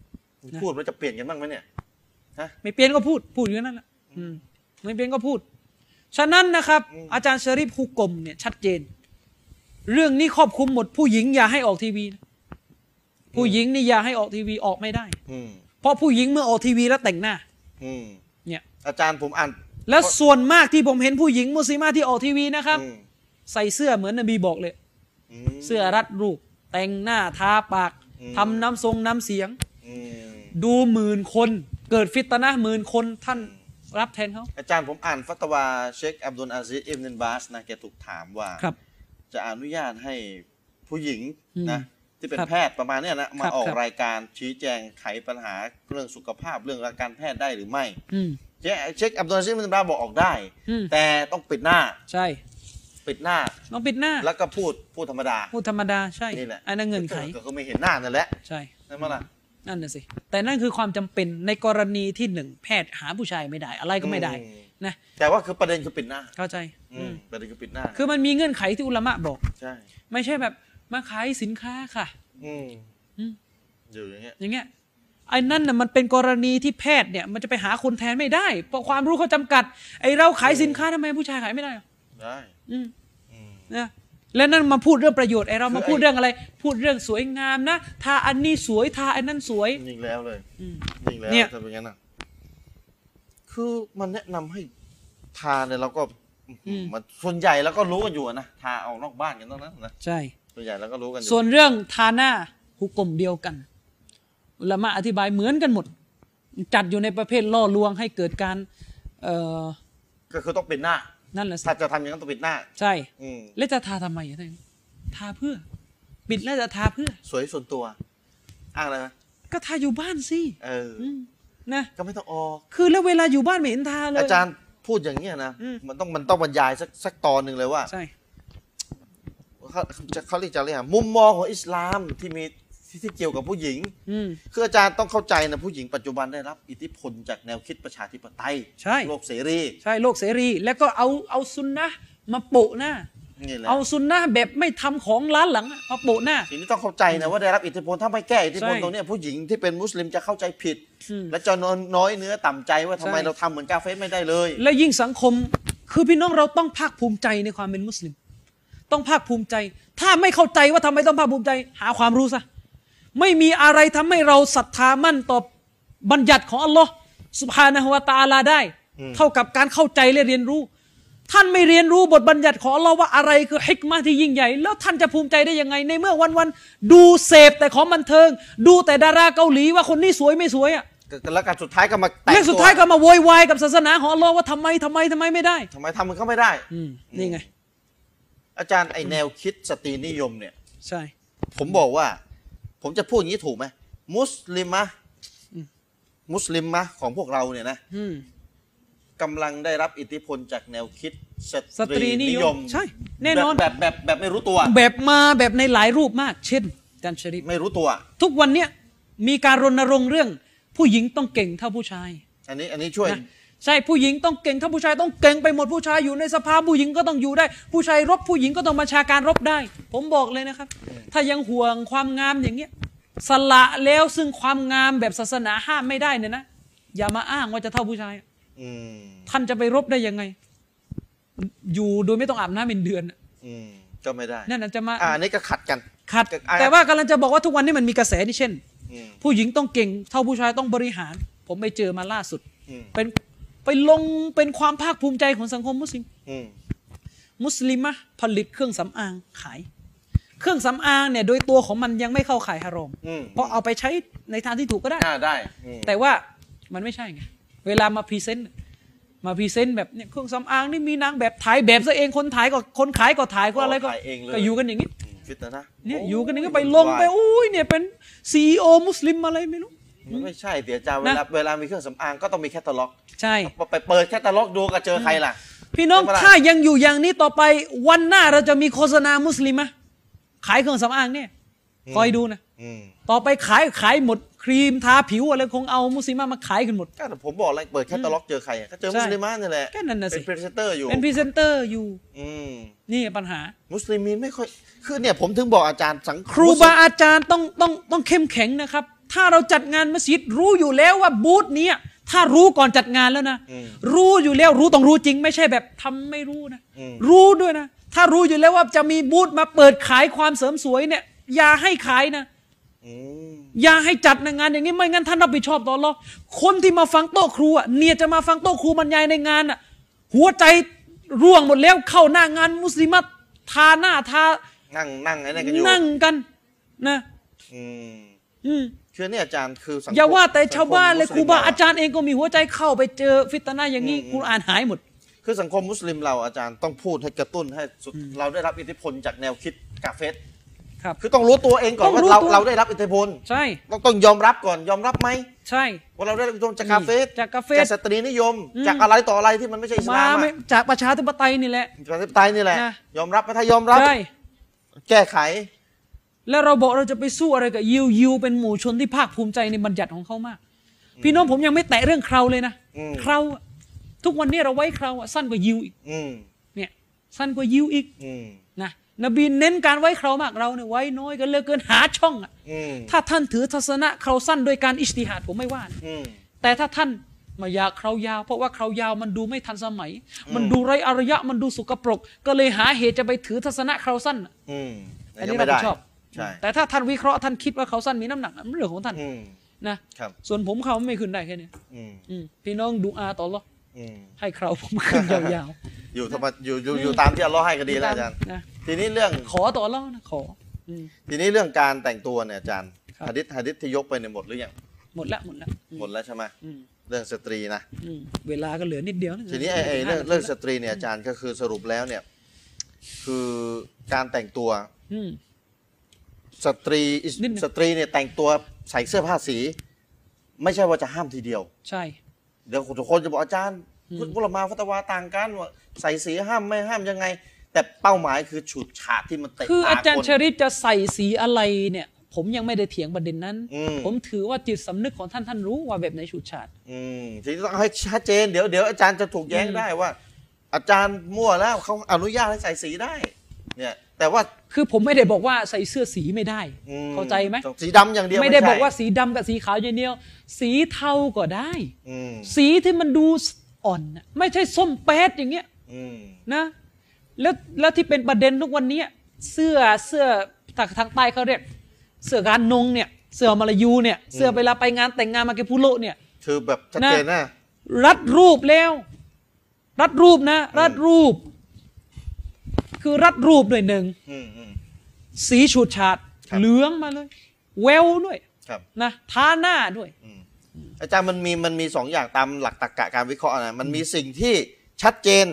Speaker 1: พูดแล้วจะเปลี่ยนกันบ้างไหมเนี่ย
Speaker 2: ไม่เปลี่ยนก็พูดพูดอยู่นั่นแหละอืมไม่เปลี่ยนก็พูด ฉะนั้นนะครับ
Speaker 1: อืม
Speaker 2: อาจารย์ชริฟฮุกกลมเนี่ยชัดเจน เรื่องนี้ครอบคลุมหมดผู้หญิงอย่าให้ออกทีวีนะผู้หญิงนี่อย่าให้ออกทีวีออกไม่ได้
Speaker 1: อืม
Speaker 2: เพราะผู้หญิงเมื่อออกทีวีแล้วแต่งหน้า
Speaker 1: อืม
Speaker 2: เนี่ย
Speaker 1: อาจารย์ผมอ่าน
Speaker 2: แล้วส่วนมากที่ผมเห็นผู้หญิงมุสลิมาที่ออกทีวีนะครับ
Speaker 1: อืม
Speaker 2: ใส่เสื้อเหมือนนบีบอกเลย
Speaker 1: ม
Speaker 2: เสื้อรัดรูป แต่งหน้าทาปาก
Speaker 1: อืม
Speaker 2: ทำน้ำทรงน้ำเสียง
Speaker 1: อืม
Speaker 2: ดูหมื่นคน เกิดฟิตนะหมื่นคนท่านรับแทนเขา
Speaker 1: อาจารย์ผมอ่านฟัตวาเชคอับดุลอาซิสอิบนบาสนะแกถูกถามว่า
Speaker 2: ครับ
Speaker 1: จะอนุญาตให้ผู้หญิง
Speaker 2: อืม
Speaker 1: นะที่เป็น
Speaker 2: ครับ
Speaker 1: แพทย์ประมาณเนี้ยนะมา
Speaker 2: ครับ
Speaker 1: ออก
Speaker 2: ครับ
Speaker 1: รายการชี้แจงไขปัญหาเรื่องสุขภาพเรื่องอาการแพทย์ได้หรือไม่
Speaker 2: อืม
Speaker 1: เจ๊เช็คอับดุลอาซิสมินบราบอกออกได้
Speaker 2: อืม
Speaker 1: แต่ต้องปิดหน้า
Speaker 2: ใช่
Speaker 1: ปิดหน้า
Speaker 2: น้องปิดหน้า
Speaker 1: แล้วก็พูดพูดธรรมดา
Speaker 2: พูดธรรมดาใช่
Speaker 1: นี่แหละ
Speaker 2: อันนั้นเงื่อนไข
Speaker 1: ก็ก็ไม่เห็นหน้านั่นแหละ
Speaker 2: ใช่
Speaker 1: นั่นมั้ยล่ะ
Speaker 2: นั่นน่ะสิ แต่นั่นคือความจำเป็นในกรณีที่หนึ่งแพทย์หาผู้ชายไม่ได้ อะไรก็ไม่ได้
Speaker 1: อืม
Speaker 2: นะ
Speaker 1: แต่ว่าคือประเด็นคือปิดหน้า
Speaker 2: เข้าใจ
Speaker 1: อื
Speaker 2: อื
Speaker 1: ม
Speaker 2: ม
Speaker 1: ประเด็นคือปิดหน้า
Speaker 2: คือมันมีเงื่อนไขที่อุลามะบอก
Speaker 1: ใช่
Speaker 2: ไม่ใช่แบบมาขายสินค้าค่ะ
Speaker 1: อืม
Speaker 2: อืม
Speaker 1: อยู่อย่างเงี้ย
Speaker 2: อย่างเงี้ยไอ้นั่นน่ะมันเป็นกรณีที่แพทย์เนี่ยมันจะไปหาคนแทนไม่ได้ เพราะความรู้เขาจำกัด ไอ้เราขายสินค้าทำไมผู้ชายขายไม่ได้อ่ะ
Speaker 1: ได้
Speaker 2: อืม
Speaker 1: อืม
Speaker 2: นะแล้วนั่นมาพูดเรื่องประโยชน์ไอ้เรา
Speaker 1: คือ
Speaker 2: มาพูด
Speaker 1: ไอ้
Speaker 2: เรื่องอะไร พูดเรื่องสวยงามนะทาอันนี้สวยทาอันนั้นสวย
Speaker 1: ยิงแล้วเลย
Speaker 2: อืม
Speaker 1: ยิงแล้ว
Speaker 2: เนี่ย
Speaker 1: ถ้าเป็นงั้นอ่ะ คือมันแนะนำให้ทาเนี่ยเราก็อื้อหือมันส่วนใหญ่แล้วก็รู้กันอยู่อะนะทาเอานอกบ้านกันตั้งนั้นนะ
Speaker 2: ใช่
Speaker 1: ส่วนใหญ่แล้วก็รู้กันอยู่
Speaker 2: ส่วนเรื่องทาหน้าหุกกลมเดียวกัน อุลามะอธิบายเหมือนกันหมด จัดอยู่ในประเภทล่อลวงให้เกิดการเอ่อ
Speaker 1: ก็คือต้องปิดหน้า
Speaker 2: นั่นแหละสิ
Speaker 1: ถ้าจะทำอย่างนั้นต้องปิดหน้า
Speaker 2: ใช่
Speaker 1: อืม
Speaker 2: แล้วจะทาทำไมอ่ะท่านทาเพื่อ ปิดแล้วจะทาเพื่อ
Speaker 1: สวยส่วนตัวอ้างอะไรนะ
Speaker 2: ก็ทาอยู่บ้านสิ
Speaker 1: เอออ
Speaker 2: มนะ
Speaker 1: ก็ไม่ต้องออก
Speaker 2: คือแล้วเวลาอยู่บ้านไม่เห็นทาเลย
Speaker 1: อาจารย์พูดอย่างเงี้ยนะ
Speaker 2: อืม
Speaker 1: มันต้องมันต้องบรรยายสักสักตอนหนึ่งเลยว่า
Speaker 2: ใช่
Speaker 1: เขาเขาเรียกจะเรียกหามุมมองของอิสลามที่มีที่ที่เกี่ยวกับผู้หญิง
Speaker 2: อืม
Speaker 1: คืออาจารย์ต้องเข้าใจนะผู้หญิงปัจจุบันได้รับอิทธิพลจากแนวคิดประชาธิปไตย
Speaker 2: ใช่
Speaker 1: โลกเสรี
Speaker 2: ใช่โลกเสรี แล้วก็เอาเอาซุนนะห์มาโปะหน้า
Speaker 1: นี่แหละ
Speaker 2: เอาซุนนะห์แบบไม่ทำของล้านหลังอะมาโปะหน้า
Speaker 1: ทีนี้ต้องเข้าใจนะว่าได้รับอิทธิพลถ้าไม่แก้อิทธิพล
Speaker 2: ใช่
Speaker 1: ตรงเนี้ยผู้หญิงที่เป็นมุสลิมจะเข้าใจผิด
Speaker 2: อืม
Speaker 1: และจะนอนน้อยเนื้อต่ำใจว่าทำไม
Speaker 2: ใช่
Speaker 1: เราทำเหมือนกาเฟสไม่ได้เลย
Speaker 2: และยิ่งสังคมคือพี่น้องเราต้องภาคภูมิใจในความเป็นมุสลิม ต้องภาคภูมิใจ ถ้าไม่เข้าใจว่าทำไมต้องภาคภูมิใจ หาความรู้ซะไม่มีอะไรทำให้เราศรัทธามั่นต่อบัญญัติของอัลลอฮ์สุบฮานะฮวาตาอาลาได้
Speaker 1: อืม
Speaker 2: เท่ากับการเข้าใจและเรียนรู้ ท่านไม่เรียนรู้บทบัญญัติของอัลลอฮ์ว่าอะไรคือฮิกมาที่ยิ่งใหญ่ แล้วท่านจะภูมิใจได้ยังไง ในเมื่อวันวันๆดูเสพแต่ของบันเทิง ดูแต่ดาราเกาหลีว่าคนนี้สวยไม่สวยอะ
Speaker 1: แล้วการสุดท้ายก็มาแต่ง
Speaker 2: เรื่องสุดท้ายก็มาโวยวายกับศาสนาของอัลลอฮ์ว่าทำไมทำไมทำไมไม่ได้
Speaker 1: ทำไมทำมันก็ไม่ได้
Speaker 2: อืมนี่ไง
Speaker 1: อาจารย์ไอแนวคิดสตรีนิยมเนี่ย
Speaker 2: ใช่
Speaker 1: ผมบอกว่า ผมจะพูดอย่างนี้ถูกไหมมุสลิมะมุสลิมะของพวกเราเนี่ยนะ
Speaker 2: อืม
Speaker 1: กำลังได้รับอิทธิพลจากแนวคิด
Speaker 2: สตรีนิยม ใช่ แน่นอน
Speaker 1: แบบแบบแบบแบบไม่รู้ตัว
Speaker 2: แบบมาแบบในหลายรูปมาก เช่นอาจารย์ชริฟ
Speaker 1: ไม่รู้ตัว
Speaker 2: ทุกวันเนี้ยมีการรณรงค์เรื่อง ผู้หญิงต้องเก่งเท่าผู้ชาย
Speaker 1: อ อันนี้อันนี้ช่วย
Speaker 2: นะใช่ผู้หญิงต้องเก่งถ้าผู้ชายต้องเก่งไปหมดผู้ชายอยู่ในสภาพผู้หญิงก็ต้องอยู่ได้ ผู้ชายรบผู้หญิงก็ต้องบัญชาการรบได้ ผมบอกเลยนะครับ ถ้ายังห่วงความงามอย่างเงี้ยสละแล้วซึ่งความงามแบบศาสนาห้ามไม่ได้เนี่ยนะอย่ามาอ้างว่าจะเท่าผู้ชาย
Speaker 1: อืม
Speaker 2: ท่านจะไปรบได้ยังไง อยู่โดยไม่ต้องอาบน้ำเป็นเดือนน่ะ
Speaker 1: อืมก็ไม่ได้
Speaker 2: นั่นนะจะมา
Speaker 1: อ่าอันนี้ก็ขัดกัน
Speaker 2: ขัด
Speaker 1: อ่ะ
Speaker 2: แต่ว่ากำลังจะบอกว่าทุกวันนี้มันมีกระแสนี่เช่น
Speaker 1: อืม
Speaker 2: ผู้หญิงต้องเก่ง เท่าผู้ชายต้องบริหาร ผมไปเจอมาล่าสุด
Speaker 1: อืม
Speaker 2: เป็นไปลงเป็นความภาคภูมิใจของสังคมมุสลิม
Speaker 1: อืม
Speaker 2: มุสลิมะผลิตเครื่องสำอางขาย เครื่องสำอางเนี่ยโดยตัวของมันยังไม่เข้าข่ายฮารอม
Speaker 1: อืม
Speaker 2: เพราะเอาไปใช้ในทางที่ถูกก็ได้
Speaker 1: อ่าได้อืม
Speaker 2: แต่ว่ามันไม่ใช่ไง เวลามาพรีเซนต์มาพรีเซนต์แบบเนี่ยเครื่องสำอางนี่มีนางแบบถ่ายแบบซะเองคนถ่ายก็คนขายก็ถ่ายคนอะไรก็
Speaker 1: ขายเองเลย
Speaker 2: ก็อยู่กันอย่างนี้
Speaker 1: อืมฟิตนะนะ
Speaker 2: เนี่ย
Speaker 1: โ
Speaker 2: อยู่กันอย่างนี้ไปลงไป
Speaker 1: วุ่นว
Speaker 2: อุ้ยเนี่ยเป็นซีอมุสลิมอะไรไม่รู้
Speaker 1: ายมันไม่ใช่เดี๋ยวจ้าเวลา
Speaker 2: นะ
Speaker 1: เวลามีเครื่องสำอางก็ต้องมีแคตตาล็อก
Speaker 2: ใช่
Speaker 1: ไปเปิดแคตตาล็อกดูก็เจอใครล่ะ
Speaker 2: พี่น้อง
Speaker 1: ใช่ปะล่ะ
Speaker 2: ถ้ายังอยู่อย่างนี้ต่อไปวันหน้าเราจะมีโฆษณามุสลิมะขายเครื่องสำอางเนี่ยคอยดูนะ
Speaker 1: อืม
Speaker 2: ต่อไปขายขายหมดครีมทาผิวอะไรคงเอามุสลิมะมาขายกันหมด
Speaker 1: ก็แต่ผมบอกอะไรเปิดแคตตาล็อกเจอใครอ่ะก็เจอ
Speaker 2: ใช่
Speaker 1: มุสลิมานี่แหละ
Speaker 2: ก็นั่นน่ะสิ
Speaker 1: เป็นพรีเซนเตอร์อยู่
Speaker 2: เป็นพรีเซนเตอร์อยู่
Speaker 1: อืม
Speaker 2: นี่ปัญหา
Speaker 1: มุสลิมีไม่ค่อยคือเนี่ยผมถึงบอกอาจารย์สัง
Speaker 2: ครูบาอาจารย์ต้องต้องต้องเข้มแข็งนะครับ ถ้าเราจัดงานมัสยิดรู้อยู่แล้วว่าบูธเนี้ยถ้ารู้ก่อนจัดงานแล้วนะ รู้อยู่แล้วรู้ต้องรู้จริง ไม่ใช่แบบทำไม่รู้นะ รู้ด้วยนะ ถ้ารู้อยู่แล้วว่าจะมีบูธมาเปิดขายความเสริมสวยเนี่ยอย่าให้ขายนะ
Speaker 1: อืม
Speaker 2: อย่าให้จัดนะงานอย่างนี้ไม่งั้นท่านรับผิดชอบต่ออัลลอฮ์คนที่มาฟังโต๊ะครูอะเนี่ยจะมาฟังโต๊ะครูบรรยายในงานอ่ะหัวใจร่วงหมดแล้วเข้าหน้างานมุสลิมะทาหน้าทา
Speaker 1: นั่งนั่งไอ้นั่นกันอยู่
Speaker 2: นั่งกันนะ
Speaker 1: อืม
Speaker 2: อืม
Speaker 1: คือเนี่ยอาจารย์คือสังคม
Speaker 2: อย่าว่าแต่ชาวบ้านเลย
Speaker 1: สั
Speaker 2: ค
Speaker 1: ง
Speaker 2: รู
Speaker 1: มมุ
Speaker 2: บา
Speaker 1: สลิม
Speaker 2: อาจารย์เองก็มีหัวใจเข้าไปเจอฟิตนะอย่างนี้
Speaker 1: อืม
Speaker 2: กูอ่านหายหมด
Speaker 1: คือสังคมมุสลิมเราอาจารย์ต้องพูดให้กระตุ้นให้สุดเราได้รับอิทธิพลจากแนวคิดกาเฟส
Speaker 2: ครับ
Speaker 1: คือต้องรู้ตัวเองก่อน
Speaker 2: ต้
Speaker 1: ว่า
Speaker 2: องรู้
Speaker 1: เรา
Speaker 2: ตัว
Speaker 1: เราได้รับอิทธิพล
Speaker 2: ใช่
Speaker 1: ต้องต้องยอมรับก่อนยอมรับไหม
Speaker 2: ใช่
Speaker 1: ว่าเราได้รับอิทธิพลจากกาเฟส
Speaker 2: จากกาเฟส
Speaker 1: สตรีนิยม
Speaker 2: อืม
Speaker 1: จากอะไรต่ออะไรที่มันไม่ใช่อิส
Speaker 2: มา
Speaker 1: ลาม
Speaker 2: ไม่
Speaker 1: อะ
Speaker 2: จากประชาธิปไตยนี่แหละ
Speaker 1: ประชาธิปไตยนี่แหละ
Speaker 2: นะ
Speaker 1: ยอมรับไหมถ้ายอมรับ
Speaker 2: ใช่
Speaker 1: แก้ไข
Speaker 2: แล้วเราบอกเราจะไปสู้อะไรกับยิวยิวเป็นหมู่ชนที่ภาคภูมิใจในบัญญัติของเขามาก พี่น้องผมยังไม่แตะเรื่องเคราวเลยนะ
Speaker 1: อืม
Speaker 2: เคราวอะทุกวันนี้เราไว้เคราวอะสั้นกว่ายิวอีก
Speaker 1: อืม
Speaker 2: เนี่ยสั้นกว่ายิวอีก
Speaker 1: อืม
Speaker 2: นะนบีเน้นการไว้เคราวมากเราเนี่ยไว้น้อยกันเหลือเกินหาช่องอะ
Speaker 1: อืม
Speaker 2: ถ้าท่านถือทัศนะเคราวสั้นโดยการอิสติฮาดผมไม่ว่านะ
Speaker 1: อืม
Speaker 2: แต่ถ้าท่านไมาอยากเครายาว เพราะว่าเครายาวมันดูไม่ทันสมัย มันดูไรอารยะมันดูสุกปรก ก็เลยหาเหตุจะไปถือทัศนะเคราสั้นน่ะ
Speaker 1: อืม
Speaker 2: อันนี้
Speaker 1: ก็
Speaker 2: รั
Speaker 1: ไม่
Speaker 2: บ
Speaker 1: ได้
Speaker 2: ผิดชอบ
Speaker 1: ใช่
Speaker 2: แต่ถ้าท่านวิเคราะห์ท่านคิดว่าเคราสั้นมีน้ำหนักน่ะมันเรื่องของท่าน
Speaker 1: อืม
Speaker 2: นะครับ ส่วนผมเขาไม่ขึ้นได้แค่เนี้ย
Speaker 1: อืม
Speaker 2: อืมพี่น้องดูอาต่อหรอฮ์
Speaker 1: อืม
Speaker 2: ให้เคราผมขึ้นยาว
Speaker 1: อยู่ธรรมะอยู่อยู่อยู่ตามที่อัลเลอฮ์ให้ก็
Speaker 2: ๆ
Speaker 1: ดีแล้วอาจารย์
Speaker 2: นะ
Speaker 1: ทีนี้เรื่อง
Speaker 2: ขอต่อหรอฮ์นะขออืม
Speaker 1: ทีนี้เรื่องการแต่งตัวเนี่ยอาจารย์
Speaker 2: ครับ
Speaker 1: หะดิษหะดิษที่ยกไปเนี่ยหมดหรือยัง
Speaker 2: หมดละหมดละอืม
Speaker 1: หมดแล้วใช่ไหม
Speaker 2: อืม
Speaker 1: เรื่องสตรีนะ
Speaker 2: อืมเวลาก็เหลือนิดเดียวะ
Speaker 1: ทีนี้ไอ้ไอ้เรื่องเรื่องสตรีเนี่ยอาจารย์ก็คือสรุปแล้วเนี่ยคือการแต่งตัว
Speaker 2: อืม
Speaker 1: สตรีอิส
Speaker 2: นิดนึง
Speaker 1: สตรีเนี่ยแต่งตัวใส่เสื้อผ้าสี ไม่ใช่ว่าจะห้ามทีเดียว
Speaker 2: ใช่
Speaker 1: เดี๋ยวทุกคนจะบอกอาจารย์
Speaker 2: อืม
Speaker 1: คุณกุลมาฟัตวาต่างกันว่าใส่สีห้ามไม่ห้ามยังไง แต่เป้าหมายคือฉุดฉาดที่มันเตะ
Speaker 2: คืออาจาร
Speaker 1: ต
Speaker 2: ย์ชริตจะใส่สีอะไรเนี่ย ผมยังไม่ได้เถียงประเด็นนั้น
Speaker 1: อืม
Speaker 2: ผมถือว่าจิตสำนึกของท่านท่านรู้ว่าแบบไหนฉูดฉาด
Speaker 1: อืมทีนี้ต้องให้ชัดเจนเดี๋ยวเดี๋ยวอาจารย์จะถูกแย้ง
Speaker 2: อืม
Speaker 1: ได้ว่า อาจารย์มั่วแล้วเขาอนุญาตให้ใส่สีได้ เนี่ย แต่ว่า
Speaker 2: คือผมไม่ได้บอกว่าใส่เสื้อสีไม่ได้
Speaker 1: อืม
Speaker 2: เข้าใจไหม
Speaker 1: สีดำอย่างเดียว
Speaker 2: ไม่ได้
Speaker 1: ใช่
Speaker 2: บอกว่าสีดำกับสีขาวอย่างเดียว สีเทาก็ได้
Speaker 1: อืม
Speaker 2: สีที่มันดูอ่อนน่ะไม่ใช่ส้มแป๊ดอย่างเงี้ย
Speaker 1: อืม
Speaker 2: นะแล้วแล้วที่เป็นประเด็นทุกวันเนี้ยเสื้อเสื้อทางทางใต้เขาเรียก เสื้อการนงเนี่ยเสื้อมาลายูเนี่ยเสื้อเวลาไปงานแต่งงานมาเกพุโลเนี่ย
Speaker 1: คือแบบชัดเจนนะ
Speaker 2: รัดรูปแล้ว รัดรูปนะ รัดรูป คือรัดรูปด้วยหนึ่ง
Speaker 1: อืมอืม
Speaker 2: สีฉูดฉาด
Speaker 1: ครับ
Speaker 2: เหลืองมาเลย แววด้วย
Speaker 1: ครับ
Speaker 2: นะทาหน้าด้วย
Speaker 1: อาจารย์มันมีมันมีสองอย่างตามหลักตรรกะการวิเคราะห์นะมันมีสิ่งที่ชัดเจน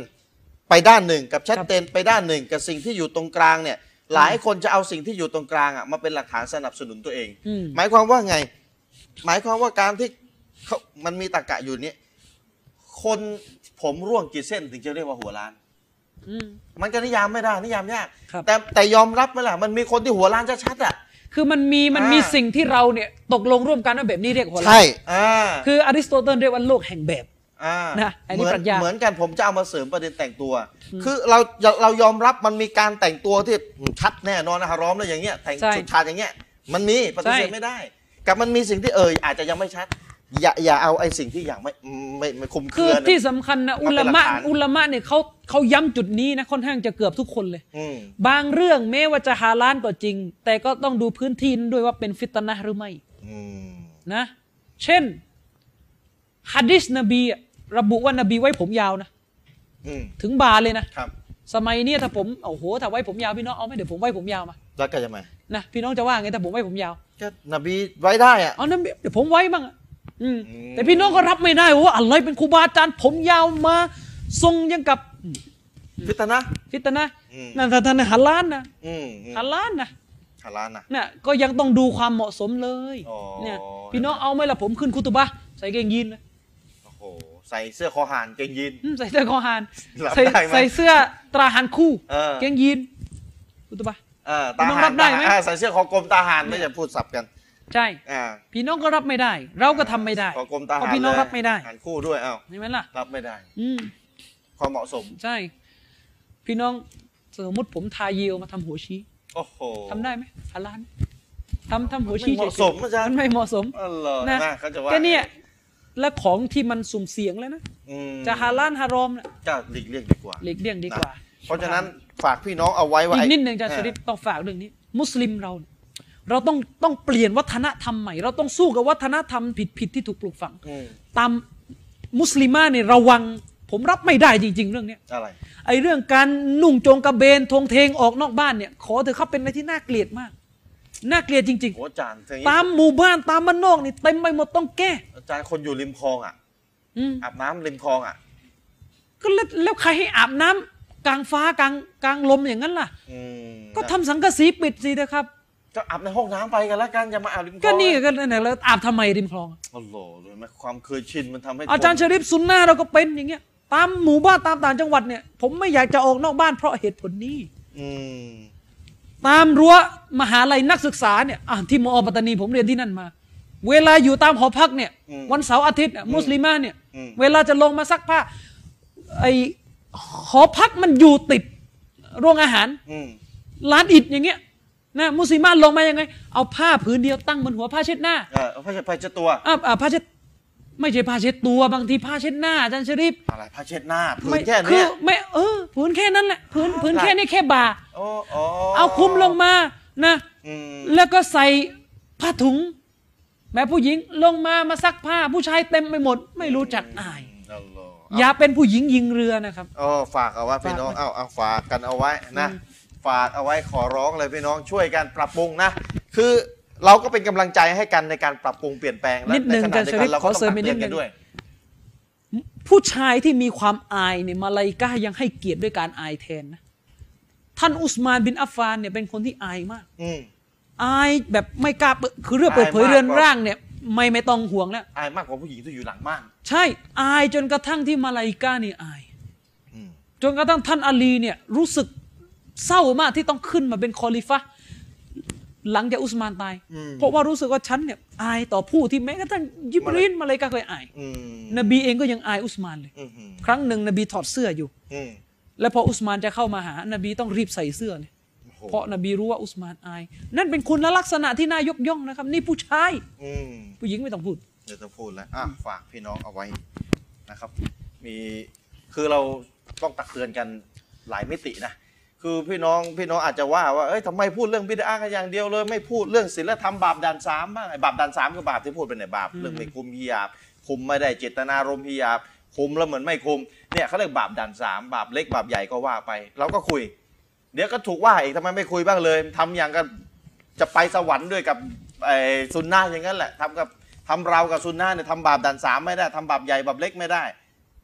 Speaker 1: ไปด้านหนึ่ง กับชัดเจนไปด้านหนึ่ง กับสิ่งที่อยู่ตรงกลางเนี่ย หลายคนจะเอาสิ่งที่อยู่ตรงกลางอ่ะมาเป็นหลักฐานสนับสนุนตัวเอง
Speaker 2: อืม
Speaker 1: หมายความว่าไง หมายความว่าการที่เขามันมีตรรกะอยู่เนี่ยคนผมร่วงกี่เส้นถึงจะเรียกว่าหัวล้าน
Speaker 2: อืม
Speaker 1: มันก็นิยามไม่ได้นิยามยาก
Speaker 2: ครับ
Speaker 1: แต่แต่ยอมรับไหมล่ะมันมีคนที่หัวล้านชัดๆอ่ะ
Speaker 2: คือมันมีมันมี
Speaker 1: อ่า
Speaker 2: สิ่งที่เราเนี่ยตกลงร่วมกันว่าแบบนี้เรียกหัวเราะ
Speaker 1: ใช่อ่า
Speaker 2: คืออริสโตเติลเรียกว่าโลกแห่งแบบ
Speaker 1: อ่า
Speaker 2: น่ะอันนี้
Speaker 1: เหมื
Speaker 2: ปรัชญา
Speaker 1: เหมือนกันผมจะเอามาเสริมประเด็นแต่งตัว คือเราเราเรายอมรับมันมีการแต่งตัวที่ชัดแน่นอนนะฮารอมแล้วอย่างเงี้ยแต่ง
Speaker 2: ใช่
Speaker 1: ชุดชาดอย่างเงี้ยมันมีปฏิเสธ
Speaker 2: ใช่
Speaker 1: ไม่ได้ กับมันมีสิ่งที่เอ่ยอาจจะยังไม่ชัด อย่าอย่าเอาไอ้สิ่งที่อย่างไม่ไม่ไม่คุมเค
Speaker 2: คื
Speaker 1: รือ อเนี่ย
Speaker 2: ที่สำคัญนะ
Speaker 1: มั
Speaker 2: อุ
Speaker 1: นเป็น
Speaker 2: ลามะ
Speaker 1: หลักฐาน
Speaker 2: อุลามะเนี่ยเขาเขาย้ำจุดนี้นะค่อนข้างจะเกือบทุกคนเลย
Speaker 1: อืม
Speaker 2: บางเรื่องแม้ว่าจะฮาลานก็จริง แต่ก็ต้องดูพื้นที่นั้นด้วยว่าเป็นฟิตนะห์หรือไม่
Speaker 1: อืม
Speaker 2: นะเช่นฮัดดิสนบีอะระบุว่านบีไว้ผมยาวนะ
Speaker 1: อืม
Speaker 2: ถึงบาเลยนะ
Speaker 1: ครับ
Speaker 2: สมัยเนี้ยถ้าผมโอ้โหถ้าไว้ผมยาวพี่น้องเอาไหมเดี๋ยวผมไว้ผมยาวมา
Speaker 1: แล้วก็จะมา
Speaker 2: นะพี่น้องจะว่าไงถ้าผมไว้ผมยาว
Speaker 1: ก็นบีไว้ได้อะ
Speaker 2: เอานั่นเดี๋ยวผมไว้บ้างอะอืม
Speaker 1: อืม
Speaker 2: แต่พี่น้องก็รับไม่ได้ว่าอะไรเป็นครูบาอาจารย์ผมยาวมาทรงยังกับ
Speaker 1: พิตนะ
Speaker 2: ฟิตนะ
Speaker 1: อืม
Speaker 2: นั่นท่านฮาลานนะ
Speaker 1: อืมอืม
Speaker 2: ฮาลานนะ
Speaker 1: ฮาลานนะ
Speaker 2: น่ะก็ยังต้องดูความเหมาะสมเลย
Speaker 1: อ๋อ
Speaker 2: เนี่ยพี่น้องเอาไหมล่ะผมขึ้นคุตุบะห์ใส่เกงยีนนะ
Speaker 1: โอ้โห ใส่เสื้อคอห่านเกงยีน
Speaker 2: อืมใส่เสื้อคอหาน
Speaker 1: รับ
Speaker 2: ใส่
Speaker 1: ได้ไหม
Speaker 2: ใส่เสื้อตราหานคู่
Speaker 1: เออ
Speaker 2: เกงยีนรูตัวปะ
Speaker 1: เออ
Speaker 2: มั
Speaker 1: ตานหา
Speaker 2: ต้องรั
Speaker 1: น
Speaker 2: บได้ไหม
Speaker 1: ตาหานอ่าใส่เสื้อคอกลมตาหานไม่จะพูดสับกัน
Speaker 2: ใช่
Speaker 1: อ่า
Speaker 2: พี่น้องก็รับไม่ได้ เราก็ทำไม่ได้
Speaker 1: คอกลมตาหาน
Speaker 2: เพราะพี่น้อง
Speaker 1: เลย
Speaker 2: รับไม่ได้
Speaker 1: หานคู่ด้วยอ้าว
Speaker 2: ใช่ไหมล่ะ
Speaker 1: รับไม่ได้
Speaker 2: อืม
Speaker 1: ความเหมาะสม
Speaker 2: ใช่ พี่น้องสมมติผมทาเยลมาทำหัวชี้
Speaker 1: โอ้โห
Speaker 2: ทำได้ไหมฮาลาลทำทำหัว
Speaker 1: มันไม่
Speaker 2: ชี้
Speaker 1: เหมาะ
Speaker 2: ฉยๆ
Speaker 1: สมอาจารย์
Speaker 2: มันไม่เหมาะสม
Speaker 1: อ๋อเหรอ
Speaker 2: นะ
Speaker 1: นะเขาจะว่า
Speaker 2: ก็เนี่ยและของที่มันสุ่มเสี่ยงแล้วนะ
Speaker 1: อืม
Speaker 2: จะฮาลานฮารอมน่ะ
Speaker 1: ก็หลีกเลี่ยงดีกว่า
Speaker 2: หลีกเลี่ยงดีกว่า
Speaker 1: เพราะฉะนั้นฝากพี่น้องเอาไว้ว่า
Speaker 2: อี
Speaker 1: ไ
Speaker 2: กนิดหนึ่งอาจารย์ชริปต้องฝากเรื่องนี้ มุสลิมเราเนี่ยเราต้องต้องเปลี่ยนวัฒนธรรมใหม่ เราต้องสู้กับวัฒนธรรมผิดๆที่ถูกปลูกฝัง
Speaker 1: อืม
Speaker 2: ตามมุสลิมาเนี่ยระวัง ผมรับไม่ได้จริง ๆ เรื่องเนี้ย
Speaker 1: อะไร
Speaker 2: ไอเรื่องการนุ่งโจงกระเบนทงเทงออกนอกบ้านเนี่ย ขอเถอะเขาเป็นอะไรที่น่าเกลียดมาก น่าเกลียดจริง
Speaker 1: โหอาจารย์เธออย่าง
Speaker 2: ๆ ตามหมู่บ้านตามมันนอกนี่เต็มไปหมดต้องแก้
Speaker 1: อาจารย์คนอยู่ริมคลองอ่ะ
Speaker 2: อืม
Speaker 1: อาบน้ำริมคลองอ่ะ
Speaker 2: ก็แล้วแล้วใครให้อาบน้ำกลางฟ้ากลางกลางลมอย่างนั้นล่ะ
Speaker 1: อืม
Speaker 2: ก็ทำสังกะสีปิดสิเถอะครับ
Speaker 1: ก็อาบในห้องน้ำไปกันแล้วกันอย่ามาอาบริมคลอง
Speaker 2: ก็นี่ก็นั่นแหละแล้วอาบทำไมริมคลอง
Speaker 1: โอ้โหรู้ไหมความเคยชินมันทำให้
Speaker 2: อาจารย์ชริฟซุนนาเราก็เป็นอย่างเงี้ย ตามหมู่บ้านตามต่างจังหวัดเนี่ย ผมไม่อยากจะออกนอกบ้านเพราะเหตุผลนี้
Speaker 1: อืม
Speaker 2: ตามรั้วมหาลัยนักศึกษาเนี่ยอ่ะที่มอปัตตานีผมเรียนที่นั่นมา เวลาอยู่ตามหอพักเนี่ย วันเสาร์อาทิตย์น่ะมุสลิมาเนี่ย เวลาจะลงมาซักผ้าไอหอพักมันอยู่ติดโรงอาหาร
Speaker 1: อืม
Speaker 2: ร้านอิฐอย่างเงี้ยนะมุสลิมาลงมายังไง เอาผ้าผืนเดียวตั้งบนหัวผ้าเช็ดหน้า
Speaker 1: เออผ้าเช็ดผ้าเช็ดตัว
Speaker 2: อ่ะอ่ะผ้าเช็ดไม่ใช่ผ้าเช็ดตัวบางทีผ้าเช็ดหน้าอาจารย์ชริฟ
Speaker 1: อะไรผ้าเช็ดหน้าผื
Speaker 2: ไม่
Speaker 1: นแค่
Speaker 2: คื
Speaker 1: เนี้
Speaker 2: อย ไม่เออผืนแค่นั้นแหละผืนผืนแค่นี้แค่บ่า
Speaker 1: โอ้โอ้
Speaker 2: เอาคลุมลงมานะ
Speaker 1: อืม
Speaker 2: แล้วก็ใส่ผ้าถุง แม่ผู้หญิงลงมามาซักผ้าผู้ชายเต็มไปหมด ไม่รู้จักอาย
Speaker 1: โอ้โห
Speaker 2: อย่าเป็นผู้หญิงยิงเรือนะครับ
Speaker 1: โอ้ฝากเอาไว้พี่น้องเอาเอาฝากกันเอาไว้นะฝากเอาไว้ขอร้องเลยพี่น้องช่วยกันปรับปรุงนะคือเราก็เป็นกำลังใจให้กันในการปรับปรุงเปลี่ยนแปลงและ
Speaker 2: นิดหนึ่ง
Speaker 1: ใขณะเดียวกั
Speaker 2: อาจารย์ชริ
Speaker 1: น
Speaker 2: ป
Speaker 1: เราก็ต้อง
Speaker 2: ขอเสริมอี
Speaker 1: ตัก
Speaker 2: ก
Speaker 1: เตือน
Speaker 2: นิดหนึ่
Speaker 1: กัน
Speaker 2: ง
Speaker 1: ด้วย
Speaker 2: ผู้ชายที่มีความอายเนี่ยมาลายกายังให้เกียรติด้วยการอายแทนนะท่านอุสมานบินอัฟฟานเนี่ยเป็นคนที่อายมาก
Speaker 1: อืม
Speaker 2: อายแบบไม่กล้าเปิดคือเรื่องเปิดเผ
Speaker 1: อา
Speaker 2: ย
Speaker 1: ยมาก
Speaker 2: เรือนร่างเนี่ยไม่ไม่ต้องห่วงแล้ว
Speaker 1: อายมากกว่าผู้หญิงที่อยู่หลังม่าน
Speaker 2: ใช่อายจนกระทั่งที่มาลายกาเนี่ยอาย
Speaker 1: อืม
Speaker 2: จนกระทั่งท่านอาลีเนี่ยรู้สึกเศร้ามากที่ต้องขึ้นมาเป็นคอลิฟะห์หลังจากอุสมานตาย
Speaker 1: อืม
Speaker 2: เพราะว่ารู้สึกว่าฉันเนี่ยอายต่อผู้ที่แม้กระทั่งยิบรีนมาเลยก็เคยอาย
Speaker 1: อืม
Speaker 2: นบีเองก็ยังอายอุสมานเลย
Speaker 1: อืมอืม
Speaker 2: ครั้งหนึ่งนบีถอดเสื้ออยู่
Speaker 1: อืม
Speaker 2: แล้วพออุสมานจะเข้ามาหานบีต้องรีบใส่เสื้อเลย
Speaker 1: โอ้โห
Speaker 2: เพราะนบีรู้ว่าอุสมานอาย นั่นเป็นคุณลักษณะที่น่ายกย่องนะครับ นี่ผู้ชาย
Speaker 1: อืม
Speaker 2: ผู้หญิงไม่ต้องพูด
Speaker 1: เดี๋ยวจะพูดแล้วอ่ะฝากพี่น้องเอาไว้นะครับ มีคือเราต้องตักเตือนกันหลายมิตินะ คือพี่น้องพี่น้องอาจจะว่าว่าเอ้ยทำไมพูดเรื่องบิดากันอย่างเดียวเลย ไม่พูดเรื่องศีลธรรมบาปด่านสามบ้างไอ้บาปด่านสามคือบาปที่พูดเป็นไหนยบาปเรื่องไม่คุมพิยาบคุมไม่ได้เจตนารมณ์พิยาบคุมแล้วเหมือนไม่คุมเนี่ยเขาเรียกบาปด่านสามบาปเล็กบาปใหญ่ก็ว่าไปเราก็คุย เดี๋ยวก็ถูกว่าอีกทำไมไม่คุยบ้างเลยทำอย่างกับ จะไปสวรรค์ด้วยกับไอ้ซุนนะห์อย่างนั้นแหละทำกับทำเรากับซุนนะห์เนี่ยทำบาปด่านสามไม่ได้ทำบาปใหญ่บาปเล็กไม่ได้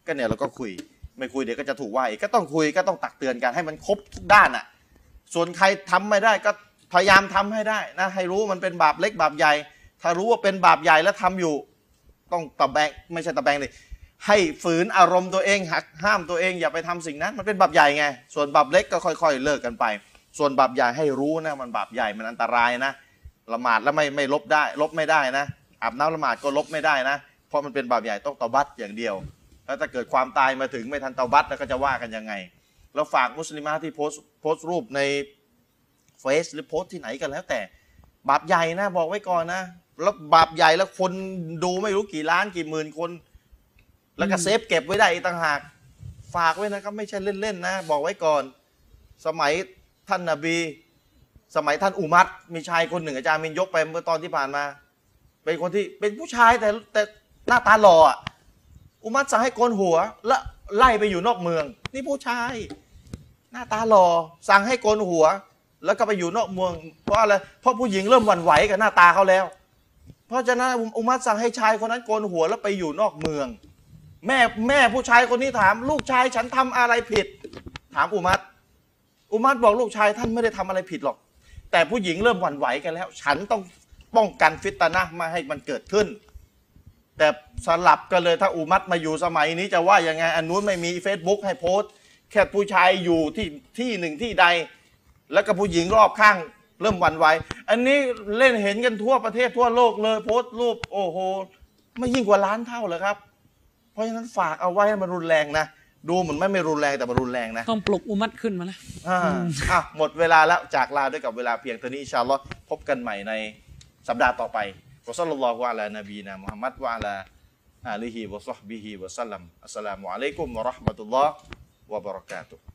Speaker 1: ก็เนี่ยเราก็คุย ไม่คุยเดี๋ยวก็จะถูกว่าอีกก็ต้องคุยก็ต้องตักเตือนกันให้มันครบทุกด้านอ่ะ ส่วนใครทำไม่ได้ก็พยายามทำให้ได้นะให้รู้ว่ามันเป็นบาปเล็กบาปใหญ่ ถ้ารู้ว่าเป็นบาปใหญ่แล้วทำอยู่ ต้องตะแบงไม่ใช่ตะแบงเลยให้ฝืนอารมณ์ตัวเองหักห้ามตัวเองอย่าไปทำสิ่งนั้น มันเป็นบาปใหญ่ไง ส่วนบาปเล็กก็ค่อย ๆ เลิกกันไป ส่วนบาปใหญ่ให้รู้นะมันบาปใหญ่มันอันตรายนะ ละหมาดแล้วไม่ไม่ลบได้ ลบไม่ได้นะอาบน้ำละหมาดก็ลบไม่ได้นะ เพราะมันเป็นบาปใหญ่ต้องเตาบัตอย่างเดียว แล้วถ้าเกิดความตายมาถึงไม่ทันเตาบัตแล้วก็จะว่ากันยังไง แล้วฝากมุสลิมะที่โพสต์โพสต์รูปในเฟซหรือโพสต์ที่ไหนกันแล้วแต่ บาปใหญ่นะบอกไว้ก่อนนะแล้วบาปใหญ่แล้วคนดูไม่รู้กี่ล้านกี่หมื่นคน แล้วก็เซฟเก็บไว้ได้อีกต่างหาก ฝากไว้นะครับไม่ใช่เล่นๆนะ บอกไว้ก่อน สมัยท่านนบี สมัยท่านอุมัตมีชายคนหนึ่งอาจารย์มินยกไปเมื่อตอนที่ผ่านมา เป็นคนที่เป็นผู้ชายแต่แต่หน้าตาหล่ออะอุมัตสั่งให้โกนหัว และไล่ไปอยู่นอกเมือง นี่ผู้ชาย หน้าตาหล่อสั่งให้โกนหัว แล้วก็ไปอยู่นอกเมือง เพราะอะไรเพราะผู้หญิงเริ่มหวั่นไหวกับหน้าตาเขาแล้ว เพราะฉะนั้นอุอุมัตสั่งให้ชายคนนั้นโกนหัวแล้วไปอยู่นอกเมือง แม่แม่ผู้ชายคนนี้ถาม ลูกชายฉันทำอะไรผิด ถามอุมัตอุมัตบอกลูกชายท่านไม่ได้ทำอะไรผิดหรอก แต่ผู้หญิงเริ่มหวั่นไหวกันแล้ว ฉันต้องป้องกันฟิตนะห์ไมาให้มันเกิดขึ้น แต่สลับกันเลยถ้าอุมัตมาอยู่สมัยนี้จะว่ายังไงอันนู้นไม่มี Facebook ให้โพสต์ แค่ผู้ชายอยู่ที่ที่หนึ่งที่ใด แล้วก็ผู้หญิงรอบข้าง เริ่มหวั่นไหวอันนี้เล่นเห็นกันทั่วประเทศทั่วโลกเลยโพสต์รูปโอ้โหไม่ยิ่งกว่าล้านเท่าเหรอครับ เพราะฉะนั้นฝากเอาไว้ให้มันรุนแรงนะ ดูเหมือนไม่ไม่รุนแรงแต่มันรุนแรงนะ
Speaker 2: ต้องปลุกอุมัตขึ้นมาแล้ว
Speaker 1: อ่าอ่ะหมดเวลาแล้วจากลาด้วยกับเวลาเพียงเท่านี้อินชาอัลลอฮ์พบกันใหม่ในสัปดาห์ต่อไปวะซัลลัลลอฮุอะลานบีนะมุฮัมมัดวะอะลาอาลีฮิวะซอฮบิฮิวะสัลลัมอัสสลามุอะลัยกุมวะเราะห์มะตุลลอฮ์วะบะเราะกาตุฮ์